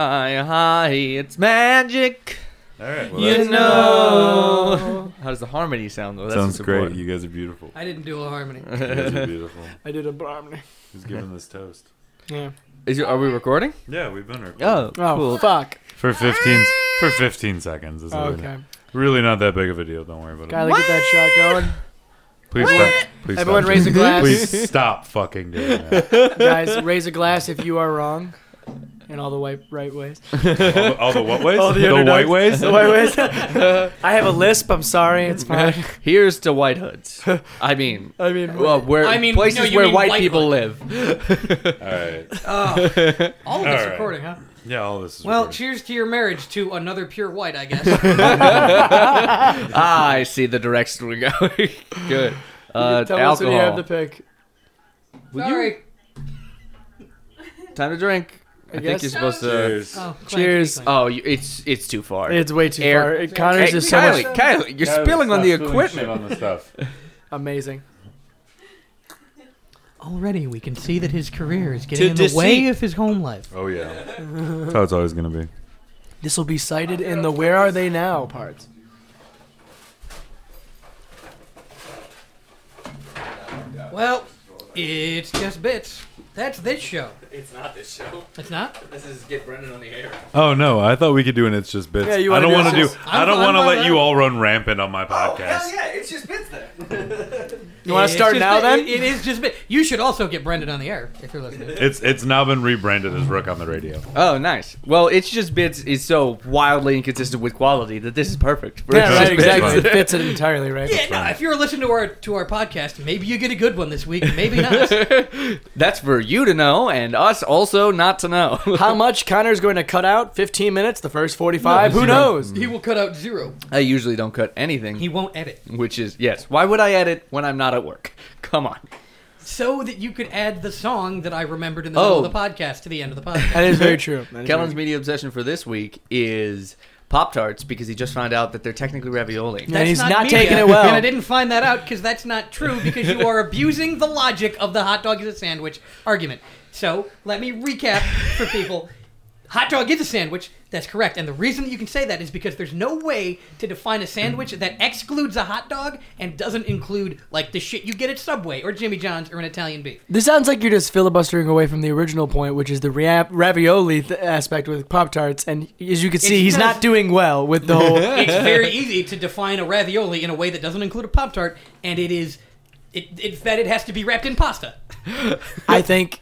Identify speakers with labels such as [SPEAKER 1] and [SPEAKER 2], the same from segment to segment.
[SPEAKER 1] Hi, hi, it's magic.
[SPEAKER 2] All right.
[SPEAKER 1] you
[SPEAKER 2] that's-
[SPEAKER 1] know. How does the harmony sound though? That's
[SPEAKER 2] sounds
[SPEAKER 1] what's
[SPEAKER 2] great.
[SPEAKER 1] important.
[SPEAKER 2] You guys are beautiful.
[SPEAKER 3] I didn't do a harmony.
[SPEAKER 2] You guys are beautiful.
[SPEAKER 3] I did a harmony.
[SPEAKER 2] Who's giving this toast?
[SPEAKER 3] Yeah.
[SPEAKER 1] Is it, are we recording?
[SPEAKER 2] Yeah, we've been recording
[SPEAKER 1] Oh,
[SPEAKER 3] Oh
[SPEAKER 1] cool.
[SPEAKER 3] fuck.
[SPEAKER 2] for 15 for 15 seconds. It's really,
[SPEAKER 3] Okay.
[SPEAKER 2] really not that big of a deal. Don't worry about it.
[SPEAKER 3] Gotta get that shot going,
[SPEAKER 2] Please stop. Please
[SPEAKER 3] Everyone
[SPEAKER 2] stop
[SPEAKER 3] raise a
[SPEAKER 2] doing that.
[SPEAKER 3] glass.
[SPEAKER 2] Please stop fucking doing that.
[SPEAKER 3] guys. Raise a glass if you are wrong, in all the white right ways.
[SPEAKER 2] All the, all the what ways?
[SPEAKER 3] All the
[SPEAKER 2] white
[SPEAKER 3] underdogs.
[SPEAKER 2] ways?
[SPEAKER 3] The white ways. I have a lisp. I'm sorry. It's fine.
[SPEAKER 1] Here's to white hoods. I mean,
[SPEAKER 3] I mean,
[SPEAKER 1] well, where
[SPEAKER 3] I mean,
[SPEAKER 1] places
[SPEAKER 3] no, you
[SPEAKER 1] where
[SPEAKER 3] mean
[SPEAKER 1] white,
[SPEAKER 3] white
[SPEAKER 1] people live.
[SPEAKER 2] All right.
[SPEAKER 4] All of
[SPEAKER 2] All
[SPEAKER 4] it's
[SPEAKER 2] right.
[SPEAKER 4] recording, huh?
[SPEAKER 2] Yeah, all this is
[SPEAKER 4] Well,
[SPEAKER 2] recorded.
[SPEAKER 4] cheers to your marriage to another pure white, I guess.
[SPEAKER 1] ah, I see the direction we're going. Good. Uh,
[SPEAKER 3] tell us
[SPEAKER 1] alcohol.
[SPEAKER 3] when you have the pick.
[SPEAKER 1] Will you-
[SPEAKER 4] Sorry. Oh,
[SPEAKER 1] Time to drink. I, think
[SPEAKER 3] guess.
[SPEAKER 1] you're supposed to.
[SPEAKER 2] Cheers.
[SPEAKER 4] Oh, Clank,
[SPEAKER 3] Cheers. Uh,
[SPEAKER 4] Clank.
[SPEAKER 1] Oh, you, it's it's too far.
[SPEAKER 3] It's way too
[SPEAKER 1] Air-
[SPEAKER 3] far. It- Connor's
[SPEAKER 1] hey,
[SPEAKER 3] is so
[SPEAKER 1] Kylie,
[SPEAKER 3] much
[SPEAKER 1] Kylie, you're
[SPEAKER 2] Guys,
[SPEAKER 1] spilling on
[SPEAKER 2] stop
[SPEAKER 1] the
[SPEAKER 2] spilling shit
[SPEAKER 1] equipment.
[SPEAKER 2] on the stuff.
[SPEAKER 3] amazing.
[SPEAKER 4] Already we can see that his career is
[SPEAKER 1] To
[SPEAKER 4] getting in the way
[SPEAKER 1] deceit.
[SPEAKER 4] of his home life.
[SPEAKER 2] Oh yeah. That's how it's always gonna be.
[SPEAKER 3] This will be cited in the "Where Are They Now" parts.
[SPEAKER 4] Well, it's just bits. That's this show.
[SPEAKER 1] It's not this show.
[SPEAKER 4] It's not?
[SPEAKER 1] This is get Brendan on the air.
[SPEAKER 2] Oh no, I thought we could do an it's just bits.
[SPEAKER 3] Yeah, you
[SPEAKER 2] I
[SPEAKER 3] wanna
[SPEAKER 2] don't
[SPEAKER 3] do
[SPEAKER 2] want to
[SPEAKER 3] It's
[SPEAKER 2] do.
[SPEAKER 3] Just-
[SPEAKER 2] I
[SPEAKER 4] I'm
[SPEAKER 2] don't
[SPEAKER 4] fine
[SPEAKER 2] want to
[SPEAKER 4] by
[SPEAKER 2] let
[SPEAKER 4] that.
[SPEAKER 2] you all run rampant on my
[SPEAKER 1] Oh,
[SPEAKER 2] podcast.
[SPEAKER 1] yeah, it's just bits there.
[SPEAKER 3] You want
[SPEAKER 4] It's
[SPEAKER 3] to start
[SPEAKER 4] just
[SPEAKER 3] now
[SPEAKER 4] bit-
[SPEAKER 3] then?
[SPEAKER 4] It, it is just bit. You should also get Brendan on the air if you're listening.
[SPEAKER 2] It's it's now been rebranded as Rook on the Radio.
[SPEAKER 1] Oh, nice. Well, it's just bits is so wildly inconsistent with quality that this is perfect. for It's
[SPEAKER 3] yeah, right.
[SPEAKER 1] Just Bits.
[SPEAKER 3] Exactly. It fits it entirely, right?
[SPEAKER 4] Yeah, no, if you're listening to our to our podcast, maybe you get a good one this week, maybe not.
[SPEAKER 1] That's for you to know and us also not to know.
[SPEAKER 3] How much Connor's going to cut out? 15 minutes, the first 45? Who
[SPEAKER 4] zero.
[SPEAKER 3] knows?
[SPEAKER 4] he will cut out zero.
[SPEAKER 1] I usually don't cut anything,
[SPEAKER 3] Mm.
[SPEAKER 4] He won't edit.
[SPEAKER 1] which is yes. Why would I edit when I'm not at work? Come on.
[SPEAKER 4] So that you could add the song that I remembered in the
[SPEAKER 1] Oh.
[SPEAKER 4] middle of the podcast to the end of the podcast.
[SPEAKER 3] That is very true. That is
[SPEAKER 1] Kellen's media obsession for this week is Pop Tarts because he just found out that they're technically ravioli.
[SPEAKER 3] Yeah. And he's not
[SPEAKER 4] media,
[SPEAKER 3] taking it well.
[SPEAKER 4] And I didn't find that out because that's not true because you are abusing the logic of the hot dog is a sandwich argument. So let me recap for people. Hot dog is a sandwich. That's correct. And the reason that you can say that is because there's no way to define a sandwich that excludes a hot dog and doesn't include like the shit you get at Subway or Jimmy John's or an Italian beef.
[SPEAKER 3] This sounds like you're just filibustering away from the original point, which is the ria- ravioli th- aspect with Pop Tarts. And as you can see,
[SPEAKER 4] It's
[SPEAKER 3] he's
[SPEAKER 4] because-
[SPEAKER 3] not doing well with the whole.
[SPEAKER 4] it's very easy to define a ravioli in a way that doesn't include a pop tart, and it is it, it's that it has to be wrapped in pasta.
[SPEAKER 3] I think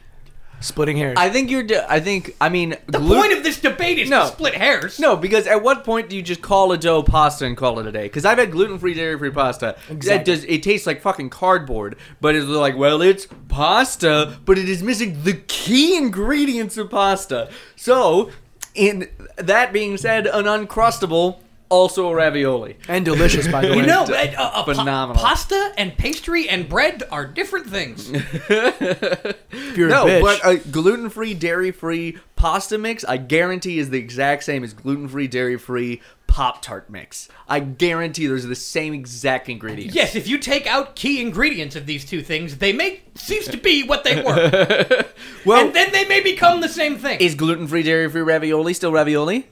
[SPEAKER 3] splitting hairs.
[SPEAKER 1] I think you're. d I I think. I mean,
[SPEAKER 4] The point of this debate is
[SPEAKER 1] No.
[SPEAKER 4] to split hairs.
[SPEAKER 1] No, because at what point do you just call a dough pasta and call it a day? Because I've had gluten-free, dairy-free pasta. That
[SPEAKER 3] Exactly.
[SPEAKER 1] does it tastes like fucking cardboard, but it's like, well, it's pasta, but it is missing the key ingredients of pasta. So, in that being said, an uncrustable also a ravioli.
[SPEAKER 3] and delicious, by the way.
[SPEAKER 4] You know, a, a- a pa-
[SPEAKER 1] Phenomenal.
[SPEAKER 4] pasta and pastry and bread are different things.
[SPEAKER 3] if you're
[SPEAKER 1] no,
[SPEAKER 3] a bitch.
[SPEAKER 1] but uh, a gluten-free, dairy-free pasta mix, I guarantee, is the exact same as gluten-free, dairy-free Pop Tart mix. I guarantee there's the same exact ingredients.
[SPEAKER 4] yes, if you take out key ingredients of these two things, they may cease to be what they were,
[SPEAKER 1] Well,
[SPEAKER 4] and then they may become the same thing.
[SPEAKER 1] Is gluten free, dairy free ravioli still ravioli?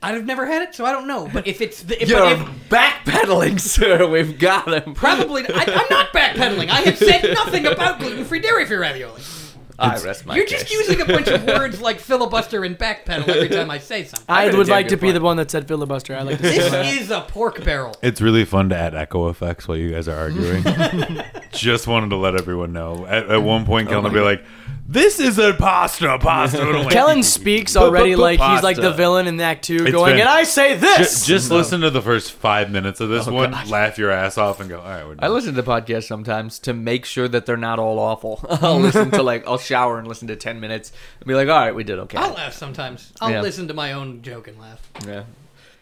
[SPEAKER 4] I've never had it, so I don't know. But if it's the, if,
[SPEAKER 1] You're
[SPEAKER 4] but if,
[SPEAKER 1] backpedaling, sir. We've got him.
[SPEAKER 4] probably I, I'm not backpedaling. I have said nothing about gluten-free dairy-free ravioli.
[SPEAKER 1] I Ah, rest my
[SPEAKER 4] You're just
[SPEAKER 1] case.
[SPEAKER 4] using a bunch of words like filibuster and backpedal every time I say something.
[SPEAKER 3] I
[SPEAKER 1] That's a
[SPEAKER 3] would
[SPEAKER 1] damn
[SPEAKER 3] like to
[SPEAKER 1] good
[SPEAKER 3] be
[SPEAKER 1] point.
[SPEAKER 3] the one that said filibuster. I like to say that.
[SPEAKER 4] This is a pork barrel.
[SPEAKER 2] It's really fun to add echo effects while you guys are arguing. Just wanted to let everyone know. At, at one point, Kellen will be like, "This is a pasta, pasta." And I'm like,
[SPEAKER 3] Kellen speaks already
[SPEAKER 1] Bu- bu-
[SPEAKER 3] like he's like the
[SPEAKER 1] pasta.
[SPEAKER 3] villain in Act Two,
[SPEAKER 2] It's
[SPEAKER 3] going,
[SPEAKER 2] been-
[SPEAKER 3] and I say
[SPEAKER 2] Ju-
[SPEAKER 3] this.
[SPEAKER 2] just listen to the first five minutes of this one,
[SPEAKER 1] God.
[SPEAKER 2] laugh your ass off, and go, "All right, we're done."
[SPEAKER 1] I listen to the podcast sometimes to make sure that they're not all awful. I'll listen to like I'll shower and listen to ten minutes and be like, all right, we did okay.
[SPEAKER 4] I'll laugh sometimes. I'll
[SPEAKER 1] Yeah.
[SPEAKER 4] listen to my own joke and laugh.
[SPEAKER 1] yeah.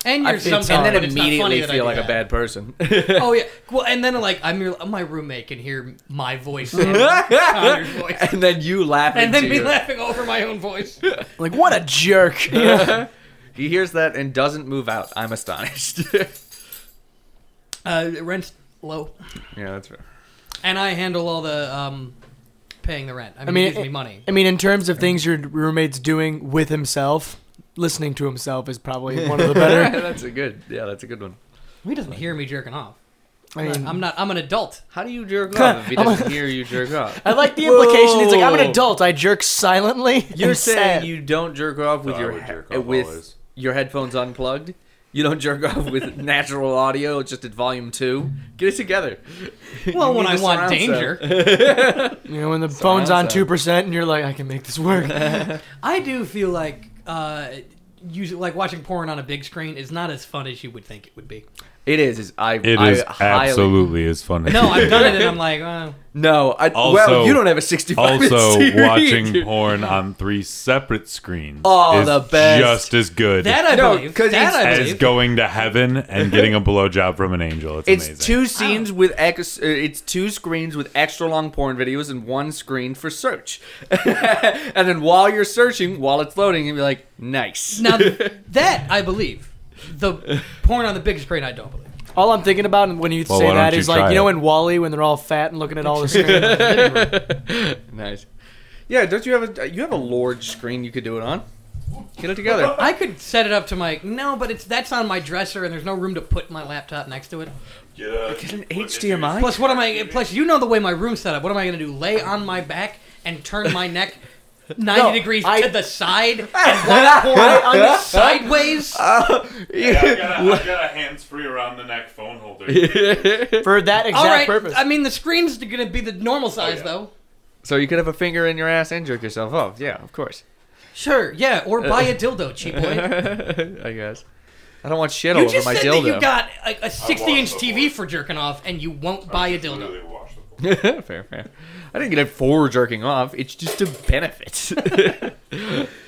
[SPEAKER 4] And
[SPEAKER 1] I
[SPEAKER 4] you're
[SPEAKER 1] feel-
[SPEAKER 4] sometimes,
[SPEAKER 1] and then
[SPEAKER 4] but it's not funny
[SPEAKER 1] immediately
[SPEAKER 4] that I
[SPEAKER 1] feel
[SPEAKER 4] do
[SPEAKER 1] like a
[SPEAKER 4] that.
[SPEAKER 1] bad person.
[SPEAKER 4] Oh yeah. Well, and then like I'm your, my roommate can hear my voice, and Connor's voice,
[SPEAKER 1] and then you laugh.
[SPEAKER 4] and then
[SPEAKER 1] into
[SPEAKER 4] me
[SPEAKER 1] your-
[SPEAKER 4] laughing over my own voice.
[SPEAKER 3] like what a jerk.
[SPEAKER 1] He hears that and doesn't move out. I'm astonished.
[SPEAKER 4] Uh, rent's low,
[SPEAKER 1] yeah, that's right.
[SPEAKER 4] and I handle all the um, paying the rent. I mean,
[SPEAKER 3] I mean,
[SPEAKER 4] it gives me
[SPEAKER 3] i-
[SPEAKER 4] money.
[SPEAKER 3] I mean, in terms of things your roommate's doing with himself, listening to himself is probably one of the better.
[SPEAKER 1] that's a good. Yeah, that's a good one.
[SPEAKER 4] He doesn't hear me jerking off.
[SPEAKER 3] I mean,
[SPEAKER 4] I'm not. I'm an adult.
[SPEAKER 1] How do you jerk off if he doesn't hear you jerk off?
[SPEAKER 3] I like the implication. It's like I'm an
[SPEAKER 1] Whoa.
[SPEAKER 3] adult. I jerk silently.
[SPEAKER 1] You're
[SPEAKER 3] and
[SPEAKER 1] saying
[SPEAKER 3] sad.
[SPEAKER 1] you don't jerk off with
[SPEAKER 2] No, I
[SPEAKER 1] your
[SPEAKER 2] would
[SPEAKER 1] he-
[SPEAKER 2] jerk off
[SPEAKER 1] with
[SPEAKER 2] always.
[SPEAKER 1] your headphones unplugged. You don't jerk off with natural audio, just at volume two. Get it together.
[SPEAKER 4] Well, when
[SPEAKER 1] need
[SPEAKER 4] I
[SPEAKER 1] the
[SPEAKER 4] want
[SPEAKER 1] surround
[SPEAKER 4] danger,
[SPEAKER 3] You know, when the phone's on
[SPEAKER 1] sound.
[SPEAKER 3] two percent, and you're like, I can make this work.
[SPEAKER 4] I do feel like uh, using like watching porn on a big screen is not as fun as you would think it would be.
[SPEAKER 1] It is. Is I.
[SPEAKER 2] It
[SPEAKER 1] I
[SPEAKER 2] is
[SPEAKER 1] highly-
[SPEAKER 2] absolutely as fun. as
[SPEAKER 4] No,
[SPEAKER 2] you
[SPEAKER 4] I've
[SPEAKER 2] think.
[SPEAKER 4] done it, and I'm like, uh,
[SPEAKER 1] No. I,
[SPEAKER 2] Also-
[SPEAKER 1] well, you don't have a sixty-five. inch
[SPEAKER 2] Also,
[SPEAKER 1] TV,
[SPEAKER 2] watching
[SPEAKER 1] dude.
[SPEAKER 2] porn on three separate screens
[SPEAKER 1] Oh,
[SPEAKER 2] is
[SPEAKER 1] the best.
[SPEAKER 2] just as good
[SPEAKER 4] that I
[SPEAKER 1] No,
[SPEAKER 4] believe.
[SPEAKER 1] 'cause
[SPEAKER 4] That
[SPEAKER 1] it's-
[SPEAKER 4] I
[SPEAKER 2] as
[SPEAKER 4] believe.
[SPEAKER 2] going to heaven and getting a blowjob from an angel. It's,
[SPEAKER 1] It's
[SPEAKER 2] amazing.
[SPEAKER 1] two scenes with ex- uh, it's two screens with extra long porn videos and one screen for search. and then while you're searching, while it's loading, you'll be like, nice.
[SPEAKER 4] now that I believe. The porn on the big screen, I don't believe.
[SPEAKER 3] All I'm thinking about when you
[SPEAKER 2] Well,
[SPEAKER 3] say
[SPEAKER 2] why don't
[SPEAKER 3] that
[SPEAKER 2] you
[SPEAKER 3] is like
[SPEAKER 2] try
[SPEAKER 3] you know
[SPEAKER 2] it?
[SPEAKER 3] in Wally when they're all fat and looking at all the screen.
[SPEAKER 1] nice. Yeah, don't you have a you have a large screen you could do it on? Get it together.
[SPEAKER 4] I could set it up to my no, but it's that's on my dresser, and there's no room to put my laptop next to it.
[SPEAKER 1] Get an HDMI.
[SPEAKER 4] Plus, what am I? Plus, you know the way my room's set up. What am I going to do? Lay on my back and turn my neck ninety
[SPEAKER 3] No,
[SPEAKER 4] degrees
[SPEAKER 3] I-
[SPEAKER 4] to the side and watch porn on the sideways?
[SPEAKER 2] a hands-free around the neck phone holder.
[SPEAKER 3] for that exact
[SPEAKER 4] All right.
[SPEAKER 3] purpose.
[SPEAKER 4] I mean, the screen's going to be the normal size,
[SPEAKER 2] yeah.
[SPEAKER 4] though.
[SPEAKER 1] so you could have a finger in your ass and jerk yourself off. Yeah, of course.
[SPEAKER 4] Sure. Yeah. Or buy a dildo, cheap boy.
[SPEAKER 1] I guess. I don't want shit all
[SPEAKER 4] You
[SPEAKER 1] over
[SPEAKER 4] just
[SPEAKER 1] my
[SPEAKER 4] said
[SPEAKER 1] dildo.
[SPEAKER 4] that you got like a sixty-inch
[SPEAKER 2] before.
[SPEAKER 4] TV for jerking off, and you won't buy a dildo.
[SPEAKER 1] fair, fair. I didn't get it for jerking off. It's just a benefit.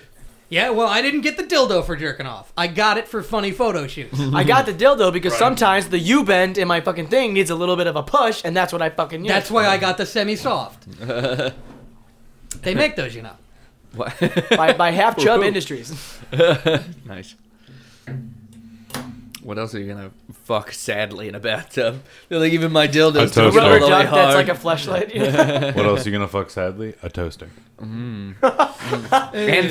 [SPEAKER 4] Yeah. Well, I didn't get the dildo for jerking off. I got it for funny photo shoots.
[SPEAKER 3] I got the dildo because sometimes the U bend in my fucking thing needs a little bit of a push, and that's what I fucking use.
[SPEAKER 4] That's why I got the semi-soft. they make those, you know.
[SPEAKER 1] What?
[SPEAKER 3] by, by Half Chub
[SPEAKER 1] Ooh.
[SPEAKER 3] Industries.
[SPEAKER 1] Nice. What else are you gonna fuck sadly in a bathtub? They're like even my dildo
[SPEAKER 2] A
[SPEAKER 1] to
[SPEAKER 2] toaster.
[SPEAKER 3] Rubber
[SPEAKER 2] Rubber
[SPEAKER 1] really
[SPEAKER 3] duck
[SPEAKER 1] hard.
[SPEAKER 3] that's like a flashlight. Yeah.
[SPEAKER 2] What else are you gonna fuck? Sadly, a toaster.
[SPEAKER 1] and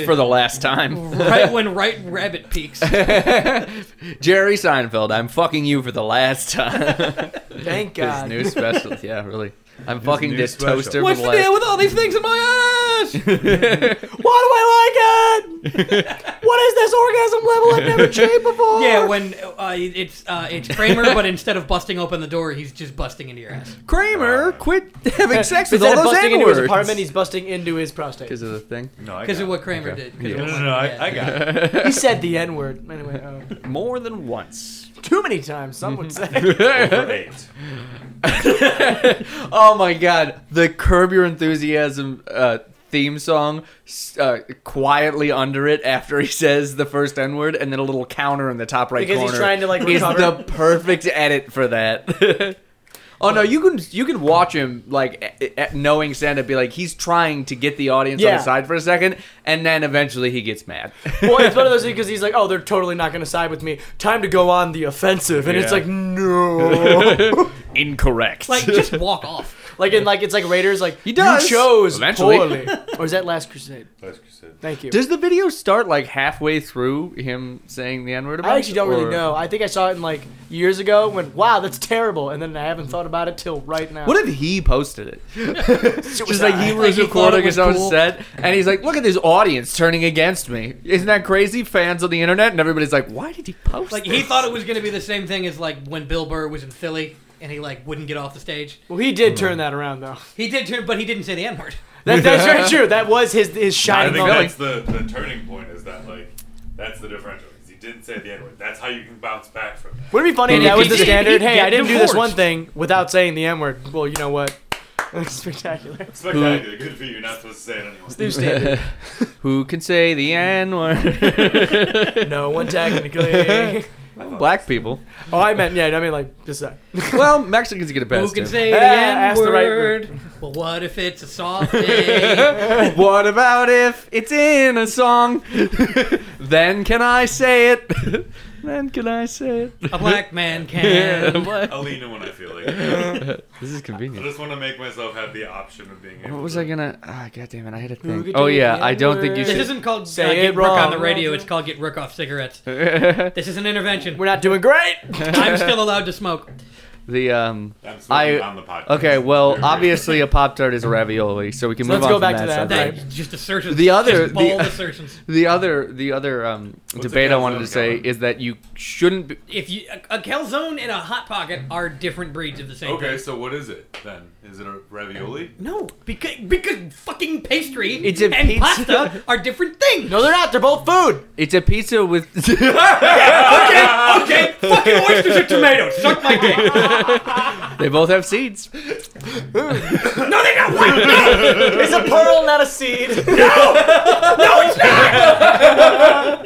[SPEAKER 1] for the last time,
[SPEAKER 4] Right when right rabbit peaks.
[SPEAKER 1] Jerry Seinfeld, I'm fucking you for the last time.
[SPEAKER 3] Thank
[SPEAKER 1] His
[SPEAKER 3] God.
[SPEAKER 1] new special, yeah, really. I'm fucking
[SPEAKER 2] new
[SPEAKER 1] this
[SPEAKER 2] special.
[SPEAKER 1] toaster
[SPEAKER 4] What's
[SPEAKER 1] for
[SPEAKER 4] the
[SPEAKER 1] the last.
[SPEAKER 4] deal with all these things in my ass?
[SPEAKER 3] Why do I like it? what is this orgasm level I've never achieved before?
[SPEAKER 4] Yeah, when uh, it's uh, it's Kramer, but instead of busting open the door, he's just busting into your ass.
[SPEAKER 1] Kramer, quit having sex with
[SPEAKER 3] Instead
[SPEAKER 1] all
[SPEAKER 3] of
[SPEAKER 1] those
[SPEAKER 3] busting into his
[SPEAKER 1] N-words.
[SPEAKER 3] apartment, he's busting into his prostate.
[SPEAKER 1] Because of the thing.
[SPEAKER 2] No, I
[SPEAKER 4] Because
[SPEAKER 2] got
[SPEAKER 4] of
[SPEAKER 2] it.
[SPEAKER 4] what Kramer did. 'cause of
[SPEAKER 2] No, no,
[SPEAKER 4] what-
[SPEAKER 2] no,
[SPEAKER 4] yeah.
[SPEAKER 2] I, I got it.
[SPEAKER 3] he said the N word. Anyway, uh,
[SPEAKER 1] More than once.
[SPEAKER 3] too many times, some would say.
[SPEAKER 2] Over eight.
[SPEAKER 1] Oh my god, the Curb Your Enthusiasm uh, theme song s- uh, quietly under it after he says the first N word, and then a little counter in the top right
[SPEAKER 3] Because he's
[SPEAKER 1] corner.
[SPEAKER 3] trying to, like,
[SPEAKER 1] is
[SPEAKER 3] recover.
[SPEAKER 1] the perfect edit for that. oh no, you can you can watch him like a- a- knowing stand up, be like he's trying to get the audience on
[SPEAKER 3] Yeah.
[SPEAKER 1] his side for a second, and then eventually he gets mad.
[SPEAKER 3] well, it's one of those things because he's like, oh, they're totally not going to side with me. Time to go on the offensive, and it's
[SPEAKER 1] Yeah.
[SPEAKER 3] like, no.
[SPEAKER 1] Incorrect.
[SPEAKER 4] Like, just walk off.
[SPEAKER 3] like in like it's like Raiders, like he
[SPEAKER 1] does.
[SPEAKER 3] you chose
[SPEAKER 1] Eventually.
[SPEAKER 3] poorly. or is that Last Crusade? Thank you.
[SPEAKER 1] does the video start like halfway through him saying the N word?
[SPEAKER 3] I actually don't really know. I think I saw it in like years ago. When wow, that's terrible, and then I haven't thought about it till right now.
[SPEAKER 1] What if he posted it? Just like he
[SPEAKER 4] Like,
[SPEAKER 1] was
[SPEAKER 4] he thought
[SPEAKER 1] recording
[SPEAKER 4] it was
[SPEAKER 1] his own
[SPEAKER 4] cool.
[SPEAKER 1] set, and he's like, "Look at this audience turning against me! Isn't that crazy?" Fans on the internet, and everybody's like, "Why did he post?"
[SPEAKER 4] Like, he thought it was going to be the same thing as, like, when Bill Burr was in Philly and he, like, wouldn't get off the stage.
[SPEAKER 3] well, he did turn that around though.
[SPEAKER 4] He did turn, but he didn't say the N word.
[SPEAKER 3] That, that's very true. That was his his
[SPEAKER 2] I
[SPEAKER 3] shining
[SPEAKER 2] think
[SPEAKER 3] moment.
[SPEAKER 2] that's the, the turning point. Is that like that's the differential? Because he didn't say the N word. That's how you can bounce back from that.
[SPEAKER 3] Wouldn't it be funny if
[SPEAKER 1] He
[SPEAKER 3] that was
[SPEAKER 1] could
[SPEAKER 3] the
[SPEAKER 1] get-
[SPEAKER 3] standard?
[SPEAKER 4] he'd
[SPEAKER 3] Hey,
[SPEAKER 4] get
[SPEAKER 3] I didn't do this
[SPEAKER 4] divorced.
[SPEAKER 3] one thing without saying the N word. Well, you know what? Spectacular.
[SPEAKER 2] Spectacular. Good for you. You're not supposed to say it anymore.
[SPEAKER 3] New standard.
[SPEAKER 1] Who can say the N word?
[SPEAKER 3] no one technically.
[SPEAKER 1] Black people.
[SPEAKER 3] Oh, I meant yeah. I mean like just that.
[SPEAKER 1] Well, Mexicans get a pass.
[SPEAKER 4] Who can
[SPEAKER 1] too.
[SPEAKER 4] say
[SPEAKER 3] Ah,
[SPEAKER 4] the N
[SPEAKER 3] ask the right
[SPEAKER 4] word? well, what if it's a soft day?
[SPEAKER 1] What about if it's in a song? then can I say it? man can I say it?
[SPEAKER 4] A black man can.
[SPEAKER 2] I'll lean in when I feel like it.
[SPEAKER 1] this is
[SPEAKER 2] I
[SPEAKER 1] convenient.
[SPEAKER 2] just want to make myself have the option of being able
[SPEAKER 1] What was
[SPEAKER 2] to.
[SPEAKER 1] I gonna? Ah, God damn it! I had a
[SPEAKER 3] could
[SPEAKER 1] thing. Oh
[SPEAKER 3] do it
[SPEAKER 1] yeah,
[SPEAKER 3] the
[SPEAKER 1] I don't think you
[SPEAKER 3] N-word.
[SPEAKER 4] This
[SPEAKER 1] should.
[SPEAKER 4] isn't called
[SPEAKER 1] Say
[SPEAKER 4] uh,
[SPEAKER 1] it
[SPEAKER 4] Get Rook on
[SPEAKER 1] wrong. Uh,
[SPEAKER 4] the radio. It's called Get Rook off cigarettes.
[SPEAKER 1] the
[SPEAKER 4] This is an intervention.
[SPEAKER 3] We're not doing great.
[SPEAKER 4] I'm still allowed to smoke.
[SPEAKER 1] um.
[SPEAKER 2] I'm smoking
[SPEAKER 1] I-
[SPEAKER 2] on the podcast.
[SPEAKER 1] Okay,
[SPEAKER 2] Very
[SPEAKER 1] well,
[SPEAKER 2] good.
[SPEAKER 1] obviously a pop tart is a ravioli, so we can
[SPEAKER 3] So
[SPEAKER 1] move
[SPEAKER 3] let's
[SPEAKER 1] on
[SPEAKER 3] go
[SPEAKER 1] from
[SPEAKER 3] back to that,
[SPEAKER 1] subject.
[SPEAKER 4] That
[SPEAKER 3] right.
[SPEAKER 4] just assertions.
[SPEAKER 1] The other-
[SPEAKER 4] just
[SPEAKER 1] the-
[SPEAKER 4] bold assertions.
[SPEAKER 1] The other, the other um,
[SPEAKER 2] What's a
[SPEAKER 1] debate I wanted
[SPEAKER 2] calzone
[SPEAKER 1] to say
[SPEAKER 2] called?
[SPEAKER 1] is that you shouldn't. Be,
[SPEAKER 4] If you a, a calzone and a hot pocket are different breeds of the same.
[SPEAKER 2] Okay,
[SPEAKER 4] thing.
[SPEAKER 2] so what is it then? Is it a ravioli?
[SPEAKER 4] No, because because fucking pastry
[SPEAKER 1] It's a
[SPEAKER 4] and
[SPEAKER 1] pizza.
[SPEAKER 4] pasta are different things.
[SPEAKER 3] no, they're not. They're both food.
[SPEAKER 1] it's a pizza with.
[SPEAKER 4] Okay, fucking oysters and tomatoes. Suck my dick.
[SPEAKER 1] they both have seeds.
[SPEAKER 4] No, they got white. No,
[SPEAKER 3] It's a pearl, not a seed.
[SPEAKER 4] no, it's not.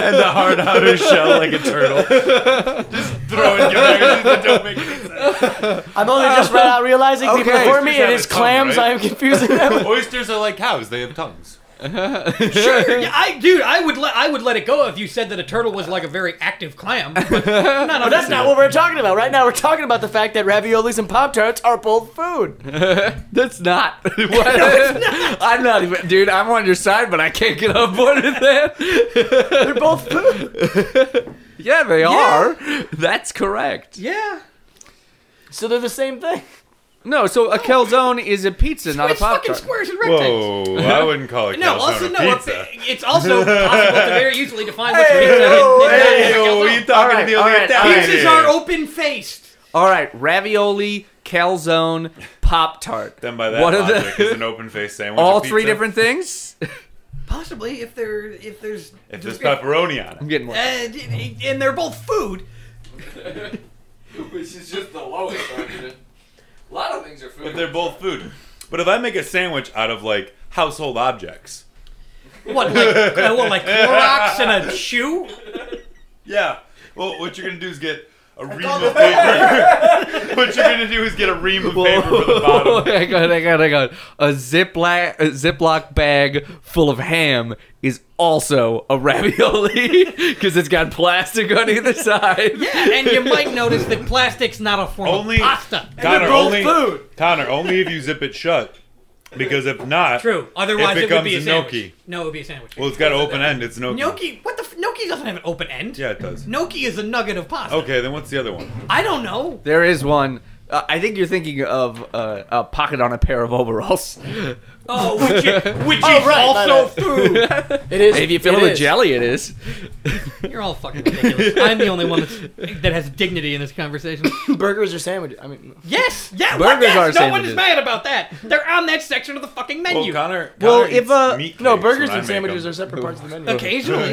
[SPEAKER 2] and the hard outer shell like a turtle. Just throw it together that don't make any sense.
[SPEAKER 3] I'm only just right out realizing people
[SPEAKER 1] Okay.
[SPEAKER 3] before me
[SPEAKER 2] Oysters
[SPEAKER 3] it
[SPEAKER 2] have
[SPEAKER 3] is
[SPEAKER 2] a tongue,
[SPEAKER 3] clams.
[SPEAKER 2] right?
[SPEAKER 3] I am confusing them.
[SPEAKER 2] Oysters are like cows; they have tongues.
[SPEAKER 4] Sure, yeah, I dude, I would let I would let it go if you said that a turtle was like a very active clam. But no, no,
[SPEAKER 3] That's not what we're talking about. Right now, we're talking about the fact that raviolis and Pop Tarts are both food.
[SPEAKER 1] That's not. What? I'm not even, dude. I'm on your side, but I can't get on board with that.
[SPEAKER 3] They're both food.
[SPEAKER 1] yeah, they are. That's correct.
[SPEAKER 4] Yeah.
[SPEAKER 3] So they're the same thing.
[SPEAKER 1] No, so a calzone is a pizza, not a
[SPEAKER 4] it's
[SPEAKER 1] pop
[SPEAKER 4] fucking
[SPEAKER 1] tart.
[SPEAKER 4] squares and rectangles.
[SPEAKER 2] I wouldn't call it
[SPEAKER 4] No, also no. a
[SPEAKER 2] pizza.
[SPEAKER 4] pi- It's also possible to very easily define which
[SPEAKER 1] Hey,
[SPEAKER 4] pizza. and-
[SPEAKER 1] yo,
[SPEAKER 4] and that is a
[SPEAKER 2] yo,
[SPEAKER 4] calzone.
[SPEAKER 2] you talking
[SPEAKER 1] Alright,
[SPEAKER 2] to the only
[SPEAKER 1] alright,
[SPEAKER 2] Italian
[SPEAKER 1] alright.
[SPEAKER 4] Pizzas
[SPEAKER 2] here.
[SPEAKER 4] are open faced.
[SPEAKER 1] All right, ravioli, calzone, pop tart.
[SPEAKER 2] Then by that
[SPEAKER 1] What are the-
[SPEAKER 2] logic, is an open faced sandwich. a
[SPEAKER 1] All three
[SPEAKER 2] pizza?
[SPEAKER 1] different things.
[SPEAKER 4] Possibly, if there, if there's,
[SPEAKER 2] If there's pepperoni on
[SPEAKER 1] I'm
[SPEAKER 2] it,
[SPEAKER 1] getting more.
[SPEAKER 4] and, and they're both food.
[SPEAKER 1] Which is just the lowest argument. A lot of things are
[SPEAKER 2] if
[SPEAKER 1] food.
[SPEAKER 2] they're both food. But if I make a sandwich out of like household objects,
[SPEAKER 4] What, like, uh, what, like Clorox and a shoe?
[SPEAKER 2] yeah. Well, what you're gonna do is get a ream of paper. what you're gonna do is get a ream of paper for the bottom.
[SPEAKER 1] Oh, hang on, hang on, hang on. A Ziploc, a Ziploc bag full of ham is also a ravioli because it's got plastic on either side.
[SPEAKER 4] Yeah, and you might notice that plastic's not a form
[SPEAKER 2] Only
[SPEAKER 4] of pasta.
[SPEAKER 2] Connor,
[SPEAKER 3] both
[SPEAKER 2] only
[SPEAKER 3] food.
[SPEAKER 2] Connor, only if you zip it shut. Because if not,
[SPEAKER 4] True. Otherwise,
[SPEAKER 2] It
[SPEAKER 4] it, would be a
[SPEAKER 2] becomes
[SPEAKER 4] sandwich.
[SPEAKER 2] gnocchi.
[SPEAKER 4] No, it would be a sandwich.
[SPEAKER 2] well, it's got an open end. It's no
[SPEAKER 4] gnocchi? What the? F- gnocchi doesn't have an open end.
[SPEAKER 2] Yeah, it does.
[SPEAKER 4] Gnocchi is a nugget of pasta.
[SPEAKER 2] Okay, then what's the other one?
[SPEAKER 4] I don't know.
[SPEAKER 1] There is one. Uh, I think you're thinking of uh, a pocket on a pair of overalls.
[SPEAKER 4] Oh, which is, which
[SPEAKER 3] Oh,
[SPEAKER 4] is
[SPEAKER 3] right,
[SPEAKER 4] also food.
[SPEAKER 3] It is.
[SPEAKER 1] If you fill it
[SPEAKER 3] is.
[SPEAKER 1] with jelly, it is.
[SPEAKER 4] You're all fucking ridiculous. I'm the only one that's, that has dignity in this conversation.
[SPEAKER 3] burgers or sandwiches. I mean,
[SPEAKER 4] Yes, yeah,
[SPEAKER 1] Burgers
[SPEAKER 4] what, yes,
[SPEAKER 1] are
[SPEAKER 4] no one
[SPEAKER 1] sandwiches.
[SPEAKER 4] is mad about that. They're on that section of the fucking menu.
[SPEAKER 2] Connor.
[SPEAKER 1] Well, if, uh,
[SPEAKER 3] no, burgers and sandwiches are separate parts of the menu.
[SPEAKER 4] Occasionally,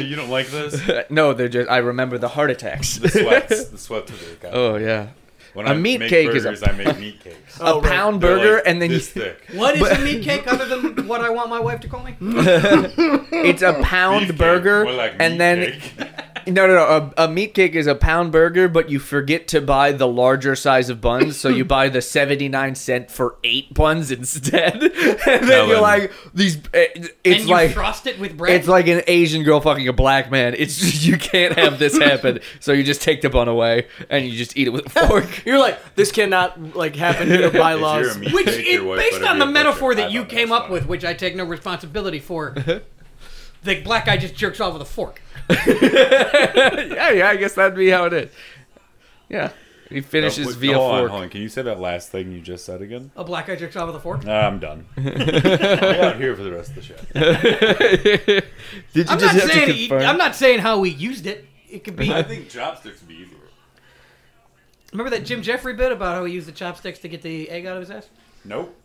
[SPEAKER 2] you don't like this?
[SPEAKER 1] No, they're just. I remember the heart attacks.
[SPEAKER 2] The sweats. The sweats of it. Connor.
[SPEAKER 1] oh yeah.
[SPEAKER 2] When
[SPEAKER 1] a
[SPEAKER 2] I
[SPEAKER 1] meat
[SPEAKER 2] make
[SPEAKER 1] cake is
[SPEAKER 2] burgers,
[SPEAKER 1] a-
[SPEAKER 2] I make meat cakes.
[SPEAKER 3] Oh,
[SPEAKER 1] A pound burger, and then you,
[SPEAKER 2] this thick.
[SPEAKER 4] what is a meat cake other than what I want my wife to call me?
[SPEAKER 1] it's a pound
[SPEAKER 2] Beef cake,
[SPEAKER 1] burger,
[SPEAKER 2] more like meat
[SPEAKER 1] and then
[SPEAKER 2] cake.
[SPEAKER 1] No, no, no. A, a meat cake is a pound burger, but you forget to buy the larger size of buns, so you buy the 79 cent for eight buns instead. and then you're
[SPEAKER 2] Ellen.
[SPEAKER 1] like, these. eh, It's
[SPEAKER 4] and you
[SPEAKER 1] like.
[SPEAKER 4] frost it with bread.
[SPEAKER 1] It's like an Asian girl fucking a black man. It's just, you can't have this happen. so you just take the bun away and you just eat it with a fork.
[SPEAKER 3] You're like, this cannot like happen due to
[SPEAKER 2] If you're a
[SPEAKER 3] bylaws.
[SPEAKER 2] meat
[SPEAKER 4] which,
[SPEAKER 2] cake,
[SPEAKER 4] it,
[SPEAKER 2] your wife
[SPEAKER 4] based
[SPEAKER 2] better
[SPEAKER 4] on
[SPEAKER 2] be a
[SPEAKER 4] the metaphor
[SPEAKER 2] butcher. I
[SPEAKER 4] that you
[SPEAKER 2] love
[SPEAKER 4] came
[SPEAKER 2] that's
[SPEAKER 4] up
[SPEAKER 2] funny.
[SPEAKER 4] with, which I take no responsibility for, the black guy just jerks off with a fork.
[SPEAKER 1] yeah, yeah. I guess that'd be how it is. Yeah, he finishes
[SPEAKER 2] Wait,
[SPEAKER 1] via
[SPEAKER 2] hold on,
[SPEAKER 1] fork.
[SPEAKER 2] hold on. Can you say that last thing you just said again?
[SPEAKER 4] A black guy jerks off with a fork.
[SPEAKER 2] Nah, I'm done. You're out here for the rest of the show.
[SPEAKER 1] Did you
[SPEAKER 4] I'm
[SPEAKER 1] just have
[SPEAKER 4] not
[SPEAKER 1] to
[SPEAKER 4] saying he,
[SPEAKER 1] confirm?
[SPEAKER 4] I'm not saying how we used it. It could be.
[SPEAKER 2] I think chopsticks would be easier.
[SPEAKER 4] Remember that Jim Jeffrey bit about how he used the chopsticks to get the egg out of his ass?
[SPEAKER 2] Nope.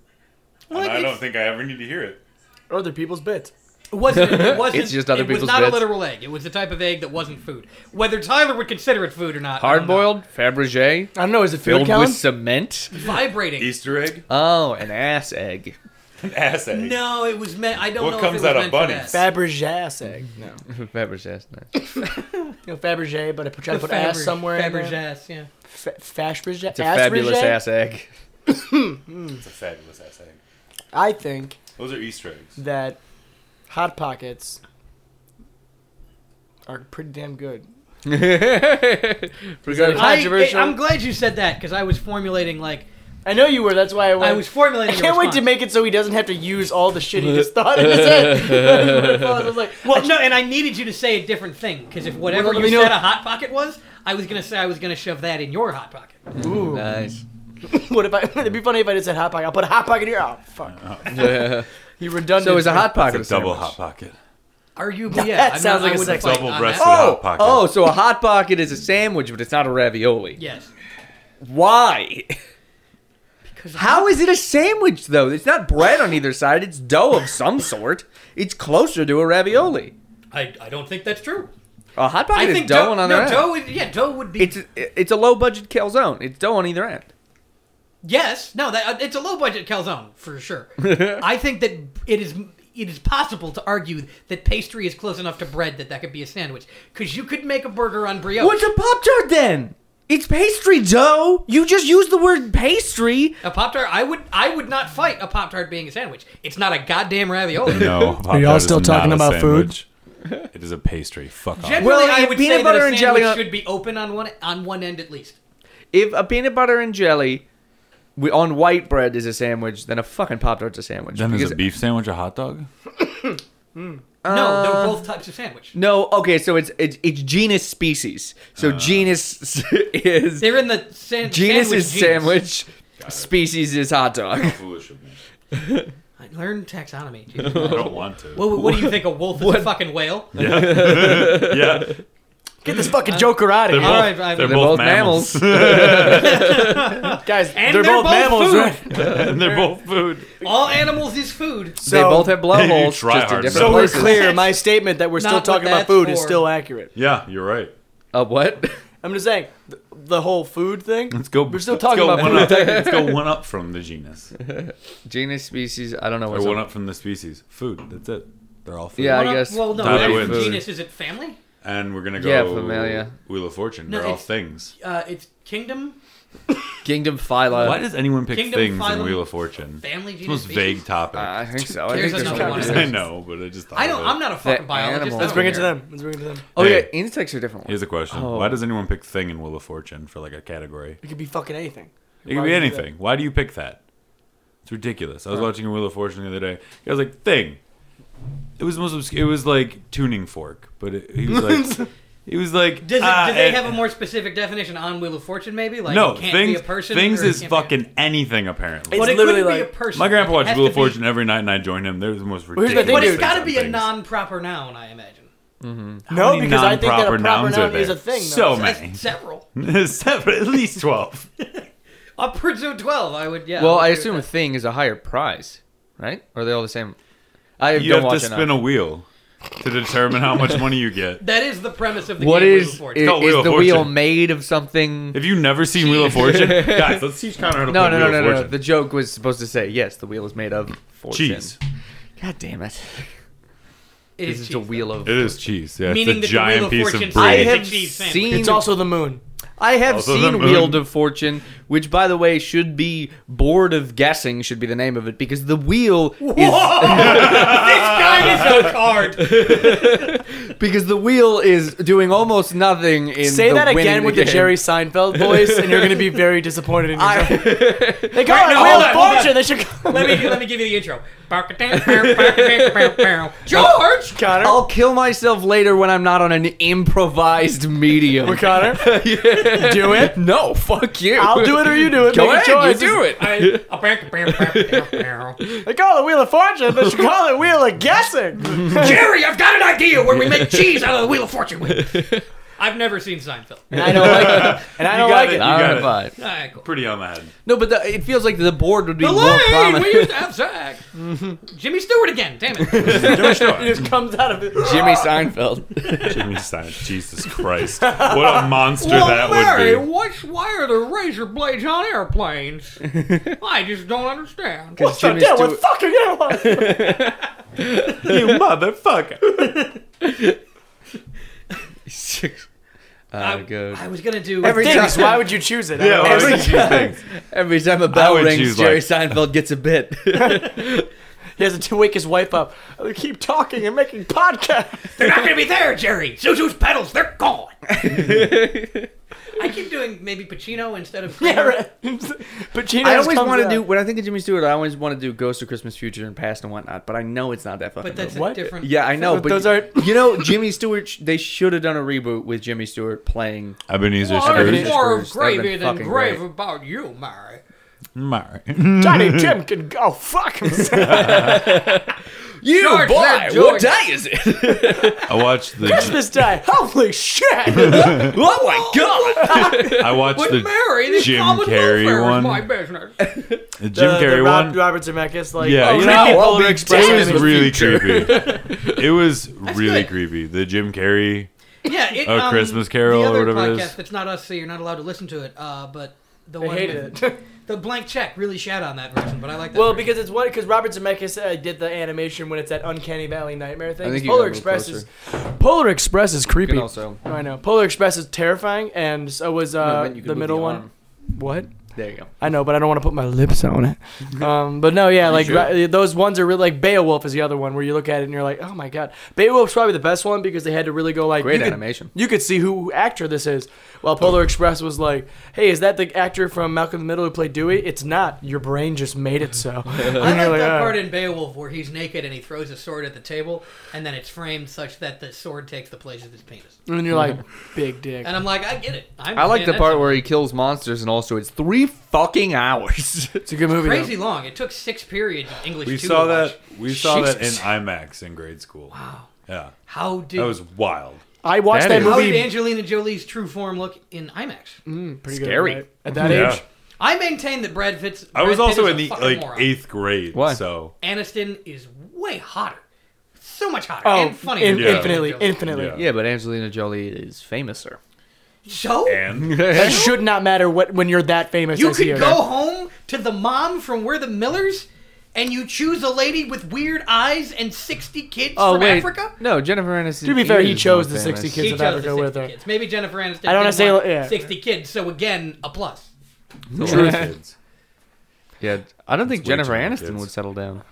[SPEAKER 4] Well,
[SPEAKER 2] And
[SPEAKER 4] like,
[SPEAKER 2] I
[SPEAKER 4] it's-
[SPEAKER 2] don't think I ever need to hear it.
[SPEAKER 3] Other people's bits.
[SPEAKER 4] It wasn't. It wasn't
[SPEAKER 1] It's just other
[SPEAKER 4] it
[SPEAKER 1] people's
[SPEAKER 4] was not
[SPEAKER 1] bits.
[SPEAKER 4] a literal egg. It was the type of egg that wasn't food. Whether Tyler would consider it food or not. I
[SPEAKER 1] Hard
[SPEAKER 4] don't know.
[SPEAKER 1] boiled, Fabergé,
[SPEAKER 3] I don't know. Is it food
[SPEAKER 1] filled
[SPEAKER 3] count?
[SPEAKER 1] with cement.
[SPEAKER 4] vibrating.
[SPEAKER 2] Easter egg?
[SPEAKER 1] Oh, an ass egg.
[SPEAKER 2] An ass egg.
[SPEAKER 4] no, it was meant. I don't
[SPEAKER 2] What
[SPEAKER 4] know.
[SPEAKER 2] comes
[SPEAKER 4] if it was
[SPEAKER 2] out of
[SPEAKER 4] meant for
[SPEAKER 2] bunnies?
[SPEAKER 4] that.
[SPEAKER 3] Fabergé egg.
[SPEAKER 4] Mm-hmm.
[SPEAKER 3] No,
[SPEAKER 1] Faber's ass.
[SPEAKER 3] no Fabergé, but I try to
[SPEAKER 4] The
[SPEAKER 3] put ass
[SPEAKER 4] Faberge-
[SPEAKER 3] somewhere in
[SPEAKER 4] Faberge
[SPEAKER 3] there.
[SPEAKER 4] ass, yeah.
[SPEAKER 3] Fa- Fabergé.
[SPEAKER 1] It's a fabulous ass egg.
[SPEAKER 2] It's a fabulous ass egg.
[SPEAKER 3] I think
[SPEAKER 2] Those are Easter eggs.
[SPEAKER 3] that hot pockets are pretty damn good.
[SPEAKER 1] Pretty good
[SPEAKER 4] I,
[SPEAKER 1] controversial.
[SPEAKER 4] am glad you said that because I was formulating like
[SPEAKER 3] I know you were. That's why I went.
[SPEAKER 4] I was formulating.
[SPEAKER 3] I
[SPEAKER 4] a
[SPEAKER 3] can't wait to
[SPEAKER 4] response.
[SPEAKER 3] make it so he doesn't have to use all the shit he just thought in his head. I was like,
[SPEAKER 4] Well, no, and I needed you to say a different thing because if whatever
[SPEAKER 3] Well,
[SPEAKER 4] you
[SPEAKER 3] you know-
[SPEAKER 4] said a hot pocket was, I was gonna say I was gonna shove that in your hot pocket.
[SPEAKER 3] ooh,
[SPEAKER 1] nice.
[SPEAKER 3] what if I? It'd be funny if I just said hot pocket. I'll put a hot pocket here. Oh fuck, you redundant.
[SPEAKER 1] so it's a hot pocket.
[SPEAKER 2] It's a double
[SPEAKER 1] sandwich.
[SPEAKER 2] hot pocket.
[SPEAKER 4] Arguably,
[SPEAKER 3] That
[SPEAKER 4] yeah. I'm not,
[SPEAKER 3] sounds like
[SPEAKER 4] I
[SPEAKER 3] a
[SPEAKER 4] would
[SPEAKER 3] sex
[SPEAKER 4] fight
[SPEAKER 2] Double
[SPEAKER 4] on
[SPEAKER 2] breasted
[SPEAKER 4] that.
[SPEAKER 1] Oh,
[SPEAKER 2] hot pocket.
[SPEAKER 1] oh, so a hot pocket is a sandwich, but it's not a ravioli.
[SPEAKER 4] Yes.
[SPEAKER 1] Why? How is it a sandwich though? It's not bread on either side. It's dough of some sort. It's closer to a ravioli.
[SPEAKER 4] I, I don't think that's true.
[SPEAKER 1] A hot
[SPEAKER 4] I
[SPEAKER 1] pocket is
[SPEAKER 4] think
[SPEAKER 1] dough,
[SPEAKER 4] dough.
[SPEAKER 1] on either
[SPEAKER 4] no,
[SPEAKER 1] end.
[SPEAKER 4] dough. Would, yeah, dough would be.
[SPEAKER 1] It's it's a low budget calzone. It's dough on either end.
[SPEAKER 4] yes. No, that uh, it's a low budget calzone for sure. I think that it is. It is possible to argue that pastry is close enough to bread that that could be a sandwich because you could make a burger on brioche.
[SPEAKER 1] What's a pop tart then? It's pastry dough. You just used the word pastry.
[SPEAKER 4] A pop tart, I would, I would not fight a pop tart being a sandwich. It's not a goddamn ravioli.
[SPEAKER 2] No.
[SPEAKER 3] Are y'all still talking about food?
[SPEAKER 2] food? It is a pastry. Fuck off.
[SPEAKER 4] Generally,
[SPEAKER 1] Well,
[SPEAKER 4] I
[SPEAKER 1] if
[SPEAKER 4] would
[SPEAKER 1] peanut
[SPEAKER 4] say
[SPEAKER 1] butter
[SPEAKER 4] that a
[SPEAKER 1] and
[SPEAKER 4] sandwich
[SPEAKER 1] jelly on-
[SPEAKER 4] should be open on one on one end at least.
[SPEAKER 1] If a peanut butter and jelly wi- on white bread is a sandwich, then a fucking pop tart's a sandwich.
[SPEAKER 2] Then is
[SPEAKER 1] Because-
[SPEAKER 2] a beef sandwich a hot dog?
[SPEAKER 1] Uh,
[SPEAKER 4] no, they're both types of sandwich.
[SPEAKER 1] No, okay, so it's it's, it's genus species. So
[SPEAKER 2] Ah.
[SPEAKER 1] genus is
[SPEAKER 4] They're in the san-
[SPEAKER 1] genus
[SPEAKER 4] sandwich
[SPEAKER 1] is
[SPEAKER 4] genus.
[SPEAKER 1] sandwich, species is hot dog.
[SPEAKER 2] Foolish of me.
[SPEAKER 4] I learned taxonomy. Jesus.
[SPEAKER 2] I don't want to.
[SPEAKER 4] what, what do you think? A wolf is a fucking whale?
[SPEAKER 2] yeah, they're
[SPEAKER 3] get this
[SPEAKER 4] Uh,
[SPEAKER 3] fucking Joker out
[SPEAKER 2] both,
[SPEAKER 3] of here,
[SPEAKER 4] All right, Ivan.
[SPEAKER 2] they're
[SPEAKER 1] They're both
[SPEAKER 2] both mammals,
[SPEAKER 3] guys.
[SPEAKER 4] And they're both food.
[SPEAKER 3] right?
[SPEAKER 2] and they're both food.
[SPEAKER 4] All animals is food.
[SPEAKER 1] they
[SPEAKER 3] So-
[SPEAKER 1] both have blowholes, just
[SPEAKER 2] try
[SPEAKER 1] in
[SPEAKER 2] hard
[SPEAKER 1] different
[SPEAKER 2] enough.
[SPEAKER 3] So we're
[SPEAKER 1] places.
[SPEAKER 3] clear. My statement that we're
[SPEAKER 4] Not
[SPEAKER 3] still
[SPEAKER 4] what
[SPEAKER 3] talking about
[SPEAKER 4] that's
[SPEAKER 3] food is
[SPEAKER 4] for.
[SPEAKER 3] still accurate.
[SPEAKER 2] Yeah, you're right.
[SPEAKER 1] Uh, what?
[SPEAKER 3] I'm just saying th- the whole food thing.
[SPEAKER 2] Let's go.
[SPEAKER 3] We're still
[SPEAKER 2] let's
[SPEAKER 3] talking
[SPEAKER 2] go
[SPEAKER 3] about
[SPEAKER 2] one up.
[SPEAKER 3] food.
[SPEAKER 2] Let's go one up from the genus,
[SPEAKER 1] genus species. I don't know
[SPEAKER 2] or
[SPEAKER 1] what's
[SPEAKER 2] one
[SPEAKER 1] up.
[SPEAKER 2] up from the species. Food. That's it. They're all food.
[SPEAKER 1] Yeah,
[SPEAKER 4] Well,
[SPEAKER 1] I
[SPEAKER 4] no-
[SPEAKER 1] guess.
[SPEAKER 4] Well, no,
[SPEAKER 2] Tyler
[SPEAKER 4] that is
[SPEAKER 2] wins.
[SPEAKER 4] genus is it family?
[SPEAKER 2] And we're gonna go.
[SPEAKER 1] Yeah, familia.
[SPEAKER 2] Wheel of Fortune.
[SPEAKER 4] No,
[SPEAKER 2] They're all
[SPEAKER 4] it's-
[SPEAKER 2] things.
[SPEAKER 4] Uh, it's kingdom,
[SPEAKER 1] Kingdom phyla.
[SPEAKER 2] Why does anyone pick
[SPEAKER 4] Kingdom,
[SPEAKER 2] things in
[SPEAKER 4] phylum,
[SPEAKER 2] Wheel of Fortune? It's
[SPEAKER 4] family,
[SPEAKER 2] the
[SPEAKER 4] genus,
[SPEAKER 2] most
[SPEAKER 4] species.
[SPEAKER 2] vague topic.
[SPEAKER 1] Uh, I think so. I
[SPEAKER 4] Here's
[SPEAKER 1] think there's
[SPEAKER 4] another
[SPEAKER 1] one.
[SPEAKER 4] one.
[SPEAKER 2] I know, but I just. Thought
[SPEAKER 4] I
[SPEAKER 2] of
[SPEAKER 4] don't.
[SPEAKER 2] it.
[SPEAKER 4] I'm not a fucking biologist.
[SPEAKER 1] animal.
[SPEAKER 4] I
[SPEAKER 1] Let's
[SPEAKER 4] don't
[SPEAKER 3] Bring it
[SPEAKER 4] care.
[SPEAKER 3] to them. Let's bring it to them.
[SPEAKER 1] Oh yeah,
[SPEAKER 2] Hey.
[SPEAKER 1] insects are different. ones.
[SPEAKER 2] Here's a question:
[SPEAKER 1] Oh.
[SPEAKER 2] Why does anyone pick thing in Wheel of Fortune for like a category?
[SPEAKER 3] It could be fucking anything.
[SPEAKER 2] It
[SPEAKER 3] Why
[SPEAKER 2] could be
[SPEAKER 3] do you do
[SPEAKER 2] anything. Why do you pick that? It's ridiculous. I was watching a Wheel of Fortune the other day. I was like, thing. It was the most. Obscure, it was like tuning fork, but it, he was like, he was like.
[SPEAKER 4] Does it,
[SPEAKER 2] ah,
[SPEAKER 4] do they
[SPEAKER 2] eh,
[SPEAKER 4] have a more specific definition on Wheel of Fortune? Maybe like
[SPEAKER 2] no
[SPEAKER 4] it can't
[SPEAKER 2] things?
[SPEAKER 4] be a person.
[SPEAKER 2] things
[SPEAKER 4] or it
[SPEAKER 2] is
[SPEAKER 4] can't be a-
[SPEAKER 2] fucking anything apparently.
[SPEAKER 3] It's
[SPEAKER 4] But it
[SPEAKER 3] literally
[SPEAKER 4] couldn't
[SPEAKER 3] like-
[SPEAKER 4] be a person.
[SPEAKER 2] My grandpa
[SPEAKER 4] It
[SPEAKER 2] watched
[SPEAKER 4] has
[SPEAKER 2] Wheel
[SPEAKER 4] to
[SPEAKER 2] of
[SPEAKER 4] be-
[SPEAKER 2] Fortune every night, and I joined him. They're the most
[SPEAKER 3] the
[SPEAKER 2] ridiculous.
[SPEAKER 3] thing,
[SPEAKER 4] But it's
[SPEAKER 3] Things
[SPEAKER 4] got to
[SPEAKER 2] on
[SPEAKER 4] be a
[SPEAKER 2] things.
[SPEAKER 4] non-proper noun, I imagine.
[SPEAKER 3] No,
[SPEAKER 2] many
[SPEAKER 3] because I think that
[SPEAKER 2] non-proper
[SPEAKER 3] a proper
[SPEAKER 2] nouns are
[SPEAKER 3] noun is a
[SPEAKER 2] there?
[SPEAKER 3] thing.
[SPEAKER 2] So
[SPEAKER 3] though.
[SPEAKER 2] many.
[SPEAKER 4] That's several.
[SPEAKER 2] Separate, at least twelve.
[SPEAKER 4] Upwards of twelve, I would. Yeah.
[SPEAKER 1] Well,
[SPEAKER 4] would
[SPEAKER 1] I
[SPEAKER 4] agree with
[SPEAKER 1] assume a
[SPEAKER 4] that.
[SPEAKER 1] thing is a higher prize, right? Or are they all the same? I
[SPEAKER 2] You
[SPEAKER 1] don't
[SPEAKER 2] have to
[SPEAKER 1] watch enough.
[SPEAKER 2] spin a wheel to determine how much money you get.
[SPEAKER 4] that is the premise of the
[SPEAKER 1] What
[SPEAKER 4] game. Wheel
[SPEAKER 1] is
[SPEAKER 4] of
[SPEAKER 1] is,
[SPEAKER 4] Fortune.
[SPEAKER 1] is
[SPEAKER 2] called Wheel of
[SPEAKER 1] the wheel
[SPEAKER 2] Fortune.
[SPEAKER 1] made of something?
[SPEAKER 2] Have you never seen Wheel of Fortune? Guys, let's teach Connor how to
[SPEAKER 1] No,
[SPEAKER 2] play
[SPEAKER 1] no,
[SPEAKER 2] Wheel
[SPEAKER 1] no, no,
[SPEAKER 2] of
[SPEAKER 1] no.
[SPEAKER 2] Fortune.
[SPEAKER 1] The joke was supposed to say yes. The wheel is made of fortune.
[SPEAKER 2] Cheese.
[SPEAKER 1] God damn it!
[SPEAKER 4] It
[SPEAKER 1] This is a
[SPEAKER 4] cheese,
[SPEAKER 1] wheel of.
[SPEAKER 2] It is cheese. Yeah,
[SPEAKER 4] Meaning that
[SPEAKER 2] it's
[SPEAKER 4] the
[SPEAKER 2] a giant
[SPEAKER 4] Wheel
[SPEAKER 2] piece
[SPEAKER 4] of
[SPEAKER 2] of
[SPEAKER 4] Fortune
[SPEAKER 2] bread.
[SPEAKER 1] I
[SPEAKER 4] It's a
[SPEAKER 1] have
[SPEAKER 4] cheese sandwich.
[SPEAKER 1] seen.
[SPEAKER 3] It's also the moon.
[SPEAKER 1] I have
[SPEAKER 2] Also the
[SPEAKER 1] seen
[SPEAKER 2] moon.
[SPEAKER 1] Wheel of Fortune, which, by the way, should be Board of Guessing should be the name of it because the wheel is
[SPEAKER 4] though. This guy is so hard.
[SPEAKER 1] because the wheel is doing almost nothing in.
[SPEAKER 3] Say
[SPEAKER 1] the
[SPEAKER 3] that
[SPEAKER 1] winning
[SPEAKER 3] again with the
[SPEAKER 1] game.
[SPEAKER 3] Jerry Seinfeld voice, and you're going to be very disappointed in yourself. they go on
[SPEAKER 4] no,
[SPEAKER 3] Wheel
[SPEAKER 4] hold
[SPEAKER 3] of
[SPEAKER 4] on, hold
[SPEAKER 3] Fortune.
[SPEAKER 4] on.
[SPEAKER 3] They should go.
[SPEAKER 4] Let me let me give you the intro. George.
[SPEAKER 3] Connor.
[SPEAKER 1] I'll kill myself later when I'm not on an improvised medium.
[SPEAKER 3] Connor. Do it.
[SPEAKER 1] no, fuck you.
[SPEAKER 3] I'll do it or you do it.
[SPEAKER 1] Go
[SPEAKER 3] Make
[SPEAKER 1] ahead,
[SPEAKER 3] a choice.
[SPEAKER 1] you do it.
[SPEAKER 4] Jerry,
[SPEAKER 3] They call it Wheel of Fortune. They should call it Wheel of Guessing.
[SPEAKER 4] I've got an idea where we make cheese out of the Wheel of Fortune. with. I've never seen Seinfeld.
[SPEAKER 3] And I don't like it. And I don't
[SPEAKER 2] got
[SPEAKER 3] like
[SPEAKER 2] it.
[SPEAKER 3] it.
[SPEAKER 2] You
[SPEAKER 1] All
[SPEAKER 2] got
[SPEAKER 1] right,
[SPEAKER 2] it.
[SPEAKER 1] fine.
[SPEAKER 4] All right, cool.
[SPEAKER 2] Pretty on the head.
[SPEAKER 1] No, but the, it feels like the board would be more
[SPEAKER 4] Elaine, we
[SPEAKER 1] prominent.
[SPEAKER 4] used to have Zach. Jimmy Stewart again. Damn it.
[SPEAKER 3] It just comes out of it.
[SPEAKER 1] Jimmy Seinfeld.
[SPEAKER 2] Jimmy Stein. Jesus Christ. What a monster that
[SPEAKER 4] Larry,
[SPEAKER 2] would be.
[SPEAKER 4] what's why are there razor blades on airplanes? I just don't understand.
[SPEAKER 3] What's the
[SPEAKER 1] Jimmy
[SPEAKER 3] deal
[SPEAKER 1] Stewart-
[SPEAKER 3] with fucking airlines?
[SPEAKER 2] You motherfucker.
[SPEAKER 1] Uh, good.
[SPEAKER 4] I was gonna do
[SPEAKER 1] Every time-
[SPEAKER 3] Things. Why would you choose it?
[SPEAKER 2] Yeah,
[SPEAKER 1] Every
[SPEAKER 2] every
[SPEAKER 1] time-
[SPEAKER 2] things.
[SPEAKER 1] Every time a
[SPEAKER 2] I
[SPEAKER 1] bell
[SPEAKER 2] would
[SPEAKER 1] rings,
[SPEAKER 2] choose,
[SPEAKER 1] Jerry
[SPEAKER 2] like-
[SPEAKER 1] Seinfeld gets a bit.
[SPEAKER 3] He has to wake his wife up. They keep talking and making podcasts.
[SPEAKER 4] They're not going to be there, Jerry. Zuzu's pedals, they're gone. I keep doing maybe Pacino instead of.
[SPEAKER 3] yeah, right. Pacino
[SPEAKER 1] I
[SPEAKER 3] just
[SPEAKER 1] always
[SPEAKER 3] comes
[SPEAKER 1] want to
[SPEAKER 3] out.
[SPEAKER 1] do when I think of Jimmy Stewart. I always want to do Ghost of Christmas Future and Past and whatnot, but I know it's not that fucking.
[SPEAKER 4] But that's
[SPEAKER 1] movie.
[SPEAKER 4] a
[SPEAKER 3] What?
[SPEAKER 4] different.
[SPEAKER 1] yeah, I know. But
[SPEAKER 3] Those aren't-
[SPEAKER 1] you know, Jimmy Stewart. sh- They should have done a reboot with Jimmy Stewart playing.
[SPEAKER 2] Ebenezer
[SPEAKER 4] Water
[SPEAKER 2] Scrooge.
[SPEAKER 1] Ebenezer-
[SPEAKER 4] more of
[SPEAKER 1] Scrooge. That'd
[SPEAKER 4] gravy
[SPEAKER 1] been
[SPEAKER 4] than
[SPEAKER 1] fucking
[SPEAKER 4] grave
[SPEAKER 1] great.
[SPEAKER 4] about you, Mary.
[SPEAKER 2] Mary.
[SPEAKER 3] Johnny Tim can go oh, fuck himself.
[SPEAKER 1] You
[SPEAKER 4] George,
[SPEAKER 1] boy,
[SPEAKER 4] that George.
[SPEAKER 1] what day is it?
[SPEAKER 2] I watched the.
[SPEAKER 3] Christmas Day. Holy shit!
[SPEAKER 1] oh my god!
[SPEAKER 2] I watched
[SPEAKER 4] But
[SPEAKER 2] the
[SPEAKER 4] Mary, the
[SPEAKER 2] Jim
[SPEAKER 4] common
[SPEAKER 2] Carrey
[SPEAKER 4] welfare
[SPEAKER 2] one.
[SPEAKER 4] is my business.
[SPEAKER 2] The Jim
[SPEAKER 3] Uh, The- the
[SPEAKER 2] Carrey
[SPEAKER 3] Rob-
[SPEAKER 2] one.
[SPEAKER 3] Robert Zemeckis, like
[SPEAKER 2] yeah,
[SPEAKER 3] oh,
[SPEAKER 2] you
[SPEAKER 3] creepy
[SPEAKER 2] know,
[SPEAKER 3] polar express
[SPEAKER 2] it was
[SPEAKER 3] enemy.
[SPEAKER 2] really creepy. It was really
[SPEAKER 4] good.
[SPEAKER 2] creepy. The Jim Carrey.
[SPEAKER 4] Yeah, it,
[SPEAKER 2] Oh,
[SPEAKER 4] um,
[SPEAKER 2] Christmas Carol
[SPEAKER 4] the
[SPEAKER 2] or
[SPEAKER 4] other
[SPEAKER 2] whatever it
[SPEAKER 4] podcast
[SPEAKER 2] is.
[SPEAKER 4] That's not us, so you're not allowed to listen to it. Uh, but the
[SPEAKER 3] I
[SPEAKER 4] one
[SPEAKER 3] hated
[SPEAKER 4] with-
[SPEAKER 3] it.
[SPEAKER 4] The blank check really shat on that version, but I like that.
[SPEAKER 3] Well,
[SPEAKER 4] version.
[SPEAKER 3] because it's one because Robert Zemeckis uh, did the animation when it's that Uncanny Valley nightmare thing.
[SPEAKER 1] I think you gotta
[SPEAKER 3] Polar
[SPEAKER 1] move
[SPEAKER 3] Express is Polar Express is creepy.
[SPEAKER 1] And also,
[SPEAKER 3] I know. Polar Express is terrifying, and so was
[SPEAKER 1] No,
[SPEAKER 3] uh,
[SPEAKER 1] then you can
[SPEAKER 3] the
[SPEAKER 1] move
[SPEAKER 3] middle
[SPEAKER 1] the
[SPEAKER 3] one.
[SPEAKER 1] arm.
[SPEAKER 3] What?
[SPEAKER 1] There you go.
[SPEAKER 3] I know, but I don't want to put my lips on it. Um, but no, yeah, like
[SPEAKER 1] should.
[SPEAKER 3] ra- those ones are really like Beowulf is the other one where you look at it and you're like, oh my god, Beowulf's probably the best one because they had to really go like
[SPEAKER 1] Great
[SPEAKER 3] you could-
[SPEAKER 1] animation.
[SPEAKER 3] you could see who actor this is. While Polar Express was like, hey, is that the actor from Malcolm in the Middle who played Dewey? It's not. Your brain just made it so. And
[SPEAKER 4] I
[SPEAKER 3] you're
[SPEAKER 4] like that
[SPEAKER 2] ah.
[SPEAKER 3] "Oh."
[SPEAKER 4] part in Beowulf where he's naked and he throws a sword at the table, and then it's framed such that the sword takes the place of his penis.
[SPEAKER 3] And then you're like, big dick.
[SPEAKER 4] And I'm like, I get it. i
[SPEAKER 1] I like
[SPEAKER 4] understand
[SPEAKER 1] the
[SPEAKER 4] that
[SPEAKER 1] part
[SPEAKER 4] sounds
[SPEAKER 1] where he kills monsters, and also it's three fucking hours.
[SPEAKER 3] It's a good movie. though.
[SPEAKER 4] crazy long. It took six periods of English.
[SPEAKER 2] We
[SPEAKER 4] two
[SPEAKER 2] saw
[SPEAKER 4] to watch.
[SPEAKER 2] that. We saw that in
[SPEAKER 1] Jesus.
[SPEAKER 2] IMAX in grade school. Wow. Yeah,
[SPEAKER 4] How did
[SPEAKER 2] that was wild.
[SPEAKER 3] I watched
[SPEAKER 2] That
[SPEAKER 3] that,
[SPEAKER 2] is-
[SPEAKER 4] how
[SPEAKER 3] movie.
[SPEAKER 4] did Angelina Jolie's true form look in IMAX?
[SPEAKER 3] Pretty good,
[SPEAKER 1] Scary.
[SPEAKER 3] right? At that
[SPEAKER 2] Yeah.
[SPEAKER 3] age,
[SPEAKER 4] I maintain that Brad Pitt's.
[SPEAKER 2] I was
[SPEAKER 4] Brad Pitt
[SPEAKER 2] also
[SPEAKER 4] is
[SPEAKER 2] in
[SPEAKER 4] a
[SPEAKER 2] the
[SPEAKER 4] fucking
[SPEAKER 2] like
[SPEAKER 4] moron.
[SPEAKER 2] eighth grade.
[SPEAKER 1] Why?
[SPEAKER 2] So
[SPEAKER 4] Aniston is way hotter, so much hotter
[SPEAKER 3] oh,
[SPEAKER 4] and funnier.
[SPEAKER 3] in-
[SPEAKER 4] than Angelina
[SPEAKER 3] infinitely,
[SPEAKER 4] Jolie.
[SPEAKER 3] infinitely.
[SPEAKER 2] Yeah.
[SPEAKER 1] yeah, but Angelina Jolie is famous, sir.
[SPEAKER 4] So
[SPEAKER 2] and
[SPEAKER 3] That should not matter what when you're that famous.
[SPEAKER 4] you
[SPEAKER 3] as he
[SPEAKER 4] could
[SPEAKER 3] is.
[SPEAKER 4] go home to the mom from Where the Millers, and you choose a lady with weird eyes and sixty kids from Africa.
[SPEAKER 1] No, Jennifer Aniston.
[SPEAKER 3] To be fair, he
[SPEAKER 1] is
[SPEAKER 3] chose
[SPEAKER 1] more
[SPEAKER 3] the 60
[SPEAKER 1] famous.
[SPEAKER 3] Oh, kids.
[SPEAKER 4] He
[SPEAKER 3] of
[SPEAKER 4] chose
[SPEAKER 3] Africa
[SPEAKER 4] the 60
[SPEAKER 3] with her.
[SPEAKER 4] kids. Maybe Jennifer Aniston.
[SPEAKER 3] I don't wanna
[SPEAKER 4] didn't
[SPEAKER 3] say-
[SPEAKER 4] want
[SPEAKER 3] yeah.
[SPEAKER 4] sixty kids. So again, a plus.
[SPEAKER 2] True kids.
[SPEAKER 1] Yeah, I don't think
[SPEAKER 2] way too
[SPEAKER 1] Jennifer
[SPEAKER 2] many
[SPEAKER 1] Aniston
[SPEAKER 2] kids.
[SPEAKER 1] would settle down.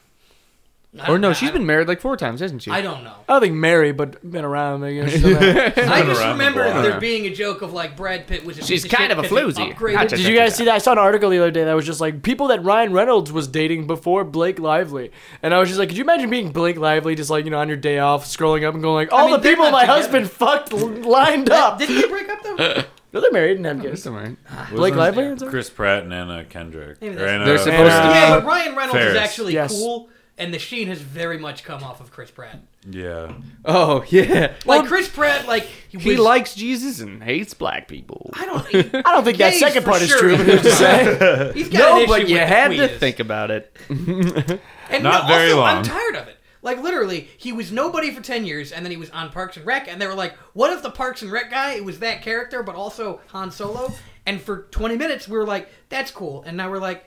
[SPEAKER 4] I
[SPEAKER 1] Or
[SPEAKER 4] don't
[SPEAKER 1] no,
[SPEAKER 4] know.
[SPEAKER 1] she's
[SPEAKER 4] I
[SPEAKER 1] been married like four times, hasn't she?
[SPEAKER 4] I don't know.
[SPEAKER 3] I don't think Mary, but been around. I guess, so that-
[SPEAKER 4] I just
[SPEAKER 2] around the
[SPEAKER 4] remember
[SPEAKER 2] block.
[SPEAKER 4] there being a joke of like Brad Pitt was. A
[SPEAKER 1] She's
[SPEAKER 4] piece of
[SPEAKER 1] kind
[SPEAKER 4] shit
[SPEAKER 1] of a
[SPEAKER 4] 'cause he
[SPEAKER 1] floozy.
[SPEAKER 4] upgraded.
[SPEAKER 1] Not
[SPEAKER 3] Did
[SPEAKER 1] just-
[SPEAKER 3] you guys see that? I saw an article the other day that was just like people that Ryan Reynolds was dating before Blake Lively, and I was just like, could you imagine being Blake Lively just like you know on your day off scrolling up and going like, all
[SPEAKER 4] mean,
[SPEAKER 3] the
[SPEAKER 4] they're
[SPEAKER 3] people
[SPEAKER 4] not
[SPEAKER 3] my
[SPEAKER 4] together.
[SPEAKER 3] husband fucked l- lined
[SPEAKER 4] That-
[SPEAKER 3] up.
[SPEAKER 4] Didn't they break up though?
[SPEAKER 3] No, they're married and have kids.
[SPEAKER 1] That's all right.
[SPEAKER 3] Blake Lively. and stuff?
[SPEAKER 2] Chris Pratt and Anna Kendrick.
[SPEAKER 4] Maybe
[SPEAKER 2] Or
[SPEAKER 4] that's-
[SPEAKER 2] Anna-
[SPEAKER 1] They're supposed to-
[SPEAKER 3] Uh,
[SPEAKER 4] yeah, but Ryan Reynolds is
[SPEAKER 2] Um, Ferris.
[SPEAKER 4] actually
[SPEAKER 3] Yes.
[SPEAKER 4] cool, and the sheen has very much come off of Chris Pratt.
[SPEAKER 2] Yeah.
[SPEAKER 1] Oh yeah.
[SPEAKER 4] Like Chris Pratt, like
[SPEAKER 1] He
[SPEAKER 4] was-
[SPEAKER 1] likes Jesus and hates black people.
[SPEAKER 4] I don't. he-
[SPEAKER 3] I don't think that
[SPEAKER 4] Gays
[SPEAKER 3] second
[SPEAKER 4] for
[SPEAKER 3] part is
[SPEAKER 4] sure.
[SPEAKER 3] true. But who's to say?
[SPEAKER 4] He's got an
[SPEAKER 1] No,
[SPEAKER 4] issue
[SPEAKER 1] but you
[SPEAKER 4] with
[SPEAKER 1] had to
[SPEAKER 4] tweeters.
[SPEAKER 1] think about it.
[SPEAKER 4] And
[SPEAKER 2] Not
[SPEAKER 4] no,
[SPEAKER 2] very
[SPEAKER 4] also,
[SPEAKER 2] long.
[SPEAKER 4] I'm tired of it. Like literally, he was nobody for ten years, and then he was on Parks and Rec, and they were like, "What if the Parks and Rec guy was that character, but also Han Solo?" And for twenty minutes, we were like, "That's cool," and now we're like,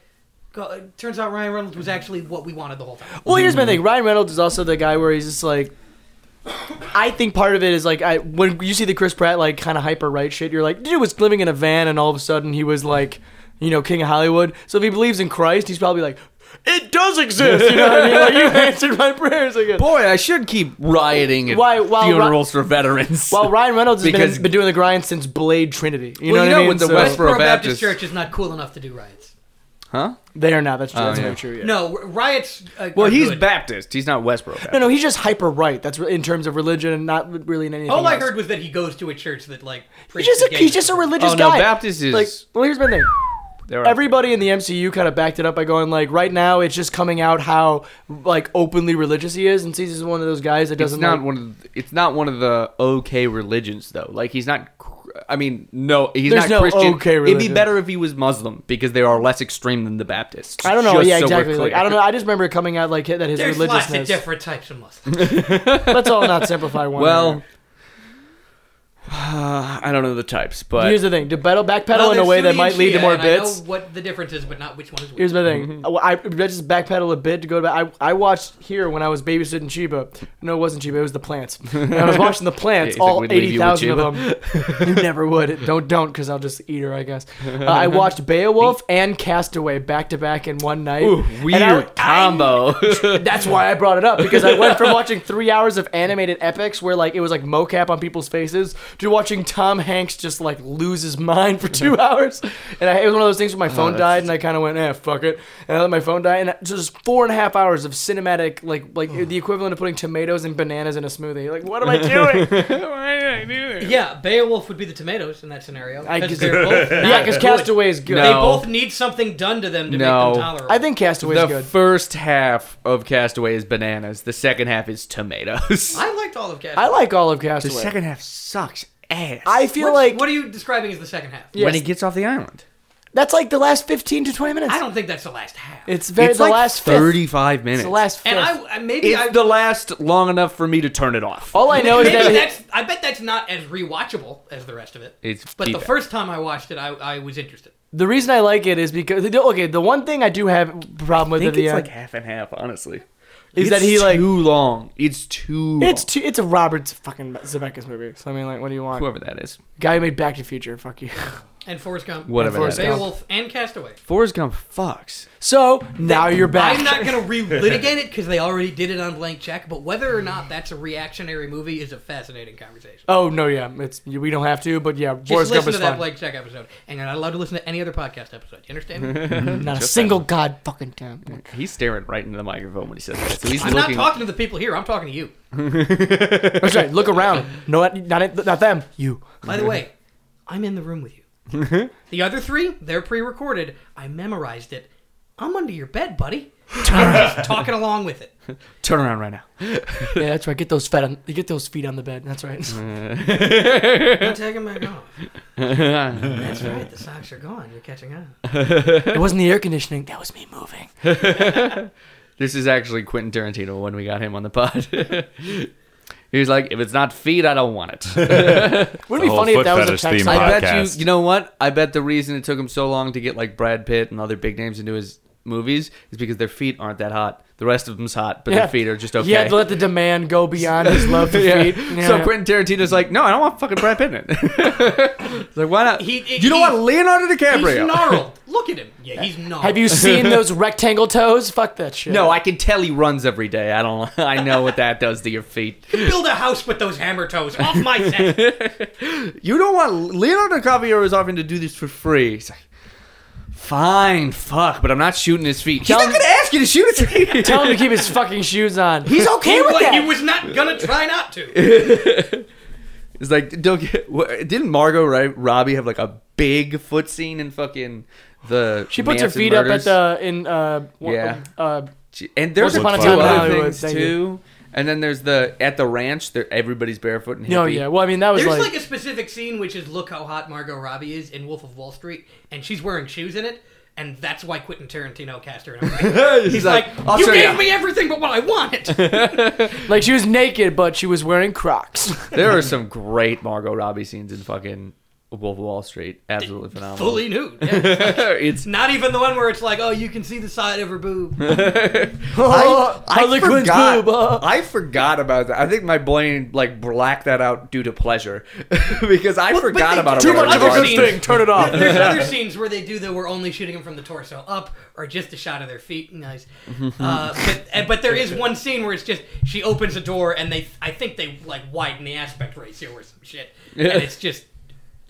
[SPEAKER 4] go, it "Turns out Ryan Reynolds was actually what we wanted the whole time."
[SPEAKER 3] Well, here's my
[SPEAKER 1] Mm.
[SPEAKER 3] thing. Ryan Reynolds is also the guy where he's just like. I think part of it is like I when you see the Chris Pratt like kind of hyper right shit, you're like, dude was living in a van and all of a sudden he was like, you know, king of Hollywood. So if he believes in Christ, he's probably like, it does exist. You know what I mean? Like you answered my prayers. I guess.
[SPEAKER 1] Boy, I should keep rioting at
[SPEAKER 3] Why- while-
[SPEAKER 1] funerals for veterans.
[SPEAKER 3] Well, Ryan Reynolds has
[SPEAKER 1] Because-
[SPEAKER 3] been, been doing the grind since Blade Trinity. You
[SPEAKER 1] Well,
[SPEAKER 3] know
[SPEAKER 1] you
[SPEAKER 3] what
[SPEAKER 1] know
[SPEAKER 3] I mean?
[SPEAKER 1] with the
[SPEAKER 3] So-
[SPEAKER 1] Westboro-
[SPEAKER 4] Bro,
[SPEAKER 1] Baptist-
[SPEAKER 4] Baptist Church is not cool enough to do riots.
[SPEAKER 1] huh?
[SPEAKER 3] they are not. That's true.
[SPEAKER 1] Oh,
[SPEAKER 3] that's
[SPEAKER 1] yeah.
[SPEAKER 3] very true. Yeah.
[SPEAKER 4] No, r- riots. Uh,
[SPEAKER 1] Well,
[SPEAKER 4] are
[SPEAKER 1] he's
[SPEAKER 4] good.
[SPEAKER 1] Baptist. He's not Westboro. Baptist.
[SPEAKER 3] no, no, he's just hyper right. That's re- in terms of religion and not really in anything.
[SPEAKER 4] All I
[SPEAKER 3] else.
[SPEAKER 4] heard was that he goes to a church that like.
[SPEAKER 3] He's
[SPEAKER 4] preaches
[SPEAKER 3] just a,
[SPEAKER 4] gay
[SPEAKER 3] he's just a
[SPEAKER 4] people.
[SPEAKER 3] religious
[SPEAKER 1] Oh, no,
[SPEAKER 3] guy.
[SPEAKER 1] Baptist is-
[SPEAKER 3] like. Well, here's my thing.
[SPEAKER 1] There are-
[SPEAKER 3] everybody in the MCU kind of backed it up by going like, right now it's just coming out how like openly religious he is, and Caesar's one of those guys that
[SPEAKER 1] It's
[SPEAKER 3] doesn't.
[SPEAKER 1] not
[SPEAKER 3] like-
[SPEAKER 1] one of the, it's not one of the okay religions though. Like he's not. cr- I mean, no, he's
[SPEAKER 3] There's
[SPEAKER 1] not
[SPEAKER 3] no
[SPEAKER 1] Christian.
[SPEAKER 3] okay
[SPEAKER 1] It'd
[SPEAKER 3] religion.
[SPEAKER 1] be better if he was Muslim because they are less extreme than the Baptists.
[SPEAKER 3] I don't know.
[SPEAKER 1] Just
[SPEAKER 3] yeah,
[SPEAKER 1] so we're
[SPEAKER 3] exactly. Like,
[SPEAKER 1] clear.
[SPEAKER 3] I don't know. I just remember it coming out like that his
[SPEAKER 4] There's lots of
[SPEAKER 3] religiousness.
[SPEAKER 4] different types of Muslims.
[SPEAKER 3] Let's all not simplify one.
[SPEAKER 1] Well, Uh, I don't know the types, but
[SPEAKER 3] Here's the thing: to pedal backpedal
[SPEAKER 4] Well,
[SPEAKER 3] in a
[SPEAKER 4] there's
[SPEAKER 3] way that
[SPEAKER 4] Sunni
[SPEAKER 3] might
[SPEAKER 4] and
[SPEAKER 3] lead to
[SPEAKER 4] Shia,
[SPEAKER 3] more
[SPEAKER 4] and I know
[SPEAKER 3] bits.
[SPEAKER 4] what the difference is, but not which one is which.
[SPEAKER 3] Here's my thing.
[SPEAKER 1] Mm-hmm.
[SPEAKER 3] I, I just backpedal a bit to go to. I, I watched here when I was babysitting Chiba. No, it wasn't Chiba. It was the plants. When I was watching the plants,
[SPEAKER 1] He's like,
[SPEAKER 3] all
[SPEAKER 1] "We'd leave you
[SPEAKER 3] eighty
[SPEAKER 1] with
[SPEAKER 3] thousand of them. You never would. Don't don't, because I'll just eat her. I guess. Uh, I watched Beowulf and Castaway back to back in one night.
[SPEAKER 1] Ooh,
[SPEAKER 3] And
[SPEAKER 1] weird
[SPEAKER 3] I- I
[SPEAKER 1] combo.
[SPEAKER 3] that's why I brought it up because I went from watching three hours of animated epics where like it was like mocap on people's faces to watching Tom Hanks just like lose his mind for two hours. And I, it was one of those things where my
[SPEAKER 1] Oh,
[SPEAKER 3] phone died and I kind of went, eh, fuck it. And I let my phone die. And so just four and a half hours of cinematic, like like the equivalent of putting tomatoes and bananas in a smoothie. Like, what am I doing?
[SPEAKER 4] Yeah, Beowulf would be the tomatoes in that scenario.
[SPEAKER 3] I
[SPEAKER 4] Because
[SPEAKER 3] guess-
[SPEAKER 4] they're both
[SPEAKER 3] yeah, because Castaway is good.
[SPEAKER 4] They
[SPEAKER 1] No.
[SPEAKER 4] both need something done to them to
[SPEAKER 1] No.
[SPEAKER 4] make them tolerable.
[SPEAKER 3] I think Castaway
[SPEAKER 1] the
[SPEAKER 3] is good.
[SPEAKER 1] first half of Castaway is bananas. The second half is tomatoes.
[SPEAKER 4] I liked all of Castaway.
[SPEAKER 3] I like all of
[SPEAKER 1] the
[SPEAKER 3] Castaway.
[SPEAKER 1] second half sucks ass.
[SPEAKER 3] I feel
[SPEAKER 4] What's-
[SPEAKER 3] like
[SPEAKER 4] what are you describing as the second half?
[SPEAKER 3] Yeah.
[SPEAKER 1] when
[SPEAKER 3] yes.
[SPEAKER 1] he gets off the island,
[SPEAKER 3] that's like the last fifteen to twenty minutes.
[SPEAKER 4] I don't think that's the last half.
[SPEAKER 3] It's very
[SPEAKER 1] it's
[SPEAKER 3] the
[SPEAKER 1] like
[SPEAKER 3] last fifth.
[SPEAKER 1] thirty-five minutes.
[SPEAKER 3] It's the last fifth.
[SPEAKER 4] and I I- maybe I
[SPEAKER 1] it's the last long enough for me to turn it off.
[SPEAKER 3] All I know is
[SPEAKER 4] maybe
[SPEAKER 3] that
[SPEAKER 4] that's I bet that's not as rewatchable as the rest of it.
[SPEAKER 1] It's
[SPEAKER 4] but the
[SPEAKER 1] feedback.
[SPEAKER 4] first time I watched it, I, I was interested.
[SPEAKER 3] the reason I like it is because okay, the one thing I do have a problem with
[SPEAKER 1] I think
[SPEAKER 3] at the
[SPEAKER 1] it's
[SPEAKER 3] end
[SPEAKER 1] like half and half, honestly. It's
[SPEAKER 3] is that he like
[SPEAKER 1] too long? It's too.
[SPEAKER 3] it's
[SPEAKER 1] long.
[SPEAKER 3] too, it's a Robert fucking Zemeckis movie. So I mean, like, what do you want?
[SPEAKER 1] whoever that is.
[SPEAKER 3] Guy who made Back to the Future. Fuck you.
[SPEAKER 4] And Forrest Gump,
[SPEAKER 1] Whatever
[SPEAKER 4] and
[SPEAKER 3] that is.
[SPEAKER 4] Beowulf, and Castaway.
[SPEAKER 1] Forrest Gump fucks.
[SPEAKER 3] So now you're back.
[SPEAKER 4] I'm not going to relitigate it because they already did it on Blank Check. But whether or not that's a reactionary movie is a fascinating conversation.
[SPEAKER 3] Oh no, yeah, it's we don't have to, but yeah, Forrest
[SPEAKER 4] Just
[SPEAKER 3] Gump
[SPEAKER 4] listen
[SPEAKER 3] is
[SPEAKER 4] to that
[SPEAKER 3] fun.
[SPEAKER 4] Blank Check episode, and you're not allowed to listen to any other podcast episode. You understand?
[SPEAKER 3] not a single god fucking time.
[SPEAKER 1] He's staring right into the microphone when he says that, so he's
[SPEAKER 4] I'm not
[SPEAKER 1] looking.
[SPEAKER 4] talking to the people here. I'm talking to you.
[SPEAKER 3] That's right. Look around. No, not it- not them. You.
[SPEAKER 4] By the way, I'm in the room with you. the other three, they're pre-recorded. I memorized it. I'm under your bed, buddy. I'm just talking along with it.
[SPEAKER 1] Turn around right now.
[SPEAKER 3] Yeah, that's right. Get those fed on. Get those feet on the bed. That's right.
[SPEAKER 4] I'm taking my off. That's right. The socks are gone. You're catching on.
[SPEAKER 3] it wasn't the air conditioning. That was me moving.
[SPEAKER 1] This is actually Quentin Tarantino when we got him on the pod. he was like, "If it's not feet, I don't want it."
[SPEAKER 3] Wouldn't it
[SPEAKER 2] The
[SPEAKER 3] be
[SPEAKER 2] whole
[SPEAKER 3] funny if
[SPEAKER 2] foot
[SPEAKER 3] that was a
[SPEAKER 2] fetish
[SPEAKER 3] text?
[SPEAKER 2] theme
[SPEAKER 3] I-
[SPEAKER 2] podcast.
[SPEAKER 1] I bet you. You know what? I bet the reason it took him so long to get like Brad Pitt and other big names into his movies is because their feet aren't that hot. The rest of them's hot, but
[SPEAKER 3] Yeah.
[SPEAKER 1] their feet are just okay.
[SPEAKER 3] He had to let the demand go beyond his love for
[SPEAKER 1] Yeah.
[SPEAKER 3] feet. Yeah.
[SPEAKER 1] So Quentin Tarantino's like, no, I don't want fucking Brad Pitt in it. It's like, why not?
[SPEAKER 4] He- he-
[SPEAKER 1] you don't
[SPEAKER 4] he-
[SPEAKER 1] want Leonardo
[SPEAKER 4] He's
[SPEAKER 1] DiCaprio.
[SPEAKER 4] gnarled. Look at him. Yeah, he's gnarled.
[SPEAKER 3] Have you seen those rectangle toes? Fuck that shit.
[SPEAKER 1] no, I can tell he runs every day. I don't. I know what that does to your feet.
[SPEAKER 4] build a house with those hammer toes? Off my set.
[SPEAKER 1] You don't want Leonardo DiCaprio is offering to do this for free. He's like, fine, fuck, but I'm not shooting his feet. He's
[SPEAKER 3] Tell
[SPEAKER 1] not
[SPEAKER 3] him-
[SPEAKER 1] gonna ask you to shoot his feet.
[SPEAKER 3] Tell him to keep his fucking shoes on.
[SPEAKER 1] He's okay with
[SPEAKER 4] But
[SPEAKER 1] that.
[SPEAKER 4] he was not gonna try not to.
[SPEAKER 1] It's like, don't get. wha- Didn't Margot Ro- Robbie have like a big foot scene in fucking the?
[SPEAKER 3] she puts her
[SPEAKER 1] Manson
[SPEAKER 3] feet
[SPEAKER 1] murders?
[SPEAKER 3] up at the in uh one-
[SPEAKER 1] Yeah.
[SPEAKER 3] uh
[SPEAKER 1] Gee, And there's
[SPEAKER 3] Once
[SPEAKER 1] a
[SPEAKER 2] upon a
[SPEAKER 1] few
[SPEAKER 2] time in
[SPEAKER 1] other
[SPEAKER 3] Hollywood,
[SPEAKER 1] things
[SPEAKER 3] thank
[SPEAKER 1] too. And then there's the at the ranch. There, everybody's barefoot and hippie.
[SPEAKER 3] no Oh, yeah. Well, I mean that was
[SPEAKER 4] There's
[SPEAKER 3] like,
[SPEAKER 4] like a specific scene which is look how hot Margot Robbie is in Wolf of Wall Street, and she's wearing shoes in it, and that's why Quentin Tarantino cast her. in a movie.
[SPEAKER 1] he's,
[SPEAKER 4] He's like,
[SPEAKER 1] I'll
[SPEAKER 4] you
[SPEAKER 1] show
[SPEAKER 4] gave
[SPEAKER 1] ya."
[SPEAKER 4] me everything but what I wanted.
[SPEAKER 3] like she was naked but she was wearing Crocs.
[SPEAKER 1] There are some great Margot Robbie scenes in fucking Wolf of Wall Street. Absolutely phenomenal.
[SPEAKER 4] Fully nude. Yeah.
[SPEAKER 1] it's
[SPEAKER 4] Not even the one where it's like, oh, you can see the side of her boob.
[SPEAKER 3] I,
[SPEAKER 1] I forgot. I forgot about that. I think my brain like blacked that out due to pleasure because I
[SPEAKER 4] Well, but
[SPEAKER 1] forgot
[SPEAKER 4] they-
[SPEAKER 1] about
[SPEAKER 4] too
[SPEAKER 1] a Margot
[SPEAKER 4] much of a good
[SPEAKER 1] Robbie scene.
[SPEAKER 4] thing.
[SPEAKER 3] Turn it off.
[SPEAKER 4] There's other scenes where they do that where only shooting them from the torso up or just a shot of their feet. Nice.
[SPEAKER 1] Mm-hmm.
[SPEAKER 4] Uh, but uh, but there is one scene where it's just she opens a door and they I think they like widen the aspect ratio or some shit, and it's just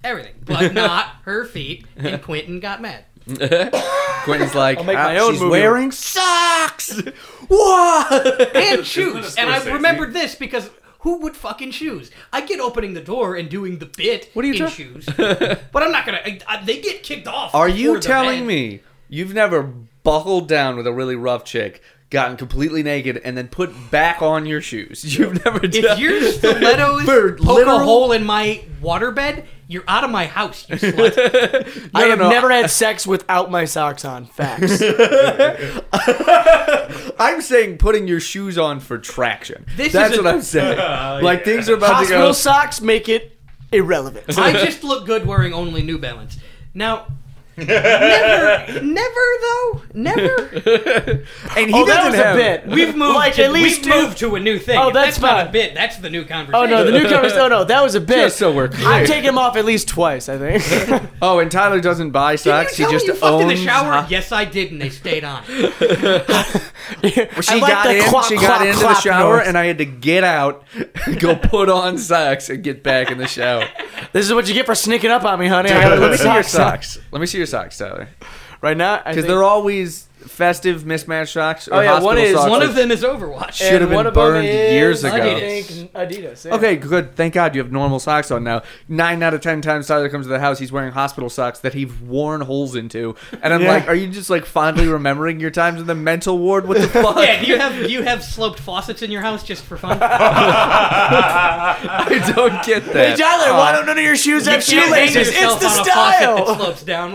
[SPEAKER 4] everything, but not her feet. And Quentin got mad.
[SPEAKER 1] Quentin's like,
[SPEAKER 3] make my
[SPEAKER 1] "Ah,
[SPEAKER 3] own
[SPEAKER 1] she's
[SPEAKER 3] movie."
[SPEAKER 1] wearing socks. What?
[SPEAKER 4] and shoes.
[SPEAKER 2] a
[SPEAKER 4] And I
[SPEAKER 2] Scorsese?
[SPEAKER 4] remembered this because who would fucking shoes? I get opening the door and doing the bit
[SPEAKER 1] What are you
[SPEAKER 4] in
[SPEAKER 1] ta-
[SPEAKER 4] shoes, but I'm not gonna. I, I, they get kicked off.
[SPEAKER 1] Are you
[SPEAKER 4] before the
[SPEAKER 1] telling
[SPEAKER 4] bed.
[SPEAKER 1] me you've never buckled down with a really rough chick, gotten completely naked, and then put back on your shoes? You've never
[SPEAKER 4] if
[SPEAKER 1] done.
[SPEAKER 4] your stilettos
[SPEAKER 1] For
[SPEAKER 4] poke
[SPEAKER 1] literal-
[SPEAKER 4] a hole in my waterbed, you're out of my house, you slut.
[SPEAKER 3] I
[SPEAKER 1] no,
[SPEAKER 3] have
[SPEAKER 1] no.
[SPEAKER 3] never had sex without my socks on. Facts.
[SPEAKER 1] I'm saying putting your shoes on for traction.
[SPEAKER 4] This
[SPEAKER 1] That's
[SPEAKER 4] is a-
[SPEAKER 1] what I'm saying. like things are about to
[SPEAKER 3] Hospital
[SPEAKER 1] go.
[SPEAKER 3] socks make it irrelevant.
[SPEAKER 4] I just look good wearing only New Balance. Now, never, never though, never.
[SPEAKER 1] And he
[SPEAKER 3] oh, that
[SPEAKER 1] doesn't
[SPEAKER 3] was
[SPEAKER 1] have
[SPEAKER 3] a bit.
[SPEAKER 4] We've moved.
[SPEAKER 3] Like
[SPEAKER 4] to,
[SPEAKER 3] at least
[SPEAKER 4] we've
[SPEAKER 3] two-
[SPEAKER 4] moved to a new thing.
[SPEAKER 3] Oh,
[SPEAKER 4] If
[SPEAKER 3] that's
[SPEAKER 4] not a
[SPEAKER 3] fine.
[SPEAKER 4] bit. That's the new conversation.
[SPEAKER 3] Oh no, the newcomers. Oh no, that was a bit.
[SPEAKER 1] Just so we're clear.
[SPEAKER 3] I've taken him off at least twice. I think.
[SPEAKER 1] Oh, and Tyler doesn't buy
[SPEAKER 4] Didn't you
[SPEAKER 1] socks.
[SPEAKER 4] tell
[SPEAKER 1] he just
[SPEAKER 4] me you fucked
[SPEAKER 1] owns.
[SPEAKER 4] in the shower?
[SPEAKER 1] hot-
[SPEAKER 4] Yes, I did, and they stayed on.
[SPEAKER 1] She got in. she got into the shower, and I had to get out, go put on socks, and get back in the shower.
[SPEAKER 3] this is what you get for sneaking up on me, honey. I gotta
[SPEAKER 1] Let me
[SPEAKER 3] put
[SPEAKER 1] see your
[SPEAKER 3] socks on.
[SPEAKER 1] socks. Let me see your socks, Tyler.
[SPEAKER 3] right now
[SPEAKER 1] Because they're always festive mismatched socks. Or
[SPEAKER 3] Oh, yeah, one
[SPEAKER 1] hospital
[SPEAKER 3] is-
[SPEAKER 1] socks,
[SPEAKER 4] One
[SPEAKER 1] like-
[SPEAKER 4] of them is Overwatch.
[SPEAKER 1] should have been burned years ago.
[SPEAKER 4] Adidas.
[SPEAKER 3] Adidas. yeah.
[SPEAKER 1] Okay, good. Thank God you have normal socks on now. Nine out of ten times Tyler comes to the house, he's wearing hospital socks that he's worn holes into, and I'm
[SPEAKER 3] Yeah.
[SPEAKER 1] like, are you just like fondly remembering your times in the mental ward? What the fuck?
[SPEAKER 4] Yeah, do you have do you have sloped faucets in your house just for fun?
[SPEAKER 1] I don't get
[SPEAKER 3] Hey
[SPEAKER 1] that.
[SPEAKER 3] Tyler, why don't none of your shoes have
[SPEAKER 4] Can't hang
[SPEAKER 3] shoelaces? It's
[SPEAKER 4] yourself
[SPEAKER 3] the
[SPEAKER 4] on a faucet that
[SPEAKER 3] style.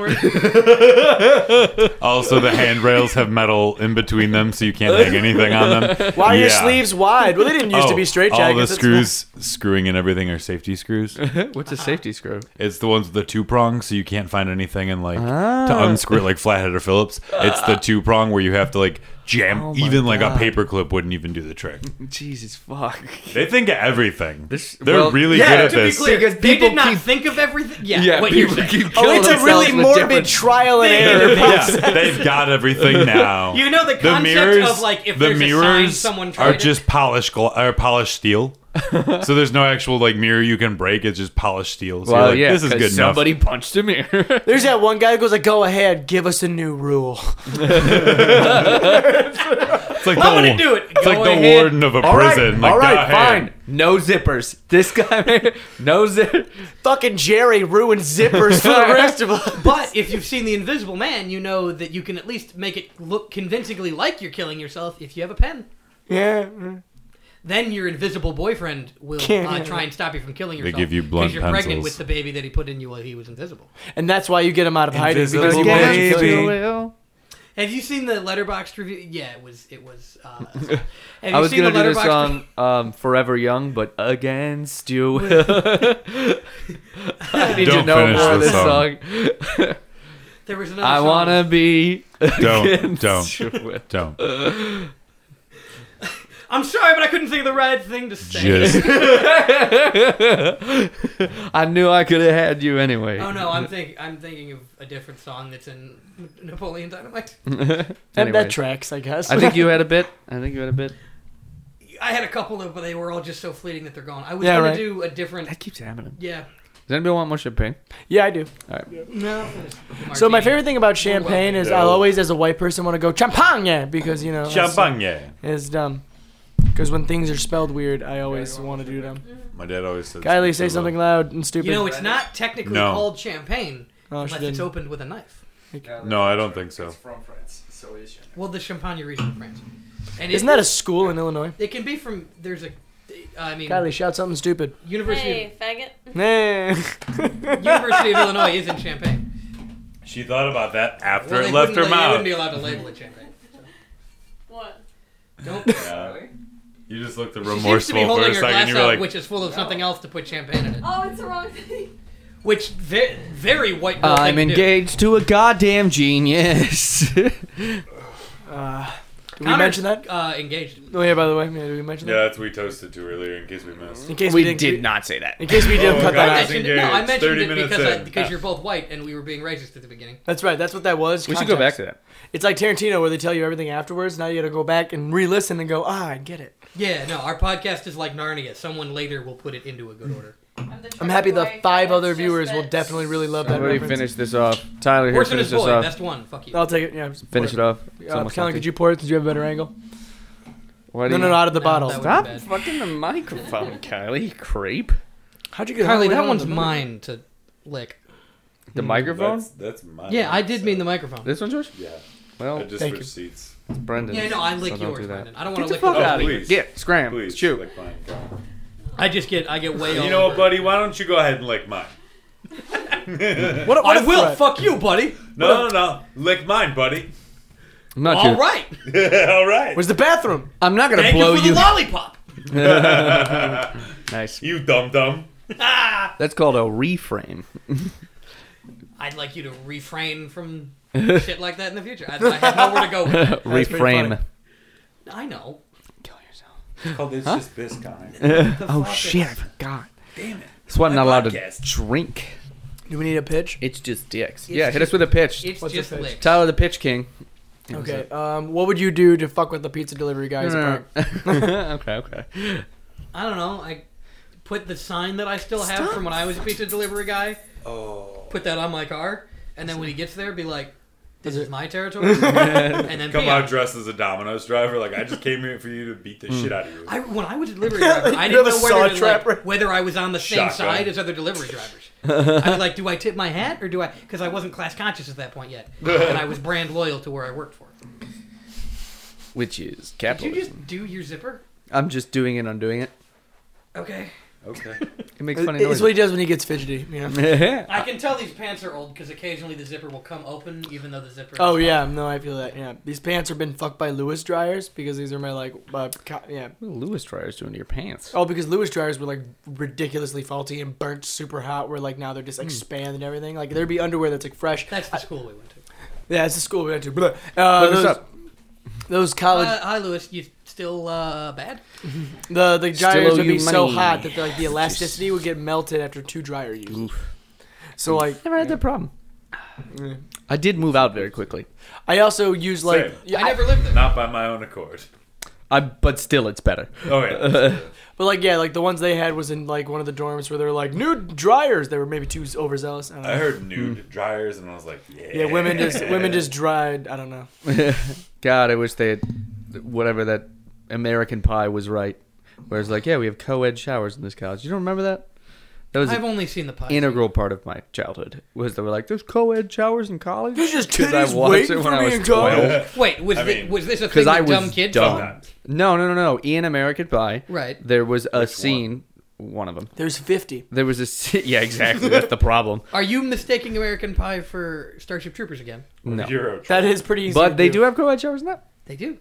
[SPEAKER 4] slopes downward.
[SPEAKER 2] Also, the handrails have metal in between them, so you can't hang anything on them.
[SPEAKER 3] Why are your
[SPEAKER 2] Yeah.
[SPEAKER 3] sleeves wide? Well, they didn't used to
[SPEAKER 2] Oh,
[SPEAKER 3] be straight
[SPEAKER 2] All
[SPEAKER 3] jackets.
[SPEAKER 2] the
[SPEAKER 3] It's-
[SPEAKER 2] screws screwing and everything are safety screws.
[SPEAKER 1] What's a safety screw?
[SPEAKER 2] It's the ones with the two prongs, so you can't find anything and like
[SPEAKER 1] Ah.
[SPEAKER 2] to unscrew it like Flathead or Phillips. It's the two prong where you have to like jam.
[SPEAKER 1] Oh my
[SPEAKER 2] even like a
[SPEAKER 1] God.
[SPEAKER 2] paperclip wouldn't even do the trick.
[SPEAKER 1] Jesus fuck.
[SPEAKER 2] They think of everything.
[SPEAKER 1] This-
[SPEAKER 2] They're
[SPEAKER 1] well,
[SPEAKER 2] really
[SPEAKER 1] yeah,
[SPEAKER 2] good at
[SPEAKER 1] to be
[SPEAKER 2] this.
[SPEAKER 1] clear- Because
[SPEAKER 4] they
[SPEAKER 1] people
[SPEAKER 4] did not
[SPEAKER 1] keep-
[SPEAKER 4] think of everything. Yeah,
[SPEAKER 1] Yeah,
[SPEAKER 4] what you're
[SPEAKER 1] people
[SPEAKER 4] saying.
[SPEAKER 1] keep
[SPEAKER 3] Oh,
[SPEAKER 1] killing
[SPEAKER 3] it's a
[SPEAKER 1] themselves
[SPEAKER 3] really
[SPEAKER 1] with
[SPEAKER 3] morbid
[SPEAKER 1] different-
[SPEAKER 3] trial and error.
[SPEAKER 2] yeah, they've got everything now.
[SPEAKER 4] You know the concept of, like, if there's a sign someone tried
[SPEAKER 2] are
[SPEAKER 4] it.
[SPEAKER 2] just polished gla- or polished steel. so there's no actual like mirror you can break. It's just polished steel. So
[SPEAKER 1] Well,
[SPEAKER 2] you're like,
[SPEAKER 1] yeah,
[SPEAKER 2] this is
[SPEAKER 1] 'cause
[SPEAKER 2] good
[SPEAKER 1] somebody
[SPEAKER 2] enough.
[SPEAKER 1] punched a mirror.
[SPEAKER 3] There's that one guy who goes like, "Go ahead, give us a new rule."
[SPEAKER 2] It's like
[SPEAKER 4] I'm
[SPEAKER 2] the,
[SPEAKER 4] gonna do it.
[SPEAKER 2] It's like
[SPEAKER 4] Go
[SPEAKER 2] the
[SPEAKER 4] ahead.
[SPEAKER 2] warden of a
[SPEAKER 1] All right,
[SPEAKER 2] prison. like,
[SPEAKER 1] all right,
[SPEAKER 2] "Go ahead."
[SPEAKER 1] fine. No zippers. This guy, no zip.
[SPEAKER 3] Fucking Jerry ruined zippers for the rest of us.
[SPEAKER 4] But if you've seen The Invisible Man, you know that you can at least make it look convincingly like you're killing yourself if you have a pen.
[SPEAKER 3] Yeah.
[SPEAKER 4] Then your invisible boyfriend will
[SPEAKER 3] Can't-
[SPEAKER 4] uh, try and stop you from killing yourself.
[SPEAKER 2] give you blunt
[SPEAKER 4] because you're pregnant
[SPEAKER 2] pencils.
[SPEAKER 4] with the baby that he put in you while he was invisible.
[SPEAKER 3] And that's why you get him out of hiding because
[SPEAKER 2] Invisible
[SPEAKER 3] you won't let you kill
[SPEAKER 2] baby.
[SPEAKER 3] yourself.
[SPEAKER 4] Have you seen the Letterboxd review? Yeah, it was. It was. Uh, have you
[SPEAKER 1] I was
[SPEAKER 4] seen
[SPEAKER 1] gonna
[SPEAKER 4] the
[SPEAKER 1] do the
[SPEAKER 4] Letterboxd
[SPEAKER 1] song um, "Forever Young," but against you. I need to
[SPEAKER 2] Don't
[SPEAKER 1] know
[SPEAKER 2] finish
[SPEAKER 1] more of
[SPEAKER 2] the
[SPEAKER 1] this song.
[SPEAKER 2] song.
[SPEAKER 4] There was another.
[SPEAKER 1] I
[SPEAKER 4] song.
[SPEAKER 1] wanna be.
[SPEAKER 2] Don't,
[SPEAKER 1] against
[SPEAKER 2] don't,
[SPEAKER 1] you.
[SPEAKER 2] don't.
[SPEAKER 4] I'm sorry, but I couldn't think of the right thing to say.
[SPEAKER 2] Just
[SPEAKER 1] I knew I could have had you anyway.
[SPEAKER 4] Oh no, I'm thinking. I'm thinking of a different song that's in Napoleon Dynamite.
[SPEAKER 3] That, that
[SPEAKER 1] Anyways.
[SPEAKER 3] tracks, I guess.
[SPEAKER 1] I think you had a bit. I think you had a bit.
[SPEAKER 4] I had a couple of, but they were all just so fleeting that they're gone. I was
[SPEAKER 3] Yeah,
[SPEAKER 4] gonna
[SPEAKER 3] right.
[SPEAKER 4] do a different.
[SPEAKER 1] keeps happening.
[SPEAKER 4] Yeah.
[SPEAKER 1] Does anybody want more champagne?
[SPEAKER 3] yeah, I do.
[SPEAKER 4] No.
[SPEAKER 3] So my favorite thing about champagne is I'll always, as a white person, want to go champagne because you know it's-
[SPEAKER 2] champagne.
[SPEAKER 3] It's dumb. Because when things are spelled weird, I always want to do them.
[SPEAKER 2] My dad always says.
[SPEAKER 3] Kylie, say something loud and stupid.
[SPEAKER 4] You know, it's not technically
[SPEAKER 2] No.
[SPEAKER 4] called champagne
[SPEAKER 3] Oh, she
[SPEAKER 4] unless it's
[SPEAKER 3] didn't.
[SPEAKER 4] opened with a knife.
[SPEAKER 2] No, I don't think so.
[SPEAKER 5] It's from France, so it is champagne.
[SPEAKER 4] Well, the Champagne region of France. And
[SPEAKER 3] Isn't that a school in Illinois?
[SPEAKER 4] It can be from. There's a. I mean,
[SPEAKER 3] Kylie, shout something stupid.
[SPEAKER 4] University
[SPEAKER 6] Hey, faggot.
[SPEAKER 3] Nah.
[SPEAKER 4] of, University of Illinois is in Champagne.
[SPEAKER 2] She thought about that after
[SPEAKER 4] Well, they
[SPEAKER 2] it left
[SPEAKER 4] wouldn't
[SPEAKER 2] her
[SPEAKER 4] let- They wouldn't
[SPEAKER 2] mouth.
[SPEAKER 4] be allowed to label it Champagne.
[SPEAKER 6] What?
[SPEAKER 4] Don't.
[SPEAKER 2] Yeah. You just looked
[SPEAKER 4] She seems to
[SPEAKER 2] remorseful
[SPEAKER 4] be
[SPEAKER 2] for
[SPEAKER 4] holding
[SPEAKER 2] a
[SPEAKER 4] her
[SPEAKER 2] second.
[SPEAKER 4] glass
[SPEAKER 2] You
[SPEAKER 4] out,
[SPEAKER 2] were like,
[SPEAKER 4] which is full of something else to put champagne in it.
[SPEAKER 6] Oh, it's the wrong thing.
[SPEAKER 4] Which very, very white. girl
[SPEAKER 1] Uh, I'm
[SPEAKER 4] thing to do.
[SPEAKER 1] engaged to a goddamn genius.
[SPEAKER 3] Uh, did we
[SPEAKER 4] Connor's,
[SPEAKER 3] mention that?
[SPEAKER 4] Uh, engaged.
[SPEAKER 3] Oh yeah, by the way, yeah, did we mention
[SPEAKER 2] Yeah, that's what we toasted to earlier in case we missed.
[SPEAKER 3] that? In case we,
[SPEAKER 1] we
[SPEAKER 3] didn't,
[SPEAKER 1] did not say that.
[SPEAKER 3] In case we didn't
[SPEAKER 2] Oh,
[SPEAKER 3] cut
[SPEAKER 2] God.
[SPEAKER 4] I
[SPEAKER 3] that
[SPEAKER 2] Connor's
[SPEAKER 3] out.
[SPEAKER 4] mentioned it. No, I
[SPEAKER 2] engaged,
[SPEAKER 4] mentioned
[SPEAKER 2] 30
[SPEAKER 4] it
[SPEAKER 2] minutes
[SPEAKER 4] because I,
[SPEAKER 2] in.
[SPEAKER 4] because you're both white and we were being racist at the beginning.
[SPEAKER 3] That's right. That's what that was.
[SPEAKER 1] We should go back to that.
[SPEAKER 3] It's like Tarantino, where they tell you everything afterwards. Now you got to go back and re-listen and go, ah, I get it.
[SPEAKER 4] Yeah, no, our podcast is like Narnia. Someone later will put it into a good order.
[SPEAKER 6] I'm, the
[SPEAKER 3] I'm happy the
[SPEAKER 6] Troy.
[SPEAKER 3] five
[SPEAKER 6] It's
[SPEAKER 3] other
[SPEAKER 6] just
[SPEAKER 3] viewers
[SPEAKER 6] that-
[SPEAKER 3] will definitely really love that.
[SPEAKER 1] Somebody
[SPEAKER 3] reference.
[SPEAKER 1] finish this off. Tyler, here,
[SPEAKER 4] Orson
[SPEAKER 1] finish
[SPEAKER 4] is
[SPEAKER 1] this
[SPEAKER 4] boy,
[SPEAKER 1] off.
[SPEAKER 4] best one. Fuck you.
[SPEAKER 3] I'll take it. Yeah,
[SPEAKER 1] Finish it off. It's
[SPEAKER 3] Uh,
[SPEAKER 1] almost
[SPEAKER 3] Colin,
[SPEAKER 1] empty.
[SPEAKER 3] could you pour it? Did you have a better angle?
[SPEAKER 1] Why do
[SPEAKER 3] No, no,
[SPEAKER 1] you-
[SPEAKER 3] no, out of the
[SPEAKER 4] No,
[SPEAKER 3] bottle.
[SPEAKER 4] that
[SPEAKER 1] Stop
[SPEAKER 4] bad.
[SPEAKER 1] fucking the microphone, Kylie. you Creep.
[SPEAKER 3] How'd you get?
[SPEAKER 4] Carly,
[SPEAKER 3] halfway
[SPEAKER 4] that
[SPEAKER 3] down
[SPEAKER 4] one's
[SPEAKER 3] the middle?
[SPEAKER 4] mine to lick.
[SPEAKER 1] The microphone?
[SPEAKER 2] that's my.
[SPEAKER 4] Yeah, I did mean the microphone.
[SPEAKER 1] This one, George?
[SPEAKER 2] Yeah,
[SPEAKER 1] Well,
[SPEAKER 2] just
[SPEAKER 3] Oh, Thank switched you.
[SPEAKER 2] seats.
[SPEAKER 1] it's Brendan.
[SPEAKER 4] Yeah, no, I
[SPEAKER 1] so
[SPEAKER 4] lick
[SPEAKER 1] don't
[SPEAKER 4] yours,
[SPEAKER 1] do that.
[SPEAKER 4] Brendan. I don't
[SPEAKER 1] Get the
[SPEAKER 4] want to lick
[SPEAKER 1] fuck
[SPEAKER 4] the-
[SPEAKER 2] Oh,
[SPEAKER 1] out of here.
[SPEAKER 2] please.
[SPEAKER 1] Get, scram, shoot.
[SPEAKER 4] I just get, I get way.
[SPEAKER 2] You
[SPEAKER 4] all
[SPEAKER 2] know what,
[SPEAKER 4] over.
[SPEAKER 2] buddy? Why don't you go ahead and lick mine?
[SPEAKER 3] What? a- what
[SPEAKER 4] I
[SPEAKER 3] a
[SPEAKER 4] will.
[SPEAKER 3] threat.
[SPEAKER 4] Fuck you, buddy.
[SPEAKER 2] No, no, no. Lick mine, buddy.
[SPEAKER 1] I'm not
[SPEAKER 4] All
[SPEAKER 1] gonna,
[SPEAKER 4] right.
[SPEAKER 2] All right.
[SPEAKER 3] Where's the bathroom?
[SPEAKER 1] I'm not gonna
[SPEAKER 4] Thank
[SPEAKER 1] blow
[SPEAKER 4] you for
[SPEAKER 1] you.
[SPEAKER 4] the lollipop.
[SPEAKER 1] nice.
[SPEAKER 2] You dum dum.
[SPEAKER 1] That's called a reframe.
[SPEAKER 4] I'd like you to refrain from shit like that in the future. I, I have nowhere to go with that.
[SPEAKER 1] reframe.
[SPEAKER 3] funny.
[SPEAKER 4] I know.
[SPEAKER 3] Kill yourself.
[SPEAKER 2] called It's Just This, Connor.
[SPEAKER 1] Oh shit! I forgot.
[SPEAKER 2] Damn it.
[SPEAKER 1] That's why I'm
[SPEAKER 2] My
[SPEAKER 1] not allowed
[SPEAKER 2] podcast.
[SPEAKER 1] to drink.
[SPEAKER 3] Do we need a pitch?
[SPEAKER 1] It's just dicks.
[SPEAKER 4] It's
[SPEAKER 1] yeah, hit us
[SPEAKER 4] just-
[SPEAKER 1] with a pitch.
[SPEAKER 4] It's
[SPEAKER 3] What's
[SPEAKER 4] just
[SPEAKER 3] your face?
[SPEAKER 4] lit.
[SPEAKER 1] Tyler the Pitch King.
[SPEAKER 3] Okay. Um, what would you do to fuck with the pizza delivery guys?
[SPEAKER 1] okay, okay.
[SPEAKER 4] I don't know. I put the sign that I still have from when I was a pizza delivery guy. Oh. Put that on my car, and then when he gets there, be like, "This is my territory," and then
[SPEAKER 2] Come
[SPEAKER 4] bam.
[SPEAKER 2] out dressed as a Domino's driver. Like, I just came here for you to beat the
[SPEAKER 3] Hmm.
[SPEAKER 2] shit out of you.
[SPEAKER 4] I, when I was a delivery driver, I
[SPEAKER 3] You
[SPEAKER 4] didn't
[SPEAKER 3] have a
[SPEAKER 4] know whether,
[SPEAKER 3] saw
[SPEAKER 4] to,
[SPEAKER 3] trap
[SPEAKER 4] like,
[SPEAKER 3] right-
[SPEAKER 4] whether I was on the same
[SPEAKER 2] Shotgun.
[SPEAKER 4] side as other delivery drivers. I was like, do I tip my hat or do I? Because I wasn't class conscious at that point yet, and I was brand loyal to where I worked for.
[SPEAKER 1] Which is
[SPEAKER 4] Did you
[SPEAKER 1] capitalism.
[SPEAKER 4] just do your zipper?
[SPEAKER 1] I'm just doing it, undoing it.
[SPEAKER 4] Okay,
[SPEAKER 2] Okay.
[SPEAKER 1] It makes funny
[SPEAKER 3] Uh, It's
[SPEAKER 1] noises.
[SPEAKER 3] what he does when he gets fidgety. You know?
[SPEAKER 1] yeah.
[SPEAKER 4] I can tell these pants are old because occasionally the zipper will come open, even though the zipper. is
[SPEAKER 3] Oh
[SPEAKER 4] not.
[SPEAKER 3] yeah, no, I feel that. Yeah, these pants have been fucked by Lewis dryers because these are my like, uh, co- yeah.
[SPEAKER 1] What are Lewis dryers doing to your pants?
[SPEAKER 3] Oh, because Lewis dryers were like ridiculously faulty and burnt super hot. Where like now they're just like
[SPEAKER 1] Hmm.
[SPEAKER 3] spanned and everything. Like there'd be underwear that's like fresh.
[SPEAKER 4] That's the school we went to.
[SPEAKER 3] Yeah, it's the school we went to. Blah. Uh,
[SPEAKER 1] Look us
[SPEAKER 3] those,
[SPEAKER 1] up.
[SPEAKER 3] those college
[SPEAKER 4] Uh, hi, Lewis. You still uh, bad?
[SPEAKER 3] the the
[SPEAKER 1] Still
[SPEAKER 3] dryers
[SPEAKER 1] owe
[SPEAKER 3] would be
[SPEAKER 1] you
[SPEAKER 3] so
[SPEAKER 1] money.
[SPEAKER 3] hot that the, like the elasticity would get melted after two dryer uses. So like,
[SPEAKER 1] Never had that problem. I did move out very quickly.
[SPEAKER 3] I also use like
[SPEAKER 2] Same.
[SPEAKER 3] yeah,
[SPEAKER 4] I never lived there.
[SPEAKER 2] Not by my own accord.
[SPEAKER 1] I, but still, it's better.
[SPEAKER 2] Oh, yeah.
[SPEAKER 3] But like yeah, like the ones they had was in like one of the dorms where they were like new dryers. They were maybe too overzealous. I don't know.
[SPEAKER 2] I heard
[SPEAKER 1] Hmm.
[SPEAKER 2] nude dryers, and I was like, yeah.
[SPEAKER 3] yeah, women just women just dried. I don't know.
[SPEAKER 1] God, I wish they had whatever that American Pie was right. Where it's like, yeah, we have co-ed showers in this college. You don't remember that? That was
[SPEAKER 4] I've
[SPEAKER 1] an
[SPEAKER 4] only seen the pie.
[SPEAKER 1] integral part of my childhood. Was they were like, there's co-ed showers in college?
[SPEAKER 3] There's just
[SPEAKER 1] 'Cause I
[SPEAKER 3] titties
[SPEAKER 1] watched
[SPEAKER 3] waiting
[SPEAKER 1] it
[SPEAKER 3] for
[SPEAKER 1] when I
[SPEAKER 3] me
[SPEAKER 1] was
[SPEAKER 3] in college.
[SPEAKER 1] 12.
[SPEAKER 4] Wait, was
[SPEAKER 2] I
[SPEAKER 4] thi-
[SPEAKER 2] mean-
[SPEAKER 4] was this a thing?
[SPEAKER 1] Because
[SPEAKER 4] that
[SPEAKER 1] I was
[SPEAKER 4] dumb kid.
[SPEAKER 1] dumb.
[SPEAKER 4] found?
[SPEAKER 1] No, no, no, no. Ian American Pie.
[SPEAKER 4] Right.
[SPEAKER 1] There was a scene. One of them.
[SPEAKER 3] There's fifty.
[SPEAKER 1] There was a se- yeah, exactly. That's the problem.
[SPEAKER 4] Are you mistaking American Pie for Starship Troopers again?
[SPEAKER 1] No,
[SPEAKER 2] Euro
[SPEAKER 3] That is pretty easy.
[SPEAKER 1] but
[SPEAKER 3] to
[SPEAKER 1] they do have co-ed showers now.
[SPEAKER 4] They do.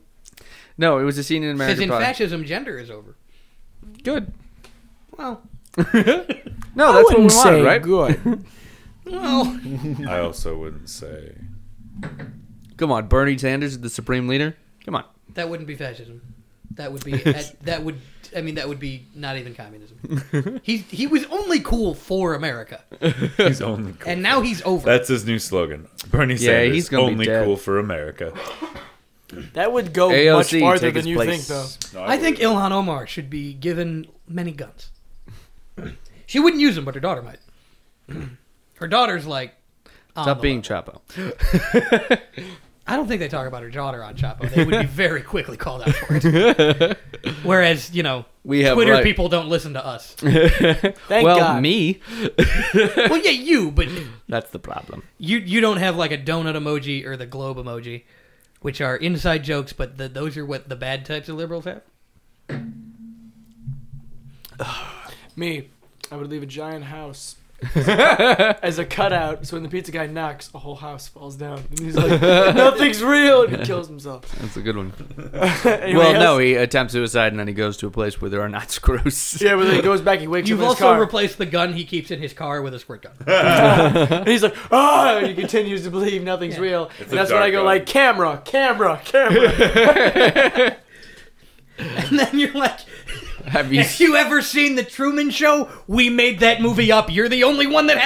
[SPEAKER 1] No, it was a scene in
[SPEAKER 4] Because
[SPEAKER 1] American
[SPEAKER 4] in
[SPEAKER 1] Pie.
[SPEAKER 4] fascism, gender is over.
[SPEAKER 1] good.
[SPEAKER 4] Well,
[SPEAKER 1] No,
[SPEAKER 3] I
[SPEAKER 1] that's what we
[SPEAKER 3] wouldn't
[SPEAKER 1] wanted,
[SPEAKER 3] say
[SPEAKER 1] right?
[SPEAKER 3] Good.
[SPEAKER 4] well,
[SPEAKER 2] I also wouldn't say.
[SPEAKER 1] Come on, Bernie Sanders is the supreme leader. Come on.
[SPEAKER 4] that wouldn't be fascism. That would be that, that would. I mean, that would be not even communism. he he was only cool for America,
[SPEAKER 2] He's only cool.
[SPEAKER 4] and now he's over.
[SPEAKER 2] That's his new slogan. Bernie Sanders,
[SPEAKER 1] he's gonna be
[SPEAKER 2] only
[SPEAKER 1] dead.
[SPEAKER 2] cool for America.
[SPEAKER 3] that would go Oh, much
[SPEAKER 1] AOC
[SPEAKER 3] farther
[SPEAKER 1] take
[SPEAKER 3] than
[SPEAKER 1] his
[SPEAKER 3] you
[SPEAKER 1] place.
[SPEAKER 3] think, though.
[SPEAKER 2] No,
[SPEAKER 4] I think
[SPEAKER 2] wouldn't.
[SPEAKER 4] Ilhan Omar should be given many guns. She wouldn't use them, but her daughter might. her daughter's like. on
[SPEAKER 1] Stop
[SPEAKER 4] the
[SPEAKER 1] being
[SPEAKER 4] level.
[SPEAKER 1] Chapo.
[SPEAKER 4] I don't think they talk about her daughter on Chapo. They would be very quickly called out for it. Whereas, you know,
[SPEAKER 1] We have
[SPEAKER 4] Twitter
[SPEAKER 1] right.
[SPEAKER 4] people don't listen to us.
[SPEAKER 3] Thank
[SPEAKER 1] well,
[SPEAKER 3] God.
[SPEAKER 1] me.
[SPEAKER 4] well, yeah, you, but
[SPEAKER 1] That's the problem.
[SPEAKER 4] you you don't have like a donut emoji or the globe emoji, which are inside jokes, but the, those are what the bad types of liberals have.
[SPEAKER 3] Me, I would leave a giant house as a cutout. So when the pizza guy knocks, the whole house falls down, and he's like, "Nothing's real," and he kills himself.
[SPEAKER 1] That's a good one.
[SPEAKER 3] Anybody
[SPEAKER 1] well, no,
[SPEAKER 3] else?
[SPEAKER 1] he attempts suicide and then he goes to a place where there are not screws.
[SPEAKER 3] yeah, but then he goes back. He wakes
[SPEAKER 4] You've
[SPEAKER 3] up in his
[SPEAKER 4] also
[SPEAKER 3] car,
[SPEAKER 4] replaced the gun he keeps in his car with a squirt gun.
[SPEAKER 3] and he's like, "Ah!" and he continues to believe nothing's
[SPEAKER 4] Yeah.
[SPEAKER 3] real.
[SPEAKER 2] a
[SPEAKER 3] and that's when I
[SPEAKER 2] dark
[SPEAKER 3] go
[SPEAKER 2] gun.
[SPEAKER 3] like, "Camera, camera, camera."
[SPEAKER 4] and then you're like,
[SPEAKER 1] Have you?
[SPEAKER 4] Have you ever seen The Truman Show? We made that movie up. You're the only one that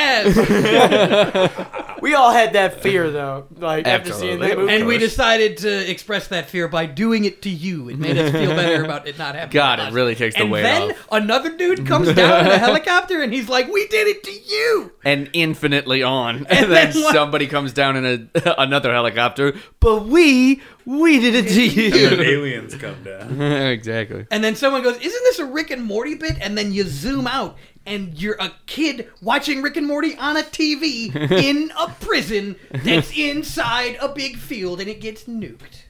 [SPEAKER 4] has.
[SPEAKER 3] we all had that fear though, like after seeing
[SPEAKER 1] Absolutely.
[SPEAKER 3] that movie.
[SPEAKER 4] and we
[SPEAKER 1] course.
[SPEAKER 4] decided to express that fear by doing it to you. It made us feel better about it not happening.
[SPEAKER 1] God,
[SPEAKER 4] to
[SPEAKER 1] it
[SPEAKER 4] us.
[SPEAKER 1] really takes the
[SPEAKER 4] and
[SPEAKER 1] weight
[SPEAKER 4] then
[SPEAKER 1] off.
[SPEAKER 4] another dude comes down in a helicopter and he's like, "We did it to you."
[SPEAKER 1] and infinitely on. And,
[SPEAKER 4] And
[SPEAKER 1] then,
[SPEAKER 4] then what-
[SPEAKER 1] somebody comes down in a, another helicopter. But we, we did it to
[SPEAKER 2] And then
[SPEAKER 1] you.
[SPEAKER 2] aliens come down.
[SPEAKER 1] exactly.
[SPEAKER 4] And then someone goes, "Isn't this a Rick and Morty bit?" And then you zoom out and you're a kid watching Rick and Morty on a TV in a prison that's inside a big field and it gets nuked.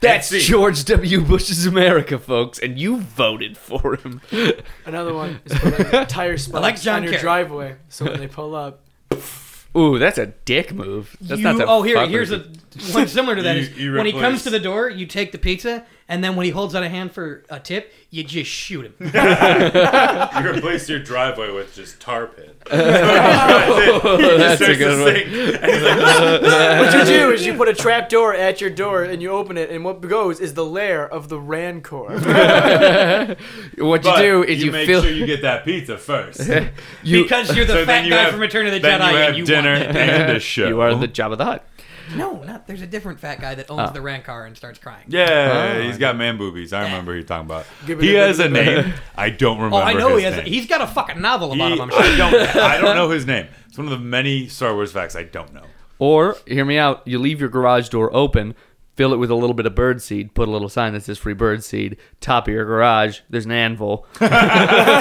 [SPEAKER 1] That's
[SPEAKER 2] see.
[SPEAKER 1] George W. Bush's America, folks, and you voted for him.
[SPEAKER 3] Another one is for like tire spikes
[SPEAKER 4] like John
[SPEAKER 3] on your
[SPEAKER 4] Kerry.
[SPEAKER 3] driveway. So when they pull up,
[SPEAKER 1] Ooh, that's a dick move. That's
[SPEAKER 4] you,
[SPEAKER 1] not to
[SPEAKER 4] oh here
[SPEAKER 1] fuck
[SPEAKER 4] here's
[SPEAKER 1] with
[SPEAKER 4] a one similar to that
[SPEAKER 2] You-
[SPEAKER 4] is
[SPEAKER 2] you
[SPEAKER 4] when he
[SPEAKER 2] replace-
[SPEAKER 4] comes to the door you take the pizza and then when he holds out a hand for a tip, you just shoot him.
[SPEAKER 2] You replace your driveway with just tar pit.
[SPEAKER 1] That's a good one.
[SPEAKER 3] What you do is you put a trap door at your door and you open it, and what goes is the lair of the Rancor.
[SPEAKER 1] What you do is you,
[SPEAKER 2] make
[SPEAKER 1] fill
[SPEAKER 2] sure you get that pizza first.
[SPEAKER 1] you,
[SPEAKER 4] because you're the
[SPEAKER 2] So then
[SPEAKER 4] fat
[SPEAKER 2] you
[SPEAKER 4] guy
[SPEAKER 2] have-
[SPEAKER 4] from Return of the
[SPEAKER 2] then
[SPEAKER 4] Jedi
[SPEAKER 2] you have
[SPEAKER 4] and you
[SPEAKER 2] dinner
[SPEAKER 4] want it.
[SPEAKER 2] and a show.
[SPEAKER 1] you are the Jabba the Hutt.
[SPEAKER 4] No, not, there's a different fat guy that owns the Rancor and starts crying.
[SPEAKER 2] Oh. Yeah,
[SPEAKER 1] Oh,
[SPEAKER 2] he's got man boobies. I remember you talking about.
[SPEAKER 3] Give it
[SPEAKER 2] He
[SPEAKER 3] a-
[SPEAKER 2] has a name. I don't remember.
[SPEAKER 4] Oh, I know he
[SPEAKER 2] his
[SPEAKER 4] has.
[SPEAKER 2] Name.
[SPEAKER 4] He's got a fucking novel
[SPEAKER 2] He-
[SPEAKER 4] about him. I'm sure.
[SPEAKER 2] I don't. I don't know his name. It's one of the many Star Wars facts I don't know.
[SPEAKER 1] Or hear me out. You leave your garage door open, fill it with a little bit of bird seed, put a little sign that says "free bird seed." Top of your garage, there's an anvil.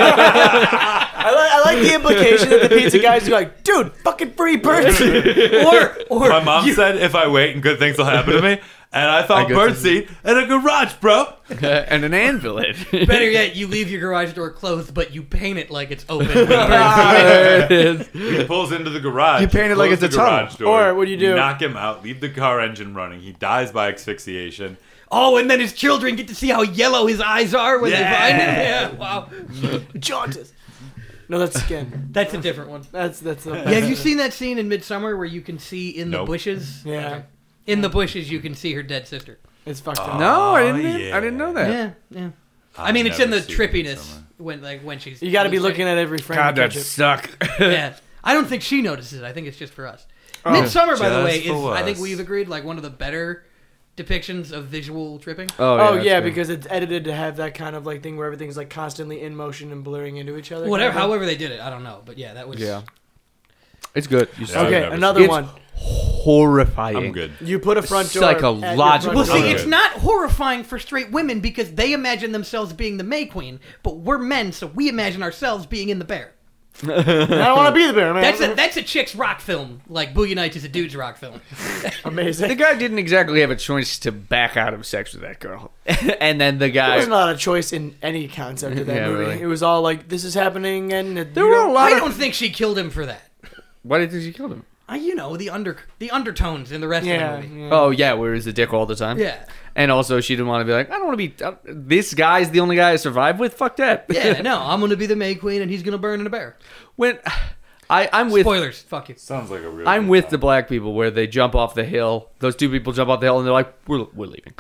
[SPEAKER 3] I, li- I like the implication that the pizza guys are like, dude, fucking free birds.
[SPEAKER 4] or or
[SPEAKER 2] My mom
[SPEAKER 4] you-
[SPEAKER 2] said if I wait and good things will happen to me, and I
[SPEAKER 1] I
[SPEAKER 2] thought
[SPEAKER 1] guess
[SPEAKER 2] birdseed and a garage, bro.
[SPEAKER 1] and an anvil it.
[SPEAKER 4] better yet, you leave your garage door closed, but you paint it like it's open. with birds.
[SPEAKER 1] there it is.
[SPEAKER 2] He pulls into the garage.
[SPEAKER 1] You paint it
[SPEAKER 2] close
[SPEAKER 1] like it's
[SPEAKER 2] the
[SPEAKER 1] a tunnel.
[SPEAKER 2] garage door,
[SPEAKER 3] Or what do you do?
[SPEAKER 2] Knock him out. Leave the car engine running. He dies by asphyxiation.
[SPEAKER 4] oh, and then his children get to see how yellow his eyes are when
[SPEAKER 2] Yeah.
[SPEAKER 4] they find him. Yeah, wow,
[SPEAKER 3] Jaundice. No, that's skin.
[SPEAKER 4] that's a different one.
[SPEAKER 3] That's that's. The
[SPEAKER 4] Yeah, have you seen that scene in Midsummer where you can see in the
[SPEAKER 2] Nope.
[SPEAKER 4] bushes?
[SPEAKER 3] Yeah.
[SPEAKER 4] Okay. In the bushes, you can see her dead sister.
[SPEAKER 3] It's fucked up.
[SPEAKER 1] No, I didn't.
[SPEAKER 2] Oh, yeah.
[SPEAKER 1] I didn't know that.
[SPEAKER 4] Yeah, yeah. I
[SPEAKER 2] I've
[SPEAKER 4] mean, it's in the
[SPEAKER 2] never seen
[SPEAKER 4] trippiness
[SPEAKER 2] Midsommar.
[SPEAKER 4] when, like, when she's.
[SPEAKER 3] You got to be looking at every frame.
[SPEAKER 1] God,
[SPEAKER 3] to
[SPEAKER 1] that
[SPEAKER 3] catch it.
[SPEAKER 1] suck.
[SPEAKER 4] yeah. I don't think she notices it. I think it's just for us.
[SPEAKER 3] Oh.
[SPEAKER 4] Midsummer, by the
[SPEAKER 2] Just
[SPEAKER 4] way, is
[SPEAKER 2] for
[SPEAKER 4] I think
[SPEAKER 2] us.
[SPEAKER 4] we've agreed like one of the better depictions of visual tripping.
[SPEAKER 3] Oh yeah,
[SPEAKER 1] that's good.
[SPEAKER 3] because it's edited to have that kind of like thing where everything's like constantly in motion and blurring into each other.
[SPEAKER 4] Whatever,
[SPEAKER 3] kind of
[SPEAKER 4] however they did it, I don't know, but yeah, that was.
[SPEAKER 1] yeah, it's good. You
[SPEAKER 2] Yeah.
[SPEAKER 1] suck.
[SPEAKER 3] thing.
[SPEAKER 2] I've
[SPEAKER 3] Okay,
[SPEAKER 2] never
[SPEAKER 3] another
[SPEAKER 1] seen it.
[SPEAKER 3] one.
[SPEAKER 1] horrifying.
[SPEAKER 2] I'm good.
[SPEAKER 3] You put a front door. At your front
[SPEAKER 1] Psychological.
[SPEAKER 4] Well,
[SPEAKER 3] door.
[SPEAKER 4] see,
[SPEAKER 2] Okay.
[SPEAKER 4] it's not horrifying for straight women because they imagine themselves being the May Queen, but we're men, so we imagine ourselves being in the bear.
[SPEAKER 3] I don't want to be the bear man.
[SPEAKER 4] That's a that's a chick's rock film, like Boogie Nights is a dude's rock film.
[SPEAKER 1] The
[SPEAKER 3] amazing.
[SPEAKER 1] guy didn't exactly have a choice to back out of sex with that girl, and then the
[SPEAKER 3] There
[SPEAKER 1] guy.
[SPEAKER 3] was not a choice in any concept of that
[SPEAKER 1] Yeah,
[SPEAKER 3] movie.
[SPEAKER 1] really.
[SPEAKER 3] It was all like, this is happening, and
[SPEAKER 1] There were a lot
[SPEAKER 4] I
[SPEAKER 1] of.
[SPEAKER 4] don't think she killed him for that.
[SPEAKER 1] Why did she kill him?
[SPEAKER 4] I, you know the under the undertones in the rest
[SPEAKER 3] Yeah,
[SPEAKER 4] of the movie.
[SPEAKER 3] yeah.
[SPEAKER 1] Oh yeah, where he's a dick all the time.
[SPEAKER 4] Yeah.
[SPEAKER 1] And also, she didn't want to be like, I don't want to be. uh, this guy's the only guy I survived with. Fuck that.
[SPEAKER 4] Yeah, no, I'm gonna be the May Queen and he's gonna burn in a bear.
[SPEAKER 1] when I, I'm with.
[SPEAKER 4] Spoilers, fuck you.
[SPEAKER 2] Sounds like a real.
[SPEAKER 1] I'm
[SPEAKER 2] good
[SPEAKER 1] with
[SPEAKER 2] time.
[SPEAKER 1] the black people where they jump off the hill. Those two people jump off the hill and they're like, "We're, we're leaving."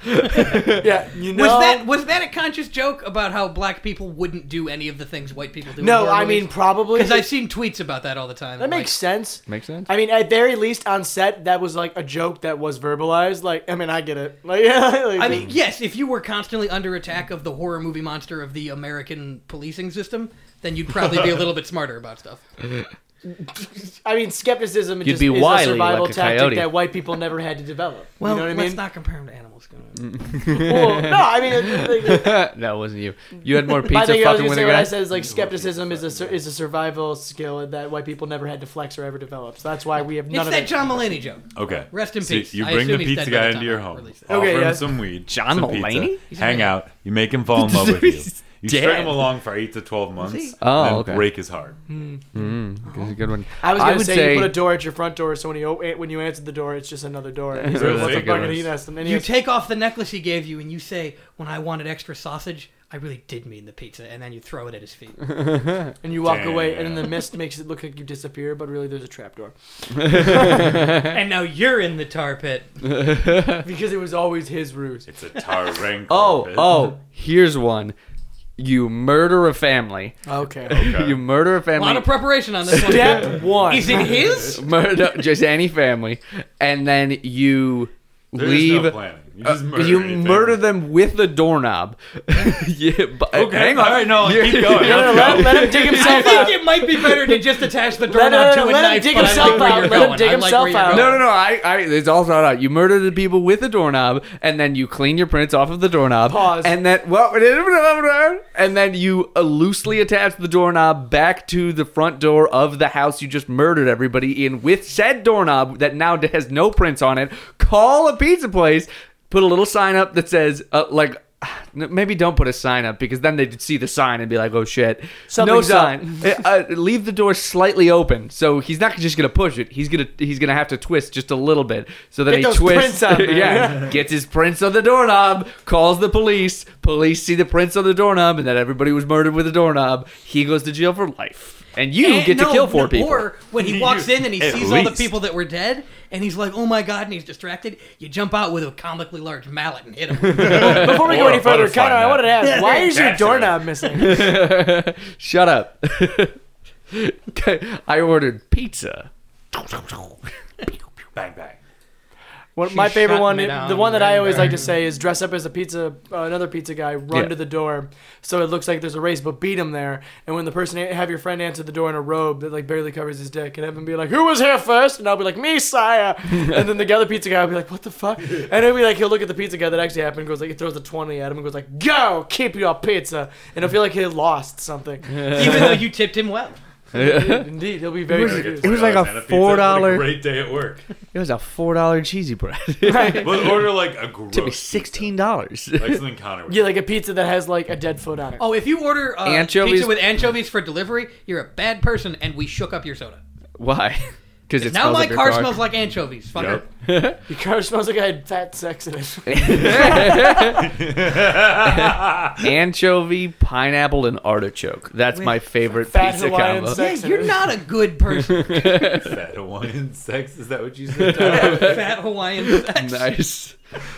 [SPEAKER 3] yeah. You know.
[SPEAKER 4] Was that was that a conscious joke about how black people wouldn't do any of the things white people do?
[SPEAKER 3] no, I mean probably.
[SPEAKER 4] because I've seen tweets about that all the time.
[SPEAKER 3] that makes sense.
[SPEAKER 1] Makes sense.
[SPEAKER 3] I mean, at very least on set, that was like a joke that was verbalized. Like, I mean, I get it. Like, yeah. Like,
[SPEAKER 4] I mean, yes, if you were constantly under attack of the horror movie monster of the American policing system, then you'd probably be a little bit smarter about stuff.
[SPEAKER 3] I mean, skepticism
[SPEAKER 1] You'd
[SPEAKER 3] just
[SPEAKER 1] be
[SPEAKER 3] is
[SPEAKER 1] wily
[SPEAKER 3] a survival
[SPEAKER 1] like a
[SPEAKER 3] tactic
[SPEAKER 1] coyote.
[SPEAKER 3] that white people never had to develop.
[SPEAKER 4] Well,
[SPEAKER 3] you know what I
[SPEAKER 4] let's
[SPEAKER 3] mean?
[SPEAKER 4] not compare them to animals.
[SPEAKER 3] Well, no, I mean, like,
[SPEAKER 1] that wasn't you. You had more
[SPEAKER 3] I
[SPEAKER 1] pizza
[SPEAKER 3] think I
[SPEAKER 1] fucking
[SPEAKER 3] was gonna
[SPEAKER 1] with
[SPEAKER 3] say
[SPEAKER 1] a
[SPEAKER 3] what I
[SPEAKER 1] guy.
[SPEAKER 3] said is like skepticism is a sur- is a survival skill that white people never had to flex or ever develop. So that's why we have none
[SPEAKER 4] it's
[SPEAKER 3] of
[SPEAKER 4] that
[SPEAKER 3] it.
[SPEAKER 4] John Mulaney joke.
[SPEAKER 2] Okay.
[SPEAKER 4] Rest in
[SPEAKER 2] So
[SPEAKER 4] peace.
[SPEAKER 2] You
[SPEAKER 4] I
[SPEAKER 2] bring the
[SPEAKER 4] assume he's
[SPEAKER 2] pizza
[SPEAKER 4] dead by
[SPEAKER 2] guy
[SPEAKER 4] the
[SPEAKER 2] into
[SPEAKER 4] time
[SPEAKER 2] your
[SPEAKER 4] I
[SPEAKER 2] home.
[SPEAKER 4] release it.
[SPEAKER 2] Offer
[SPEAKER 3] Okay,
[SPEAKER 2] him
[SPEAKER 3] yeah.
[SPEAKER 2] some weed.
[SPEAKER 1] John
[SPEAKER 2] some pizza,
[SPEAKER 1] Mulaney?
[SPEAKER 2] Hang out. You make him fall in love with you.
[SPEAKER 1] He's
[SPEAKER 2] You string
[SPEAKER 1] dead.
[SPEAKER 2] him along for eight to twelve months.
[SPEAKER 1] Oh,
[SPEAKER 2] and then
[SPEAKER 1] okay.
[SPEAKER 2] break his heart.
[SPEAKER 1] That's a good one.
[SPEAKER 3] I was gonna
[SPEAKER 1] would
[SPEAKER 3] say, you put a door at your front door, so when you o- eh, when you answer the door, it's just another door. And he's
[SPEAKER 2] Really?
[SPEAKER 3] like, "What the
[SPEAKER 2] Good
[SPEAKER 3] fuck?"
[SPEAKER 2] ones.
[SPEAKER 3] And he asks him, and he
[SPEAKER 4] You
[SPEAKER 3] goes,
[SPEAKER 4] take off the necklace he gave you and you say, "When I wanted extra sausage, I really did mean the pizza," and then you throw it at his feet.
[SPEAKER 3] and you walk
[SPEAKER 2] Damn.
[SPEAKER 3] away, and then the mist makes it look like you disappear, but really there's a trap door
[SPEAKER 4] and now you're in the tar pit.
[SPEAKER 3] because it was always his ruse.
[SPEAKER 2] It's a tar rank.
[SPEAKER 1] Oh, oh, here's one. You murder a family.
[SPEAKER 3] Okay,
[SPEAKER 2] Okay.
[SPEAKER 1] You murder a
[SPEAKER 4] A
[SPEAKER 1] family.
[SPEAKER 4] lot of preparation on this one.
[SPEAKER 3] step one.
[SPEAKER 4] Is it his?
[SPEAKER 1] murder just any family, and then you
[SPEAKER 2] There's
[SPEAKER 1] leave. uh,
[SPEAKER 2] no planning. You just murder.
[SPEAKER 1] you
[SPEAKER 2] anything.
[SPEAKER 1] murder them with the doorknob. yeah, but,
[SPEAKER 2] Okay.
[SPEAKER 1] Hang on.
[SPEAKER 2] All right. No.
[SPEAKER 1] Yeah.
[SPEAKER 2] Keep going.
[SPEAKER 3] No, no,
[SPEAKER 2] Let's go.
[SPEAKER 3] let, let him dig
[SPEAKER 4] I
[SPEAKER 3] himself out.
[SPEAKER 4] think it might be better to just attach the
[SPEAKER 3] no,
[SPEAKER 4] doorknob
[SPEAKER 3] no,
[SPEAKER 4] to a
[SPEAKER 3] no, let him
[SPEAKER 4] knife.
[SPEAKER 3] dig
[SPEAKER 4] but I
[SPEAKER 3] himself
[SPEAKER 4] like where
[SPEAKER 3] out.
[SPEAKER 4] you're
[SPEAKER 3] Let him
[SPEAKER 4] going.
[SPEAKER 3] dig
[SPEAKER 4] I like
[SPEAKER 3] himself
[SPEAKER 4] where you're
[SPEAKER 3] out.
[SPEAKER 4] going.
[SPEAKER 1] No, no, no. I, I, it's all thought out. You murder the people with the doorknob, and then you clean your prints off of the doorknob.
[SPEAKER 3] Pause.
[SPEAKER 1] And then, well, and then you uh, loosely attach the doorknob back to the front door of the house you just murdered everybody in with said doorknob that now has no prints on it. Call a pizza place, put a little sign up that says, uh, like, N- Maybe don't put a sign up because then they'd see the sign and be like, "Oh shit, no
[SPEAKER 3] Something's
[SPEAKER 1] sign." uh, uh, leave the door slightly open, so he's not just gonna push it. He's gonna he's gonna have to twist just a little bit, so that
[SPEAKER 3] Get
[SPEAKER 1] he
[SPEAKER 3] those
[SPEAKER 1] twists.
[SPEAKER 3] prints out, man.
[SPEAKER 1] yeah, gets his prints on the doorknob, calls the police. Police see the prints on the doorknob, and that everybody was murdered with a doorknob. He goes to jail for life, and you
[SPEAKER 4] And
[SPEAKER 1] get to
[SPEAKER 4] no,
[SPEAKER 1] kill four
[SPEAKER 4] no,
[SPEAKER 1] people.
[SPEAKER 4] Or when he walks in and he
[SPEAKER 2] At
[SPEAKER 4] sees all the
[SPEAKER 2] least.
[SPEAKER 4] people that were dead, and he's like, "Oh my god!" and he's distracted. You jump out with a comically large mallet and hit him.
[SPEAKER 3] Before we go
[SPEAKER 2] Or a
[SPEAKER 3] any further,
[SPEAKER 2] butterfly
[SPEAKER 3] Connor, I
[SPEAKER 2] net.
[SPEAKER 3] wanted to ask, why is your
[SPEAKER 2] That's right.
[SPEAKER 3] doorknob missing?
[SPEAKER 1] Shut up. I ordered pizza.
[SPEAKER 2] Bang bang.
[SPEAKER 3] What, my
[SPEAKER 4] She's
[SPEAKER 3] favorite
[SPEAKER 4] shutting
[SPEAKER 3] one,
[SPEAKER 4] it
[SPEAKER 3] the
[SPEAKER 4] down
[SPEAKER 3] one that I
[SPEAKER 4] right
[SPEAKER 3] always
[SPEAKER 4] there.
[SPEAKER 3] like to say is dress up as a pizza, uh, another pizza guy, run
[SPEAKER 1] Yeah.
[SPEAKER 3] to the door, so it looks like there's a race, but beat him there. And when the person have your friend answer the door in a robe that like barely covers his dick, and have him be like, "Who was here first? And I'll be like, "Me, sire." and then the other pizza guy will be like, "What the fuck?" And he'll be like, he'll look at the pizza guy that actually happened, and goes like, he throws a twenty at him and goes like, "Go, keep your pizza," and he'll feel like he lost something.
[SPEAKER 4] Even though you tipped him well.
[SPEAKER 3] Indeed, he'll be very confused.
[SPEAKER 1] It was like a
[SPEAKER 2] $4 pizza, what
[SPEAKER 1] $4
[SPEAKER 2] Great day at work.
[SPEAKER 1] It was a four dollar cheesy bread.
[SPEAKER 2] But order like a gross.
[SPEAKER 1] Took me
[SPEAKER 2] pizza.
[SPEAKER 1] sixteen dollars.
[SPEAKER 2] Like something Connor would.
[SPEAKER 3] Yeah, like a pizza that has like a dead foot on it.
[SPEAKER 4] Oh, if you order uh,
[SPEAKER 1] Anchovies?
[SPEAKER 4] pizza with anchovies for delivery, you're a bad person, and we shook up your soda.
[SPEAKER 1] Why? Because it
[SPEAKER 4] now
[SPEAKER 1] smells
[SPEAKER 4] my
[SPEAKER 1] like your
[SPEAKER 4] car
[SPEAKER 1] car.
[SPEAKER 4] smells like anchovies, fucker.
[SPEAKER 2] Yep.
[SPEAKER 3] Your car smells like I had fat sex in it.
[SPEAKER 1] anchovy, pineapple, and artichoke. That's my favorite
[SPEAKER 3] fat
[SPEAKER 1] pizza
[SPEAKER 3] Hawaiian
[SPEAKER 1] combo.
[SPEAKER 3] sa-
[SPEAKER 4] Yeah, you're not a good person.
[SPEAKER 2] Fat Hawaiian sex. Is that what you said? Tyler?
[SPEAKER 4] Fat Hawaiian sex.
[SPEAKER 1] Nice.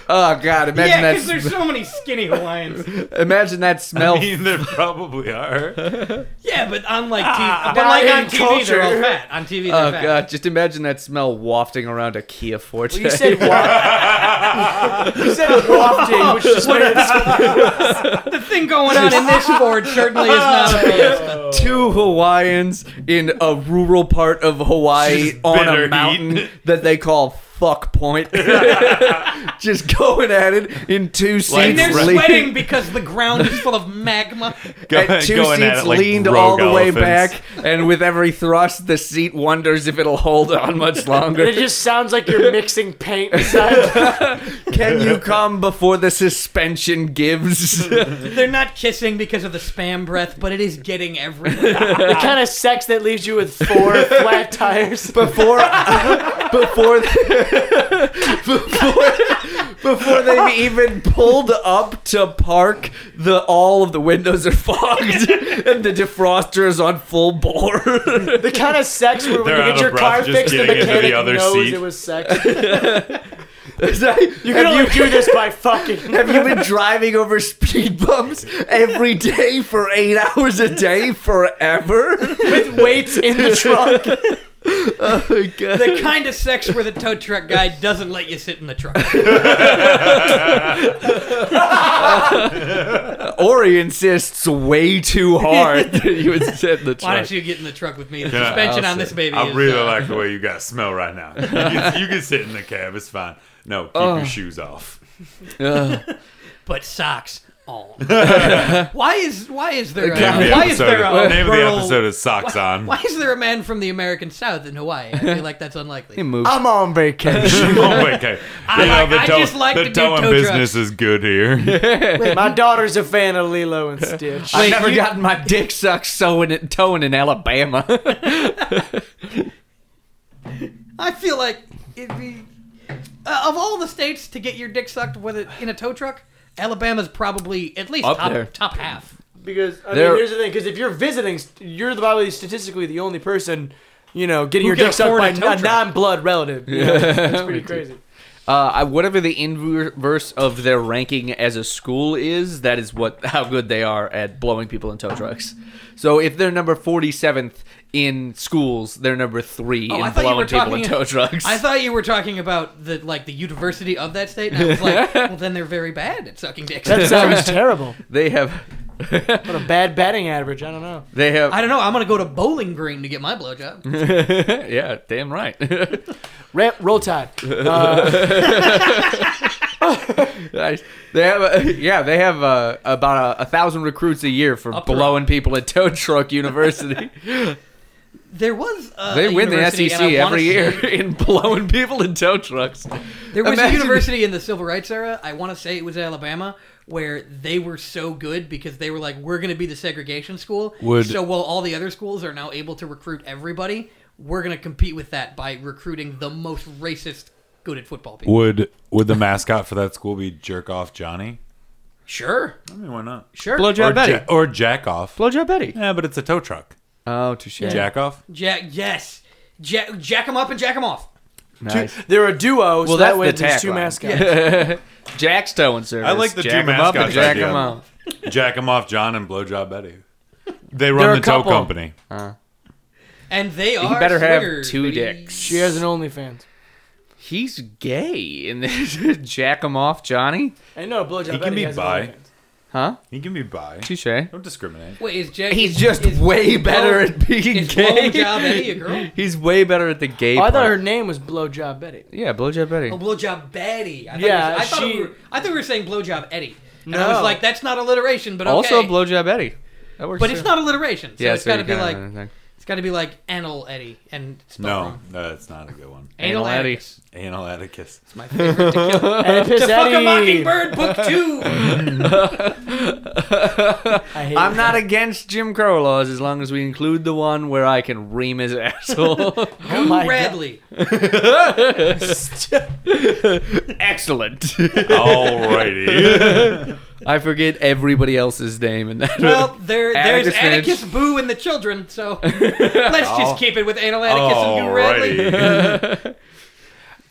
[SPEAKER 1] Oh God! Imagine
[SPEAKER 4] Yeah,
[SPEAKER 1] that.
[SPEAKER 4] because there's so many skinny Hawaiians.
[SPEAKER 1] imagine that smell.
[SPEAKER 2] I mean, there probably are.
[SPEAKER 4] Yeah, but on like, t- but like on
[SPEAKER 3] Ah, Hawaiian
[SPEAKER 4] TV, they're all
[SPEAKER 3] culture.
[SPEAKER 4] fat. On TV, they're
[SPEAKER 1] oh
[SPEAKER 4] fat.
[SPEAKER 1] God! Just imagine that smell wafting around a Kia Forte.
[SPEAKER 3] You said wa- You said wafting, which just made it
[SPEAKER 4] The thing going on in this board certainly is not a fiesta.
[SPEAKER 1] two Hawaiians in a rural part of Hawaii
[SPEAKER 2] Just
[SPEAKER 1] on
[SPEAKER 2] bitter
[SPEAKER 1] a mountain
[SPEAKER 2] heat.
[SPEAKER 1] that they call Fuck Point. Just going at it in two
[SPEAKER 2] Like
[SPEAKER 1] seats.
[SPEAKER 4] And they're
[SPEAKER 1] lean-
[SPEAKER 4] sweating because the ground is full of magma.
[SPEAKER 1] at two
[SPEAKER 2] going at
[SPEAKER 1] seats
[SPEAKER 2] it like
[SPEAKER 1] leaned
[SPEAKER 2] rogue
[SPEAKER 1] all the way
[SPEAKER 2] elephants.
[SPEAKER 1] back, and with every thrust, the seat wonders if it'll hold on much
[SPEAKER 3] It
[SPEAKER 1] longer.
[SPEAKER 3] just sounds like you're mixing paint inside.
[SPEAKER 1] Can you come before the suspension gives?
[SPEAKER 4] They're not kissing because of the spam breath, but it is getting everywhere.
[SPEAKER 3] the kind of sex that leaves you with four flat tires.
[SPEAKER 1] before before before before they've even pulled up to park the all of the windows are fogged and the defroster is on full bore
[SPEAKER 3] The kind of sex where when
[SPEAKER 2] They're
[SPEAKER 3] you
[SPEAKER 2] out
[SPEAKER 3] get
[SPEAKER 2] of
[SPEAKER 3] your
[SPEAKER 2] breath
[SPEAKER 3] car
[SPEAKER 2] just
[SPEAKER 3] fixed, the
[SPEAKER 2] getting into the
[SPEAKER 3] mechanic
[SPEAKER 2] other
[SPEAKER 3] knows
[SPEAKER 2] seat.
[SPEAKER 3] it was sex. You
[SPEAKER 1] It's like,
[SPEAKER 3] can
[SPEAKER 1] have,
[SPEAKER 3] only
[SPEAKER 1] you,
[SPEAKER 3] do this by fucking.
[SPEAKER 1] have you been driving over speed bumps every day for eight hours a day forever
[SPEAKER 3] With weights in the trunk.
[SPEAKER 1] oh my god
[SPEAKER 4] the kind of sex where the tow truck guy doesn't let you sit in the truck.
[SPEAKER 1] ori insists way too hard that you would set the
[SPEAKER 4] Why
[SPEAKER 1] truck
[SPEAKER 4] don't you get in the truck with me? The
[SPEAKER 2] Yeah,
[SPEAKER 4] suspension
[SPEAKER 1] I'll
[SPEAKER 4] on this
[SPEAKER 1] sit.
[SPEAKER 4] baby.
[SPEAKER 2] I
[SPEAKER 4] is,
[SPEAKER 2] really
[SPEAKER 4] uh,
[SPEAKER 2] like the way you guys smell right now. You can, you can sit in the cab. It's fine. No, keep
[SPEAKER 1] Oh.
[SPEAKER 2] your shoes off.
[SPEAKER 1] Ugh.
[SPEAKER 4] but socks on. why is why is there
[SPEAKER 1] Name
[SPEAKER 4] a,
[SPEAKER 2] Name, of the
[SPEAKER 4] why is there
[SPEAKER 2] episode-
[SPEAKER 4] a
[SPEAKER 2] name of the
[SPEAKER 4] rural-
[SPEAKER 2] episode is Socks
[SPEAKER 4] why,
[SPEAKER 2] On.
[SPEAKER 4] why is there a man from the American South in Hawaii? I feel like that's
[SPEAKER 1] He
[SPEAKER 4] unlikely.
[SPEAKER 1] moved.
[SPEAKER 3] I'm on vacation.
[SPEAKER 2] oh, wait, okay.
[SPEAKER 4] I
[SPEAKER 2] You know,
[SPEAKER 4] like-
[SPEAKER 2] the
[SPEAKER 4] I
[SPEAKER 2] tow-
[SPEAKER 4] just like
[SPEAKER 2] the
[SPEAKER 4] to do
[SPEAKER 2] towing
[SPEAKER 4] tow
[SPEAKER 2] business
[SPEAKER 4] trucks.
[SPEAKER 2] is good here.
[SPEAKER 3] My daughter's a fan of Lilo and Stitch.
[SPEAKER 1] I've
[SPEAKER 4] Wait,
[SPEAKER 1] never
[SPEAKER 4] you-
[SPEAKER 1] gotten my dick sucked sewing it, towing in Alabama.
[SPEAKER 4] I feel like it'd be uh, of all the states to get your dick sucked with it in a tow truck. Alabama's probably at least
[SPEAKER 1] Up
[SPEAKER 4] top,
[SPEAKER 1] there.
[SPEAKER 4] top half.
[SPEAKER 3] Because I
[SPEAKER 1] There-
[SPEAKER 3] mean, here's the thing: because if you're visiting, st- you're the- probably statistically the only person, you know, getting your
[SPEAKER 4] can
[SPEAKER 3] dick sucked
[SPEAKER 4] afford
[SPEAKER 3] by
[SPEAKER 4] a
[SPEAKER 3] a,
[SPEAKER 4] tow truck.
[SPEAKER 3] non-blood relative. You know, that's pretty crazy.
[SPEAKER 1] Uh, I- whatever the inverse of their ranking as a school is, that is what how good they are at blowing people in tow trucks. So if they're number forty seventh in schools, they're number three
[SPEAKER 4] Oh, I
[SPEAKER 1] in
[SPEAKER 4] thought you
[SPEAKER 1] blowing
[SPEAKER 4] were
[SPEAKER 1] people in
[SPEAKER 4] talking-
[SPEAKER 1] tow trucks.
[SPEAKER 4] I thought you were talking about the like the university of that state, and I was like, well, then they're very bad at sucking dicks.
[SPEAKER 3] That sounds terrible.
[SPEAKER 1] they have
[SPEAKER 3] What a bad batting average. I don't know.
[SPEAKER 1] they have
[SPEAKER 4] I don't know. I'm gonna go to Bowling Green to get my blowjob.
[SPEAKER 1] yeah, damn right.
[SPEAKER 3] Ra- roll Tide. Uh,
[SPEAKER 1] Nice. they have a, yeah, they have uh about a, a thousand recruits a year for
[SPEAKER 4] Up the
[SPEAKER 1] blowing people at tow truck university.
[SPEAKER 4] There was uh,
[SPEAKER 1] They
[SPEAKER 4] a
[SPEAKER 1] win the
[SPEAKER 4] university,
[SPEAKER 1] SEC
[SPEAKER 4] and I
[SPEAKER 1] every
[SPEAKER 4] wanna say-
[SPEAKER 1] year in blowing people in tow trucks.
[SPEAKER 4] There was
[SPEAKER 1] Imagine-
[SPEAKER 4] a university in the civil rights era. I want to say it was Alabama, where they were so good because they were like, we're going to be the segregation school.
[SPEAKER 2] Would-
[SPEAKER 4] so while all the other schools are now able to recruit everybody, we're going to compete with that by recruiting the most racist good at football people.
[SPEAKER 2] Would would the mascot for that school be Jerk Off Johnny?
[SPEAKER 4] Sure,
[SPEAKER 2] I mean, why not?
[SPEAKER 4] sure.
[SPEAKER 2] Or,
[SPEAKER 3] Blowjob Betty.
[SPEAKER 2] ja- or Jack Off.
[SPEAKER 3] Blowjob Betty.
[SPEAKER 2] Yeah, but it's a tow truck.
[SPEAKER 1] Oh, touche.
[SPEAKER 2] Jack Off.
[SPEAKER 4] Jack, yes, jack, jack them up and jack them off.
[SPEAKER 1] Nice.
[SPEAKER 3] They're a duo, so
[SPEAKER 1] Well,
[SPEAKER 3] that
[SPEAKER 1] that's
[SPEAKER 3] way
[SPEAKER 1] the
[SPEAKER 3] there's two
[SPEAKER 1] tagline.
[SPEAKER 3] mascots.
[SPEAKER 1] Jack's towing service.
[SPEAKER 2] I like the two
[SPEAKER 1] jack 'em up and
[SPEAKER 2] mascots
[SPEAKER 1] jack
[SPEAKER 2] idea.
[SPEAKER 1] 'em up.
[SPEAKER 2] Jack 'em Off John and Blowjob Betty. They
[SPEAKER 3] They're
[SPEAKER 2] run
[SPEAKER 3] a
[SPEAKER 2] the tow
[SPEAKER 3] couple.
[SPEAKER 2] company.
[SPEAKER 4] And they are.
[SPEAKER 1] He better have
[SPEAKER 4] swingers,
[SPEAKER 1] two
[SPEAKER 4] baby.
[SPEAKER 1] dicks.
[SPEAKER 3] She has an OnlyFans.
[SPEAKER 1] He's gay, and there's jack him off, Johnny.
[SPEAKER 3] I know blowjob.
[SPEAKER 2] He can
[SPEAKER 3] Betty
[SPEAKER 2] be
[SPEAKER 3] has an
[SPEAKER 2] bi.
[SPEAKER 3] OnlyFans.
[SPEAKER 1] Huh?
[SPEAKER 2] He can be bi.
[SPEAKER 1] Touche.
[SPEAKER 2] Don't discriminate.
[SPEAKER 4] Wait, is Jack?
[SPEAKER 1] He's
[SPEAKER 4] is-
[SPEAKER 1] just
[SPEAKER 4] is-
[SPEAKER 1] way
[SPEAKER 4] is
[SPEAKER 1] better
[SPEAKER 4] Blow-
[SPEAKER 1] at being
[SPEAKER 4] is
[SPEAKER 1] gay.
[SPEAKER 4] blowjob Betty a girl?
[SPEAKER 1] He's way better at the gay.
[SPEAKER 3] Oh, I
[SPEAKER 1] part.
[SPEAKER 3] thought her name was blowjob Betty.
[SPEAKER 1] Yeah, blowjob Betty.
[SPEAKER 4] Oh, blowjob Betty. I thought
[SPEAKER 3] Yeah,
[SPEAKER 4] you- I thought
[SPEAKER 3] she-
[SPEAKER 4] we were, I thought we were saying blowjob Eddie. And I was
[SPEAKER 3] No.
[SPEAKER 4] like, that's not alliteration, but okay.
[SPEAKER 1] Also, blowjob Eddie. That works.
[SPEAKER 4] But it's
[SPEAKER 1] too.
[SPEAKER 4] not alliteration, so
[SPEAKER 1] yeah,
[SPEAKER 4] it's
[SPEAKER 1] so
[SPEAKER 4] got
[SPEAKER 1] you
[SPEAKER 4] to be
[SPEAKER 1] kinda
[SPEAKER 4] like
[SPEAKER 1] know anything.
[SPEAKER 4] it's got to be like anal Eddie and spelled
[SPEAKER 2] No,
[SPEAKER 4] wrong.
[SPEAKER 2] no, that's not a good one.
[SPEAKER 1] Anal
[SPEAKER 4] anal
[SPEAKER 1] Eddie.
[SPEAKER 4] Eddie.
[SPEAKER 2] Anal Atticus.
[SPEAKER 4] It's my favorite. to kill.
[SPEAKER 3] Oedipus
[SPEAKER 4] to fuck a
[SPEAKER 3] Eddie.
[SPEAKER 4] mockingbird, book two.
[SPEAKER 3] I hate
[SPEAKER 1] I'm
[SPEAKER 3] it.
[SPEAKER 1] not against Jim Crow laws as long as we include the one where I can ream his asshole.
[SPEAKER 3] Oh my God.
[SPEAKER 4] Bradley.
[SPEAKER 1] Excellent.
[SPEAKER 2] Alrighty.
[SPEAKER 1] I forget everybody else's name in that.
[SPEAKER 4] Well, there, there's
[SPEAKER 1] Atticus Finch. Oh.
[SPEAKER 4] Atticus Boo and the children, so let's just keep it with anal Atticus and Goo Radley.
[SPEAKER 2] Alrighty.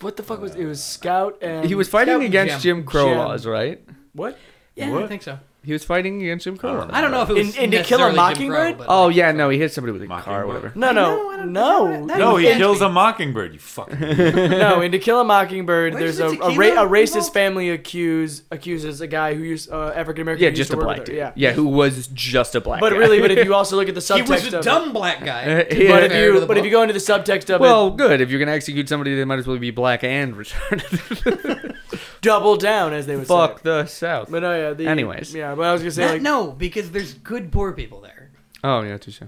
[SPEAKER 3] What the fuck was it? Was Scout and
[SPEAKER 1] he was fighting
[SPEAKER 4] Captain
[SPEAKER 1] against
[SPEAKER 4] Jim.
[SPEAKER 1] Jim Crow
[SPEAKER 3] Jim.
[SPEAKER 1] laws, right?
[SPEAKER 3] what?
[SPEAKER 4] Yeah, I
[SPEAKER 2] What?
[SPEAKER 4] think so.
[SPEAKER 1] He was fighting against Jim Crow.
[SPEAKER 2] I don't
[SPEAKER 1] laws.
[SPEAKER 4] I don't know if it
[SPEAKER 3] In-
[SPEAKER 4] was
[SPEAKER 3] in To Kill a
[SPEAKER 4] necessarily Jim
[SPEAKER 3] Mockingbird?
[SPEAKER 4] Crow, but-
[SPEAKER 1] Oh yeah, no, he hit somebody with a car or
[SPEAKER 2] Mockingbird.
[SPEAKER 1] whatever.
[SPEAKER 3] No, no, no, no.
[SPEAKER 2] No, he
[SPEAKER 4] Thank
[SPEAKER 2] kills
[SPEAKER 4] you.
[SPEAKER 2] a mockingbird. You fucking.
[SPEAKER 3] no, in To Kill a Mockingbird,
[SPEAKER 4] Where's
[SPEAKER 3] there's a,
[SPEAKER 4] the
[SPEAKER 3] a, ra-
[SPEAKER 4] tequila
[SPEAKER 3] a racist
[SPEAKER 4] involved?
[SPEAKER 3] family accuse accuses a guy who used uh, African American.
[SPEAKER 1] Yeah,
[SPEAKER 3] who
[SPEAKER 1] just
[SPEAKER 3] used to
[SPEAKER 1] a
[SPEAKER 3] work
[SPEAKER 1] black
[SPEAKER 3] with her.
[SPEAKER 1] dude.
[SPEAKER 3] Yeah.
[SPEAKER 1] Yeah, who was just a black.
[SPEAKER 3] but
[SPEAKER 1] guy.
[SPEAKER 3] really, but if you also look at the
[SPEAKER 4] He
[SPEAKER 3] subtext,
[SPEAKER 4] was a
[SPEAKER 3] of
[SPEAKER 4] dumb black guy.
[SPEAKER 1] Uh,
[SPEAKER 4] to
[SPEAKER 1] he-
[SPEAKER 4] be
[SPEAKER 3] It, but
[SPEAKER 1] But
[SPEAKER 3] if
[SPEAKER 4] fair to
[SPEAKER 3] you
[SPEAKER 4] the
[SPEAKER 3] but if
[SPEAKER 4] book.
[SPEAKER 3] you go into the subtext of
[SPEAKER 1] well,
[SPEAKER 3] it,
[SPEAKER 1] good. If you're gonna execute somebody, they might as well be black and retarded.
[SPEAKER 3] double down as they would
[SPEAKER 1] Fuck
[SPEAKER 3] say.
[SPEAKER 1] the South.
[SPEAKER 3] But no, yeah. The,
[SPEAKER 1] Anyways.
[SPEAKER 3] yeah. But I was gonna say
[SPEAKER 4] Not-
[SPEAKER 3] like
[SPEAKER 4] no, because there's good poor people there.
[SPEAKER 1] Oh yeah, touche.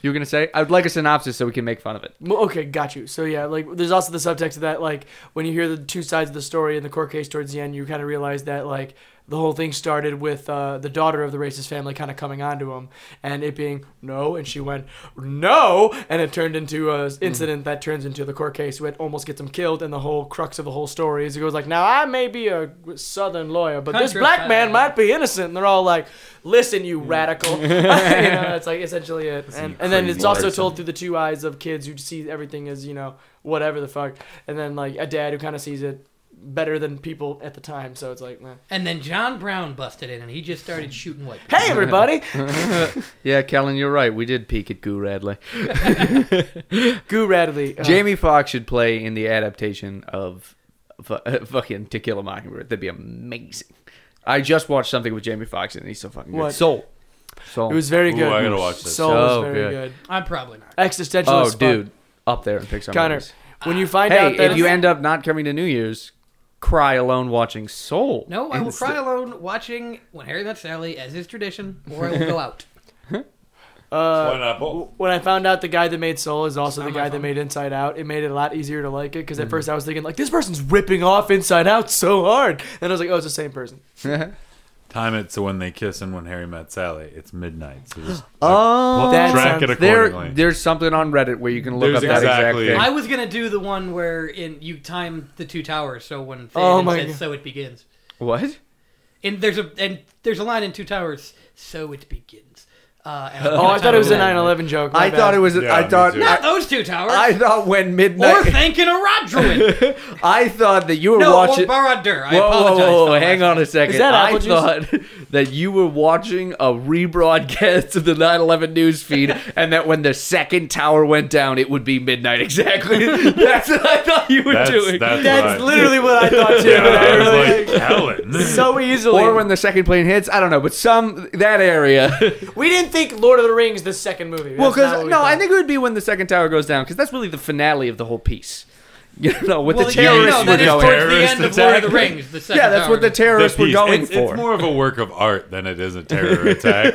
[SPEAKER 1] You were gonna say? I would like a synopsis so we can make fun of it.
[SPEAKER 3] Well, Okay, got you. So yeah, like there's also the subtext of that, like when you hear the two sides of the story in the court case towards the end, you kind of realize that like the whole thing started with uh, the daughter of the racist family kind of coming onto him, and it being no, and she went no, and it turned into a s- incident that turns into the court case, which almost gets him killed, and the whole crux of the whole story is it goes like, now I may be a southern lawyer, but this
[SPEAKER 4] Country
[SPEAKER 3] black man
[SPEAKER 4] side.
[SPEAKER 3] might be innocent, and they're all like, listen, you radical, you know, that's like essentially it, and,
[SPEAKER 2] you
[SPEAKER 3] and then
[SPEAKER 2] crazy
[SPEAKER 3] it's also
[SPEAKER 2] person.
[SPEAKER 3] told through the two eyes of kids who see everything as you know whatever the fuck, and then like a dad who kind of sees it better than people at the time. So it's like, meh.
[SPEAKER 4] And then John Brown busted in and he just started shooting white people.
[SPEAKER 3] hey everybody,
[SPEAKER 1] Yeah, Kellen, you're right. We did peek at Goo Radley.
[SPEAKER 3] Goo Radley, uh,
[SPEAKER 1] Jamie Foxx should play in the adaptation of fu- uh, fucking To Kill a Mockingbird. That'd be amazing. I just watched something with Jamie Foxx and he's so fucking good.
[SPEAKER 3] What?
[SPEAKER 1] Soul. Soul.
[SPEAKER 3] It was very
[SPEAKER 2] Ooh,
[SPEAKER 3] good.
[SPEAKER 2] I gotta watch this.
[SPEAKER 3] Soul was
[SPEAKER 1] So
[SPEAKER 3] very
[SPEAKER 1] Oh, good.
[SPEAKER 3] good.
[SPEAKER 4] I'm probably not.
[SPEAKER 3] Existential.
[SPEAKER 1] oh,
[SPEAKER 3] as fuck.
[SPEAKER 1] dude. Up there in Pixar
[SPEAKER 3] Connor,
[SPEAKER 1] movies.
[SPEAKER 3] when you find out
[SPEAKER 1] Hey,
[SPEAKER 3] that
[SPEAKER 1] if you end up not coming to New Year's, cry alone watching Soul.
[SPEAKER 4] No, I will
[SPEAKER 1] instead.
[SPEAKER 4] cry alone watching When Harry Met Sally, as is tradition, or I will go out.
[SPEAKER 3] uh,
[SPEAKER 2] Why not both?
[SPEAKER 3] w- when I found out the guy that made Soul is also the
[SPEAKER 4] on
[SPEAKER 3] guy
[SPEAKER 4] my
[SPEAKER 3] that
[SPEAKER 4] phone.
[SPEAKER 3] made Inside Out, it made it a lot easier to like it because at
[SPEAKER 1] Mm-hmm.
[SPEAKER 3] first I was thinking like this person's ripping off Inside Out so hard, and I was like, oh, it's the same person.
[SPEAKER 2] Time it so when they kiss and when Harry met Sally, it's midnight. So just
[SPEAKER 1] Oh,
[SPEAKER 3] That
[SPEAKER 2] track it
[SPEAKER 3] sounds-
[SPEAKER 1] there,
[SPEAKER 2] accordingly.
[SPEAKER 1] there's something on Reddit where you can look
[SPEAKER 2] There's
[SPEAKER 1] up that
[SPEAKER 2] exactly-
[SPEAKER 1] exact
[SPEAKER 4] I
[SPEAKER 1] thing.
[SPEAKER 4] was gonna do the one where in you time the two towers, so when Theoden
[SPEAKER 3] Oh my
[SPEAKER 4] says
[SPEAKER 3] God.
[SPEAKER 4] so it begins.
[SPEAKER 1] what?
[SPEAKER 4] And there's a and there's a line in Two Towers, so it begins. Uh, and I'm
[SPEAKER 3] Oh,
[SPEAKER 4] gonna
[SPEAKER 3] I
[SPEAKER 4] time
[SPEAKER 3] thought it was a
[SPEAKER 4] that.
[SPEAKER 3] 9/11 joke. my
[SPEAKER 1] I thought
[SPEAKER 3] bad.
[SPEAKER 1] it was.
[SPEAKER 2] Yeah,
[SPEAKER 1] I
[SPEAKER 2] me
[SPEAKER 1] thought.
[SPEAKER 2] too.
[SPEAKER 4] Not those two towers.
[SPEAKER 1] I thought when
[SPEAKER 4] or
[SPEAKER 1] midnight.
[SPEAKER 4] thanking a Rodruin.
[SPEAKER 1] I thought that you were
[SPEAKER 4] no,
[SPEAKER 1] watching.
[SPEAKER 4] or Baradur. I
[SPEAKER 1] whoa, whoa,
[SPEAKER 4] apologize.
[SPEAKER 1] whoa,
[SPEAKER 4] for
[SPEAKER 1] whoa,
[SPEAKER 4] my
[SPEAKER 1] hang
[SPEAKER 4] last
[SPEAKER 1] on
[SPEAKER 4] name.
[SPEAKER 1] a second.
[SPEAKER 3] Is that
[SPEAKER 1] I
[SPEAKER 3] apple juice?
[SPEAKER 1] thought that you were watching a rebroadcast of the 9/11 news feed, and that when the second tower went down, it would be midnight exactly. that's what I thought you were
[SPEAKER 2] That's-
[SPEAKER 1] doing.
[SPEAKER 2] that's
[SPEAKER 3] That's
[SPEAKER 2] Right.
[SPEAKER 3] literally what I thought too.
[SPEAKER 2] yeah, I
[SPEAKER 3] I really-
[SPEAKER 2] was like, Helen.
[SPEAKER 3] so easily.
[SPEAKER 1] or when the second plane hits, I don't know, but some that area.
[SPEAKER 3] we didn't think Lord of the Rings the second movie.
[SPEAKER 1] well,
[SPEAKER 3] That's not what
[SPEAKER 1] because
[SPEAKER 3] we
[SPEAKER 1] no, I
[SPEAKER 3] thought.
[SPEAKER 1] think it would be when the second tower goes down, because that's really the finale of the whole piece. You know, what
[SPEAKER 4] Well,
[SPEAKER 1] the
[SPEAKER 4] yeah,
[SPEAKER 1] terrorists
[SPEAKER 4] no,
[SPEAKER 1] were
[SPEAKER 4] that is
[SPEAKER 1] going.
[SPEAKER 4] towards the
[SPEAKER 2] Terrorist
[SPEAKER 4] end of Lord of the
[SPEAKER 2] attack.
[SPEAKER 4] Rings. The second
[SPEAKER 1] yeah, that's what the
[SPEAKER 4] tower.
[SPEAKER 1] terrorists
[SPEAKER 2] The
[SPEAKER 1] were
[SPEAKER 2] piece.
[SPEAKER 1] going
[SPEAKER 2] it's,
[SPEAKER 1] for.
[SPEAKER 2] it's more of a work of art than it is a terror attack.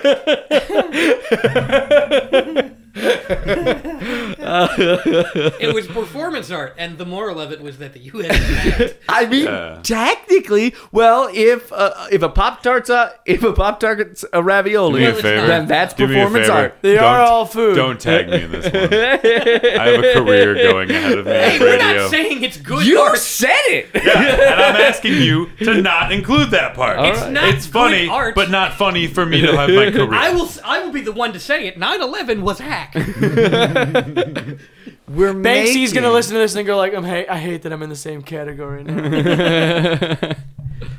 [SPEAKER 4] It was performance art, and the moral of it was that the U.S. is bad.
[SPEAKER 1] I mean,
[SPEAKER 2] Yeah.
[SPEAKER 1] technically, well, if uh, if a pop tart's a if a pop tart's a ravioli,
[SPEAKER 2] Do me a
[SPEAKER 4] Well, it's
[SPEAKER 2] favor.
[SPEAKER 4] not.
[SPEAKER 1] then that's
[SPEAKER 2] Do me a
[SPEAKER 1] performance
[SPEAKER 2] favor.
[SPEAKER 1] art.
[SPEAKER 3] They are
[SPEAKER 2] Don't-
[SPEAKER 3] all food.
[SPEAKER 2] Don't tag me in this one. I have a career going ahead of me.
[SPEAKER 4] Hey,
[SPEAKER 2] at
[SPEAKER 4] we're
[SPEAKER 2] radio.
[SPEAKER 4] not saying it's good
[SPEAKER 1] You
[SPEAKER 4] art.
[SPEAKER 1] said it.
[SPEAKER 2] and I'm asking you to not include that part.
[SPEAKER 1] It's
[SPEAKER 4] right. not
[SPEAKER 2] It's funny,
[SPEAKER 4] good art.
[SPEAKER 2] but not funny for me to have my career.
[SPEAKER 4] I will. s- I will be the one to say it. 9/11 was a hack.
[SPEAKER 1] We're
[SPEAKER 3] Banksy's gonna
[SPEAKER 1] making-
[SPEAKER 3] listen to this and go like, I'm ha- I hate that I'm in the same category now.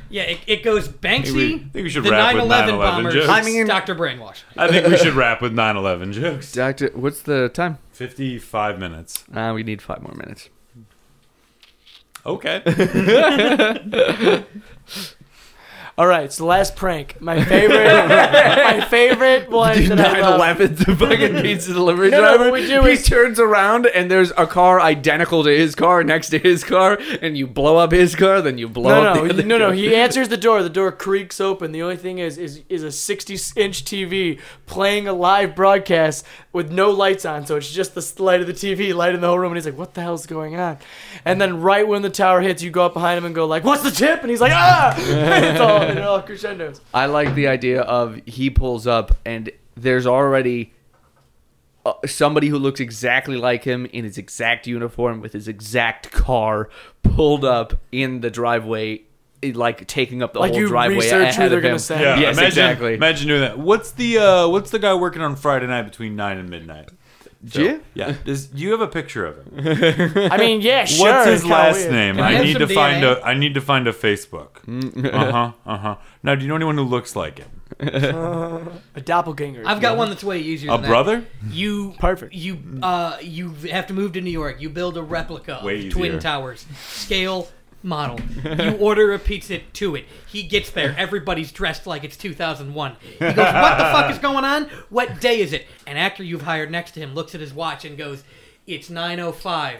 [SPEAKER 4] Yeah, it, it goes Banksy.
[SPEAKER 2] we- I think we should
[SPEAKER 4] the
[SPEAKER 2] wrap with
[SPEAKER 4] 9/11
[SPEAKER 2] 9/11
[SPEAKER 4] bombers.
[SPEAKER 2] jokes.
[SPEAKER 1] I mean-
[SPEAKER 4] Doctor Brainwash.
[SPEAKER 2] I think we should wrap with 9/11 jokes.
[SPEAKER 1] Doctor, what's the time?
[SPEAKER 2] 55 minutes.
[SPEAKER 1] Uh, we need five more minutes.
[SPEAKER 2] Okay.
[SPEAKER 3] all right, so last prank. My favorite, my favorite one. That I love.
[SPEAKER 1] 9/11, the fucking pizza delivery
[SPEAKER 3] No, no,
[SPEAKER 1] driver.
[SPEAKER 3] what we do
[SPEAKER 1] he
[SPEAKER 3] is-
[SPEAKER 1] turns around and there's a car identical to his car next to his car, and you blow up his car, then you blow
[SPEAKER 3] No,
[SPEAKER 1] up
[SPEAKER 3] no,
[SPEAKER 1] the
[SPEAKER 3] he-
[SPEAKER 1] other
[SPEAKER 3] no, no.
[SPEAKER 1] car.
[SPEAKER 3] He answers the door. The door creaks open. The only thing is, is, is a 60-inch TV playing a live broadcast with no lights on. So it's just the s- light of the TV lighting the whole room. And he's like, "What the hell's going on?" And then right when the tower hits, you go up behind him and go like, "What's the tip?" And he's like, "Ah!" it's all, it all crescendos.
[SPEAKER 1] I like the idea of he pulls up and there's already uh, somebody who looks exactly like him in his exact uniform with his exact car pulled up in the driveway, eh, like taking up the
[SPEAKER 3] Like
[SPEAKER 1] whole
[SPEAKER 3] you
[SPEAKER 1] driveway
[SPEAKER 3] research
[SPEAKER 1] ahead
[SPEAKER 3] who they're
[SPEAKER 1] of
[SPEAKER 3] gonna
[SPEAKER 1] him.
[SPEAKER 3] say.
[SPEAKER 2] Yeah,
[SPEAKER 1] Yes,
[SPEAKER 2] imagine,
[SPEAKER 1] exactly.
[SPEAKER 2] Imagine doing that. What's the uh, What's the guy working on Friday night between nine and midnight? Phil?
[SPEAKER 1] Jim?
[SPEAKER 2] Yeah. Does, do you have a picture of him?
[SPEAKER 3] I mean, yeah, sure.
[SPEAKER 2] What's
[SPEAKER 3] it's
[SPEAKER 2] his
[SPEAKER 3] kinda
[SPEAKER 2] last
[SPEAKER 3] weird.
[SPEAKER 2] name?
[SPEAKER 4] I
[SPEAKER 2] I
[SPEAKER 4] have
[SPEAKER 2] need
[SPEAKER 4] some
[SPEAKER 2] to find
[SPEAKER 4] DNA?
[SPEAKER 2] a. I need to find a Facebook. uh huh. Uh huh. Now, do you know anyone who looks like him?
[SPEAKER 3] A doppelganger.
[SPEAKER 4] I've got one that's way easier.
[SPEAKER 2] A
[SPEAKER 4] than that.
[SPEAKER 2] brother?
[SPEAKER 4] You
[SPEAKER 3] Perfect.
[SPEAKER 4] You uh, you have to move to New York. You build a replica
[SPEAKER 2] Way
[SPEAKER 4] of the
[SPEAKER 2] easier.
[SPEAKER 4] Twin Towers, scale model. You order a pizza to it. He gets there. Everybody's dressed like it's 2001. He goes, "What the fuck is going on? What day is it?" An actor you've hired next to him looks at his watch and goes, "It's 9:05."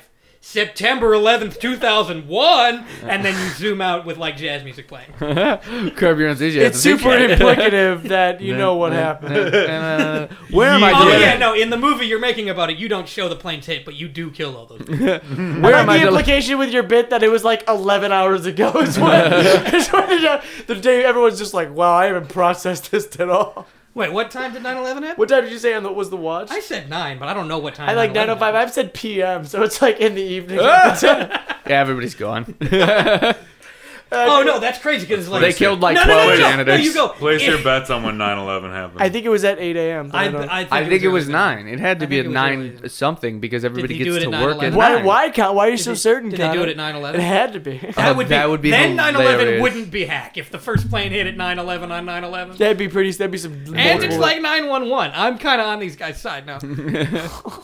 [SPEAKER 4] September 11th, 2001, and then you zoom out with like jazz music playing.
[SPEAKER 1] Curb your enthusiasm.
[SPEAKER 3] It's super implicative that you know what happened.
[SPEAKER 1] Where am I
[SPEAKER 4] Oh
[SPEAKER 1] doing?
[SPEAKER 4] yeah, no. In the movie you're making about it, you don't show the planes hit, but you do kill all those. People.
[SPEAKER 1] Where
[SPEAKER 3] I
[SPEAKER 1] am I
[SPEAKER 3] like the
[SPEAKER 1] deli-
[SPEAKER 3] implication with your bit that it was like 11 hours ago is when, is when it- the day everyone's just like, wow, I haven't processed this at all.
[SPEAKER 4] Wait, what time did 9/11 happen?
[SPEAKER 3] What time did you say on the, was the watch?
[SPEAKER 4] I said nine, but I don't know what time.
[SPEAKER 3] I like
[SPEAKER 4] 9/11
[SPEAKER 3] 905.
[SPEAKER 4] happened.
[SPEAKER 3] I've said PM, so it's like in the evening.
[SPEAKER 1] Yeah, everybody's gone.
[SPEAKER 4] Oh no, that's crazy because like
[SPEAKER 1] They killed like
[SPEAKER 4] no, no,
[SPEAKER 1] 12
[SPEAKER 4] no, no, no,
[SPEAKER 1] janitors.
[SPEAKER 4] you go.
[SPEAKER 2] Place
[SPEAKER 4] If-
[SPEAKER 2] your bets on when 9/11 happened.
[SPEAKER 3] I think it was at 8 a.m. but I
[SPEAKER 4] I,
[SPEAKER 3] don't-
[SPEAKER 4] I think,
[SPEAKER 1] I think it was
[SPEAKER 4] early.
[SPEAKER 1] nine. It had to
[SPEAKER 4] I
[SPEAKER 1] be
[SPEAKER 4] think
[SPEAKER 1] at
[SPEAKER 4] it was
[SPEAKER 1] nine
[SPEAKER 4] early.
[SPEAKER 1] something because everybody
[SPEAKER 4] he do
[SPEAKER 1] gets
[SPEAKER 4] it
[SPEAKER 1] to
[SPEAKER 4] at
[SPEAKER 1] work at
[SPEAKER 4] 9/11?
[SPEAKER 3] why,
[SPEAKER 1] nine.
[SPEAKER 3] why, Con- why are you so
[SPEAKER 4] they-
[SPEAKER 3] certain,
[SPEAKER 4] did they do
[SPEAKER 3] Connor?
[SPEAKER 4] it at 9/11?
[SPEAKER 3] It had to be.
[SPEAKER 1] Oh,
[SPEAKER 4] That would,
[SPEAKER 1] that
[SPEAKER 4] be,
[SPEAKER 1] would be
[SPEAKER 4] then.
[SPEAKER 1] hilarious.
[SPEAKER 4] 9/11 wouldn't be hack if the first plane hit at 9/11 on 9/11.
[SPEAKER 3] That'd be pretty. That'd be some.
[SPEAKER 4] And it's
[SPEAKER 3] multiple-
[SPEAKER 4] like 911. I'm kind of on these guys' side now.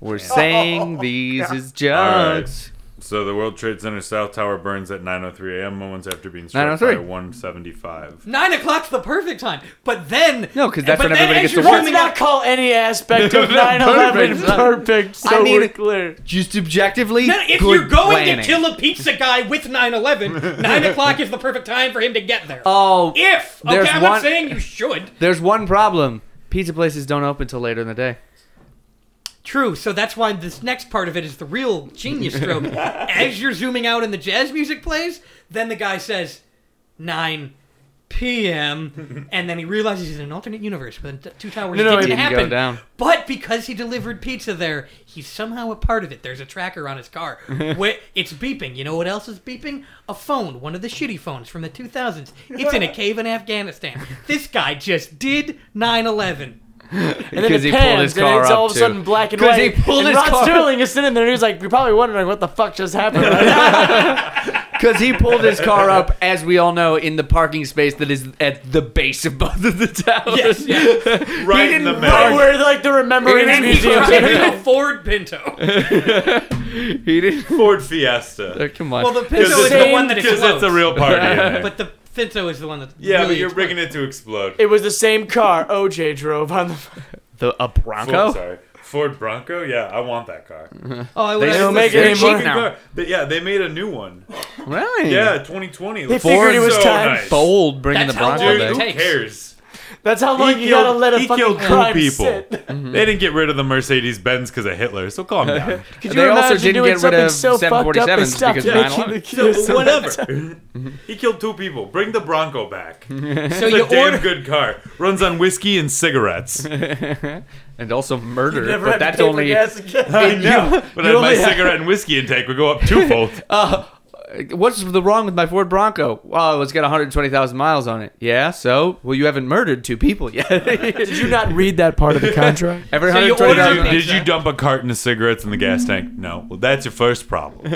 [SPEAKER 1] We're saying these is
[SPEAKER 2] All
[SPEAKER 1] jokes.
[SPEAKER 2] right. So the World Trade Center South Tower burns at 9:03 a.m. moments after being struck by
[SPEAKER 1] 9:03.
[SPEAKER 2] 175.
[SPEAKER 4] Nine o'clock's the perfect time, but then
[SPEAKER 1] No, 'cause that's
[SPEAKER 4] but
[SPEAKER 1] when
[SPEAKER 4] then
[SPEAKER 1] everybody
[SPEAKER 4] as
[SPEAKER 1] gets
[SPEAKER 4] you're
[SPEAKER 1] to work.
[SPEAKER 3] Let's
[SPEAKER 4] warming
[SPEAKER 3] not
[SPEAKER 4] up-
[SPEAKER 3] call any aspect of 9 11
[SPEAKER 1] Perfect.
[SPEAKER 3] perfect, so
[SPEAKER 1] I mean-
[SPEAKER 3] we're clear.
[SPEAKER 1] Just objectively,
[SPEAKER 4] No, if
[SPEAKER 1] good
[SPEAKER 4] you're going
[SPEAKER 1] planning.
[SPEAKER 4] to kill a pizza guy with 9/11, nine o'clock is the perfect time for him to get
[SPEAKER 3] Uh,
[SPEAKER 4] there.
[SPEAKER 1] oh,
[SPEAKER 4] if okay,
[SPEAKER 1] there's
[SPEAKER 4] I'm
[SPEAKER 1] one-
[SPEAKER 4] not saying you should.
[SPEAKER 1] there's one problem. Pizza places don't open till later in the day.
[SPEAKER 4] True. So that's why this next part of it is the real genius stroke. As you're zooming out and the jazz music plays, then the guy says, 9 p.m. and then he realizes he's in an alternate universe where the t- two towers
[SPEAKER 3] No, no, it
[SPEAKER 4] didn't
[SPEAKER 3] didn't
[SPEAKER 1] go
[SPEAKER 4] happen.
[SPEAKER 1] down.
[SPEAKER 4] But because he delivered pizza there, he's somehow a part of it. There's a tracker on his car. Where it's beeping. You know what else is beeping? A phone, one of the shitty phones from the 2000s. It's in a cave in Afghanistan. This guy just did 9/11.
[SPEAKER 3] And then
[SPEAKER 1] Because he
[SPEAKER 3] it
[SPEAKER 1] pulled his
[SPEAKER 3] pans, and
[SPEAKER 1] car
[SPEAKER 3] it's
[SPEAKER 1] up
[SPEAKER 3] all of a
[SPEAKER 1] too.
[SPEAKER 3] sudden black and
[SPEAKER 1] 'Cause
[SPEAKER 3] white.
[SPEAKER 1] he pulled
[SPEAKER 3] and
[SPEAKER 1] his
[SPEAKER 3] Rod
[SPEAKER 1] car-
[SPEAKER 3] Sterling is sitting there, and he's like, "You're probably wondering what the fuck just happened." right now."
[SPEAKER 1] Because he pulled his car up, as we all know, in the parking space that is at the base of both of the towers.
[SPEAKER 4] Yes, yes.
[SPEAKER 2] Right
[SPEAKER 1] didn't
[SPEAKER 2] in the
[SPEAKER 1] know
[SPEAKER 3] Right
[SPEAKER 2] middle.
[SPEAKER 3] where like the Remembrance
[SPEAKER 1] And
[SPEAKER 4] And he's
[SPEAKER 1] he
[SPEAKER 3] Museum.
[SPEAKER 1] drives
[SPEAKER 4] driving a Ford Pinto.
[SPEAKER 1] He didn't.
[SPEAKER 2] Ford Fiesta.
[SPEAKER 1] Uh, Come on.
[SPEAKER 4] Well, the
[SPEAKER 2] Because
[SPEAKER 4] Pinto is the
[SPEAKER 3] same-
[SPEAKER 4] one that
[SPEAKER 2] it's
[SPEAKER 4] explodes.
[SPEAKER 2] a real party. in there.
[SPEAKER 4] But the Pinto is the one that.
[SPEAKER 2] yeah,
[SPEAKER 4] really
[SPEAKER 2] but you're
[SPEAKER 4] explodes.
[SPEAKER 2] bringing it to explode.
[SPEAKER 3] It was the same car OJ drove on the.
[SPEAKER 1] the a
[SPEAKER 2] Ford,
[SPEAKER 1] Bronco.
[SPEAKER 2] sorry. Ford Bronco? Yeah, I want that car.
[SPEAKER 4] Oh, I
[SPEAKER 1] They
[SPEAKER 4] would.
[SPEAKER 1] don't
[SPEAKER 3] make
[SPEAKER 1] make
[SPEAKER 3] it
[SPEAKER 1] it
[SPEAKER 3] anymore.
[SPEAKER 1] cheap now.
[SPEAKER 2] Car. But yeah, they made a new one.
[SPEAKER 1] Right.
[SPEAKER 2] Yeah, 2020.
[SPEAKER 3] They
[SPEAKER 2] Ford
[SPEAKER 3] figured it was
[SPEAKER 2] so
[SPEAKER 3] time.
[SPEAKER 2] nice.
[SPEAKER 1] Bold bringing
[SPEAKER 4] That's
[SPEAKER 1] the
[SPEAKER 4] how
[SPEAKER 1] Bronco
[SPEAKER 4] long
[SPEAKER 2] Dude,
[SPEAKER 4] it
[SPEAKER 1] back.
[SPEAKER 2] who
[SPEAKER 4] takes.
[SPEAKER 2] cares?
[SPEAKER 3] That's how long
[SPEAKER 2] He
[SPEAKER 3] you
[SPEAKER 2] killed-
[SPEAKER 3] gotta let a
[SPEAKER 2] he
[SPEAKER 3] fucking
[SPEAKER 2] killed two
[SPEAKER 3] crime
[SPEAKER 2] people.
[SPEAKER 3] sit.
[SPEAKER 2] They didn't get rid of the Mercedes Benz because of Hitler, so calm down.
[SPEAKER 3] Could
[SPEAKER 1] They
[SPEAKER 3] you
[SPEAKER 1] also
[SPEAKER 3] imagine
[SPEAKER 1] didn't
[SPEAKER 3] doing
[SPEAKER 1] get rid
[SPEAKER 3] something
[SPEAKER 1] of
[SPEAKER 3] so fucked up and
[SPEAKER 1] 747s
[SPEAKER 3] stopped
[SPEAKER 1] because of
[SPEAKER 3] making
[SPEAKER 1] 9/11.
[SPEAKER 3] the
[SPEAKER 2] So,
[SPEAKER 3] kids so bad?
[SPEAKER 2] whatever.
[SPEAKER 3] Mm-hmm.
[SPEAKER 2] he killed two people. Bring the Bronco back.
[SPEAKER 4] So
[SPEAKER 2] It's
[SPEAKER 4] you
[SPEAKER 2] a damn
[SPEAKER 4] order.
[SPEAKER 2] good car. Runs on whiskey and cigarettes.
[SPEAKER 1] and also murder.
[SPEAKER 3] Never
[SPEAKER 1] But that's
[SPEAKER 3] have to pay for
[SPEAKER 1] only
[SPEAKER 3] gas again.
[SPEAKER 2] I know, but
[SPEAKER 1] you
[SPEAKER 2] then my
[SPEAKER 1] only have-
[SPEAKER 2] cigarette and whiskey intake would go up twofold.
[SPEAKER 1] Uh, what's the wrong with my Ford Bronco? Well, it's got 120,000 miles on it. Yeah, so well, you haven't murdered two people yet. Did
[SPEAKER 3] Did you not read that part of the contract?
[SPEAKER 1] Every
[SPEAKER 4] So you
[SPEAKER 2] did,
[SPEAKER 1] 120,000
[SPEAKER 2] you,
[SPEAKER 4] ordered-
[SPEAKER 2] did you dump a carton of cigarettes in the gas tank?
[SPEAKER 3] Mm-hmm.
[SPEAKER 2] No. Well, that's your first problem.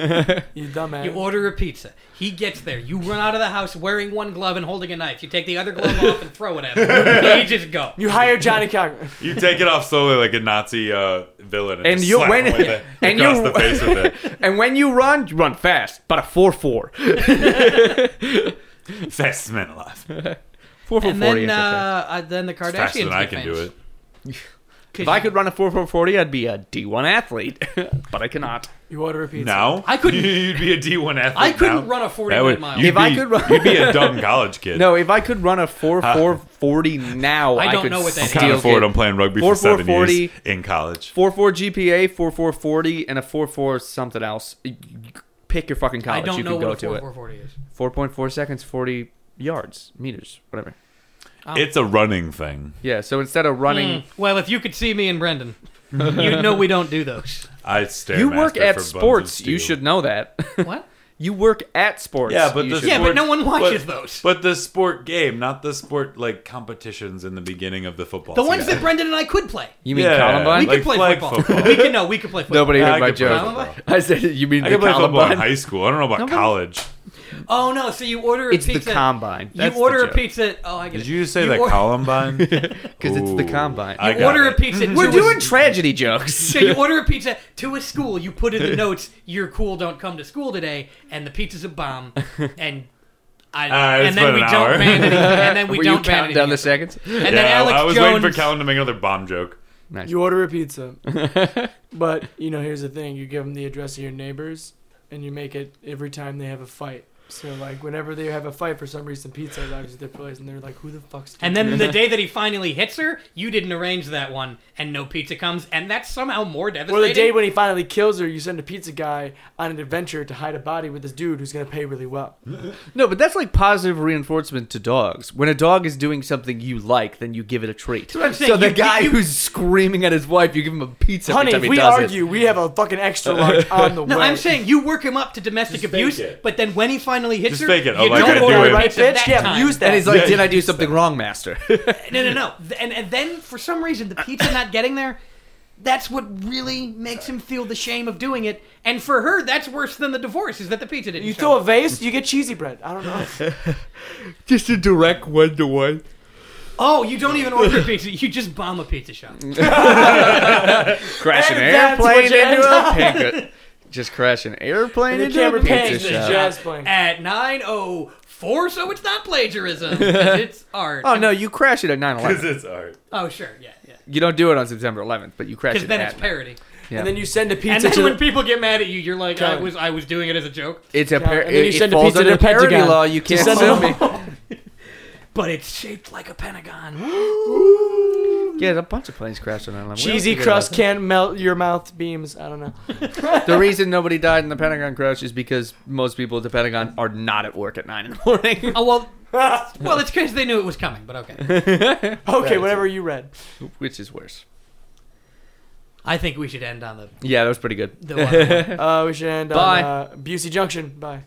[SPEAKER 3] you dumbass.
[SPEAKER 4] You order a pizza. He gets there. You run out of the house wearing one glove and holding a knife. You take the other glove off and throw it at him. He just go.
[SPEAKER 3] You hire Johnny Cochran.
[SPEAKER 2] You take it off slowly like a Nazi uh, villain, and,
[SPEAKER 1] And
[SPEAKER 2] just
[SPEAKER 1] you-
[SPEAKER 2] slap
[SPEAKER 1] when-
[SPEAKER 2] him with it
[SPEAKER 1] and
[SPEAKER 2] across
[SPEAKER 1] you-
[SPEAKER 2] the face with it.
[SPEAKER 1] And when you run, you run fast, but a 4 4. 4
[SPEAKER 2] Fastest man alive.
[SPEAKER 1] 4
[SPEAKER 4] And then, uh, uh, then the Kardashians.
[SPEAKER 2] Faster than I
[SPEAKER 4] get
[SPEAKER 2] can
[SPEAKER 4] famous.
[SPEAKER 2] do it.
[SPEAKER 1] If I could run a 4 4 40, I'd be a D1 athlete, but I cannot.
[SPEAKER 3] You order a pizza.
[SPEAKER 2] Now
[SPEAKER 4] I couldn't-
[SPEAKER 2] You'd be a D one athlete.
[SPEAKER 4] I couldn't
[SPEAKER 2] now.
[SPEAKER 4] run a
[SPEAKER 2] That
[SPEAKER 4] 40
[SPEAKER 2] would-
[SPEAKER 4] mile.
[SPEAKER 2] you'd
[SPEAKER 1] If I
[SPEAKER 2] be-
[SPEAKER 1] could run-
[SPEAKER 2] you'd be a dumb college kid.
[SPEAKER 1] No, if I could run a 4 4 40 now,
[SPEAKER 4] I
[SPEAKER 1] I,
[SPEAKER 4] don't
[SPEAKER 1] could
[SPEAKER 4] know what that is.
[SPEAKER 2] I can't
[SPEAKER 1] still
[SPEAKER 2] afford.
[SPEAKER 1] get
[SPEAKER 2] I'm playing rugby
[SPEAKER 1] Four,
[SPEAKER 2] for
[SPEAKER 1] four,
[SPEAKER 2] seven
[SPEAKER 1] 40.
[SPEAKER 2] years in college.
[SPEAKER 1] 4 4 GPA, 4 4 40, and a 4 4 something else. Pick your fucking
[SPEAKER 4] I
[SPEAKER 1] college.
[SPEAKER 4] don't
[SPEAKER 1] you
[SPEAKER 4] know
[SPEAKER 1] can go
[SPEAKER 4] what a
[SPEAKER 1] to it.
[SPEAKER 4] 4440 is.
[SPEAKER 1] 4.4 seconds, 40 yards, meters, whatever.
[SPEAKER 4] Oh.
[SPEAKER 2] It's a running thing.
[SPEAKER 1] Yeah, so instead of running.
[SPEAKER 4] Well, if you could see me and Brendan, you'd know we don't do those.
[SPEAKER 2] I stare.
[SPEAKER 1] You work at sports, you should know that.
[SPEAKER 4] What?
[SPEAKER 1] you work at sports.
[SPEAKER 2] Yeah, but
[SPEAKER 1] you
[SPEAKER 2] the
[SPEAKER 1] should-
[SPEAKER 4] Yeah,
[SPEAKER 2] sports,
[SPEAKER 4] but no one watches those.
[SPEAKER 2] But the sport game, not the sport like competitions in the beginning of the football.
[SPEAKER 4] The ones
[SPEAKER 2] season.
[SPEAKER 4] that Brendan and I could play.
[SPEAKER 1] you mean
[SPEAKER 2] Yeah,
[SPEAKER 1] Columbine?
[SPEAKER 4] We
[SPEAKER 2] Like
[SPEAKER 4] could play
[SPEAKER 2] flag
[SPEAKER 4] football.
[SPEAKER 2] football.
[SPEAKER 4] We could no, we could play football.
[SPEAKER 1] Nobody
[SPEAKER 2] Yeah, I
[SPEAKER 1] heard my
[SPEAKER 2] could play
[SPEAKER 1] joke.
[SPEAKER 4] football.
[SPEAKER 1] I said you mean
[SPEAKER 2] I
[SPEAKER 1] the
[SPEAKER 2] can play football in
[SPEAKER 1] Columbine?
[SPEAKER 2] high school. I don't know about college.
[SPEAKER 4] Oh no! So you order a
[SPEAKER 1] It's the
[SPEAKER 4] pizza.
[SPEAKER 1] combine. That's
[SPEAKER 4] you order
[SPEAKER 1] the
[SPEAKER 4] a pizza. Oh, I get
[SPEAKER 2] Did
[SPEAKER 4] it.
[SPEAKER 2] you just say that
[SPEAKER 4] or-
[SPEAKER 2] Columbine?
[SPEAKER 1] because it's the
[SPEAKER 2] Ooh,
[SPEAKER 1] combine.
[SPEAKER 2] I
[SPEAKER 4] You
[SPEAKER 2] got
[SPEAKER 4] order a
[SPEAKER 2] it.
[SPEAKER 4] pizza.
[SPEAKER 1] We're
[SPEAKER 4] to
[SPEAKER 1] doing
[SPEAKER 4] A,
[SPEAKER 1] tragedy jokes.
[SPEAKER 4] so you order a pizza to a school. You put in the notes, "You're cool. Don't come to school today." And the pizza's a bomb. And I.
[SPEAKER 2] Uh, it's
[SPEAKER 4] and then
[SPEAKER 2] been
[SPEAKER 4] we
[SPEAKER 2] an
[SPEAKER 4] don't
[SPEAKER 2] hour.
[SPEAKER 4] ban it. And then we
[SPEAKER 1] Were you
[SPEAKER 4] don't ban
[SPEAKER 1] counting
[SPEAKER 4] it.
[SPEAKER 1] down the
[SPEAKER 4] again.
[SPEAKER 1] seconds?
[SPEAKER 4] And
[SPEAKER 2] yeah,
[SPEAKER 4] then Alex
[SPEAKER 2] I was
[SPEAKER 4] Jones.
[SPEAKER 2] waiting for Calvin to make another bomb joke.
[SPEAKER 1] Nice.
[SPEAKER 3] You order a pizza, but you know, here's the thing: you give them the address of your neighbors, and you make it every time they have a fight. So like, whenever they have a fight for some reason, pizza arrives at their place, and they're like, "Who the fuck's?"
[SPEAKER 4] And then the day that he finally hits her, you didn't arrange that one, and no pizza comes, and that's somehow more
[SPEAKER 3] Or
[SPEAKER 4] devastating.
[SPEAKER 3] the day when he finally kills her, you send a pizza guy on an adventure to hide a body with this dude who's gonna pay really well.
[SPEAKER 1] Mm-hmm. No, but that's like positive reinforcement to dogs. When a dog is doing something you like, then you give it a treat.
[SPEAKER 4] what I'm saying.
[SPEAKER 1] So the
[SPEAKER 4] You-
[SPEAKER 1] guy
[SPEAKER 4] you-
[SPEAKER 1] who's screaming at his wife, you give him a pizza. every
[SPEAKER 3] Honey,
[SPEAKER 1] time
[SPEAKER 3] if
[SPEAKER 1] he
[SPEAKER 3] we
[SPEAKER 1] does it.
[SPEAKER 3] argue, we have a fucking extra large on the
[SPEAKER 4] no,
[SPEAKER 3] way.
[SPEAKER 4] I'm saying you work him up to domestic
[SPEAKER 2] Just fake
[SPEAKER 4] abuse,
[SPEAKER 2] it.
[SPEAKER 4] but then when he finally hits
[SPEAKER 2] Just
[SPEAKER 4] her,
[SPEAKER 2] fake it. Oh,
[SPEAKER 4] you
[SPEAKER 2] like
[SPEAKER 4] don't
[SPEAKER 2] I do
[SPEAKER 4] order
[SPEAKER 2] it.
[SPEAKER 4] right,
[SPEAKER 3] right,
[SPEAKER 4] pizza
[SPEAKER 3] bitch?
[SPEAKER 4] that
[SPEAKER 3] Yeah,
[SPEAKER 4] time.
[SPEAKER 3] use that.
[SPEAKER 1] And he's like,
[SPEAKER 2] Yeah,
[SPEAKER 1] "Did I
[SPEAKER 2] you
[SPEAKER 1] do something wrong, master?"
[SPEAKER 4] No, no, no. And, and then for some reason, the pizza not getting there, that's what really makes him feel the shame of doing it. And for her, that's worse than the divorce is that the pizza didn't
[SPEAKER 3] you
[SPEAKER 4] show
[SPEAKER 3] throw a
[SPEAKER 4] up.
[SPEAKER 3] vase, you get cheesy bread. I don't know.
[SPEAKER 1] Just a direct one to one.
[SPEAKER 4] Oh, you don't even order a pizza. You just bomb a pizza shop.
[SPEAKER 1] Crash an
[SPEAKER 3] And that's
[SPEAKER 1] airplane
[SPEAKER 3] what you end
[SPEAKER 1] into a
[SPEAKER 3] up-
[SPEAKER 1] pig. Just crash an airplane
[SPEAKER 3] the
[SPEAKER 1] into a
[SPEAKER 3] camera
[SPEAKER 1] pizza
[SPEAKER 3] pays the
[SPEAKER 1] shop.
[SPEAKER 3] jazz playing.
[SPEAKER 4] At 9.04, so it's not plagiarism. 'cause it's art.
[SPEAKER 1] Oh no, you crash it at
[SPEAKER 2] 'Cause
[SPEAKER 1] 9/11.
[SPEAKER 2] it's art.
[SPEAKER 4] Oh, sure. Yeah, yeah.
[SPEAKER 1] You don't do it on September 11th, but you crash
[SPEAKER 4] Because
[SPEAKER 1] it
[SPEAKER 4] then
[SPEAKER 1] at.
[SPEAKER 4] it's parody.
[SPEAKER 1] yeah.
[SPEAKER 3] And then you send a
[SPEAKER 4] And
[SPEAKER 3] pizza
[SPEAKER 4] then
[SPEAKER 3] to
[SPEAKER 4] when people get mad at you, you're like, I
[SPEAKER 3] Kevin.
[SPEAKER 4] was, I was doing it as a joke.
[SPEAKER 1] it's a par-
[SPEAKER 3] and then you
[SPEAKER 1] it-
[SPEAKER 3] send
[SPEAKER 1] it
[SPEAKER 3] a
[SPEAKER 1] falls
[SPEAKER 3] pizza to
[SPEAKER 1] under
[SPEAKER 3] the
[SPEAKER 1] parody
[SPEAKER 3] Pentagon.
[SPEAKER 1] law. You
[SPEAKER 3] To
[SPEAKER 1] can't
[SPEAKER 3] send
[SPEAKER 1] sue
[SPEAKER 3] them
[SPEAKER 1] me.
[SPEAKER 4] But it's shaped like a pentagon. Oh,
[SPEAKER 1] Yeah, a bunch of planes crashed on 9/11. We don't
[SPEAKER 3] cheesy
[SPEAKER 1] forget
[SPEAKER 3] crust
[SPEAKER 1] about
[SPEAKER 3] can't melt your mouth beams. I don't know.
[SPEAKER 1] that. The reason nobody died in the Pentagon crash is because most people at the Pentagon are not at work at nine in the morning.
[SPEAKER 4] Oh well, well, it's because they knew it was coming. But okay,
[SPEAKER 3] Okay, whatever you read.
[SPEAKER 1] Which is worse.
[SPEAKER 4] I think we should end on the
[SPEAKER 1] Yeah, that was pretty good.
[SPEAKER 4] the. One,
[SPEAKER 3] Uh, we should end
[SPEAKER 1] Bye.
[SPEAKER 3] on uh, Busey Junction. Bye.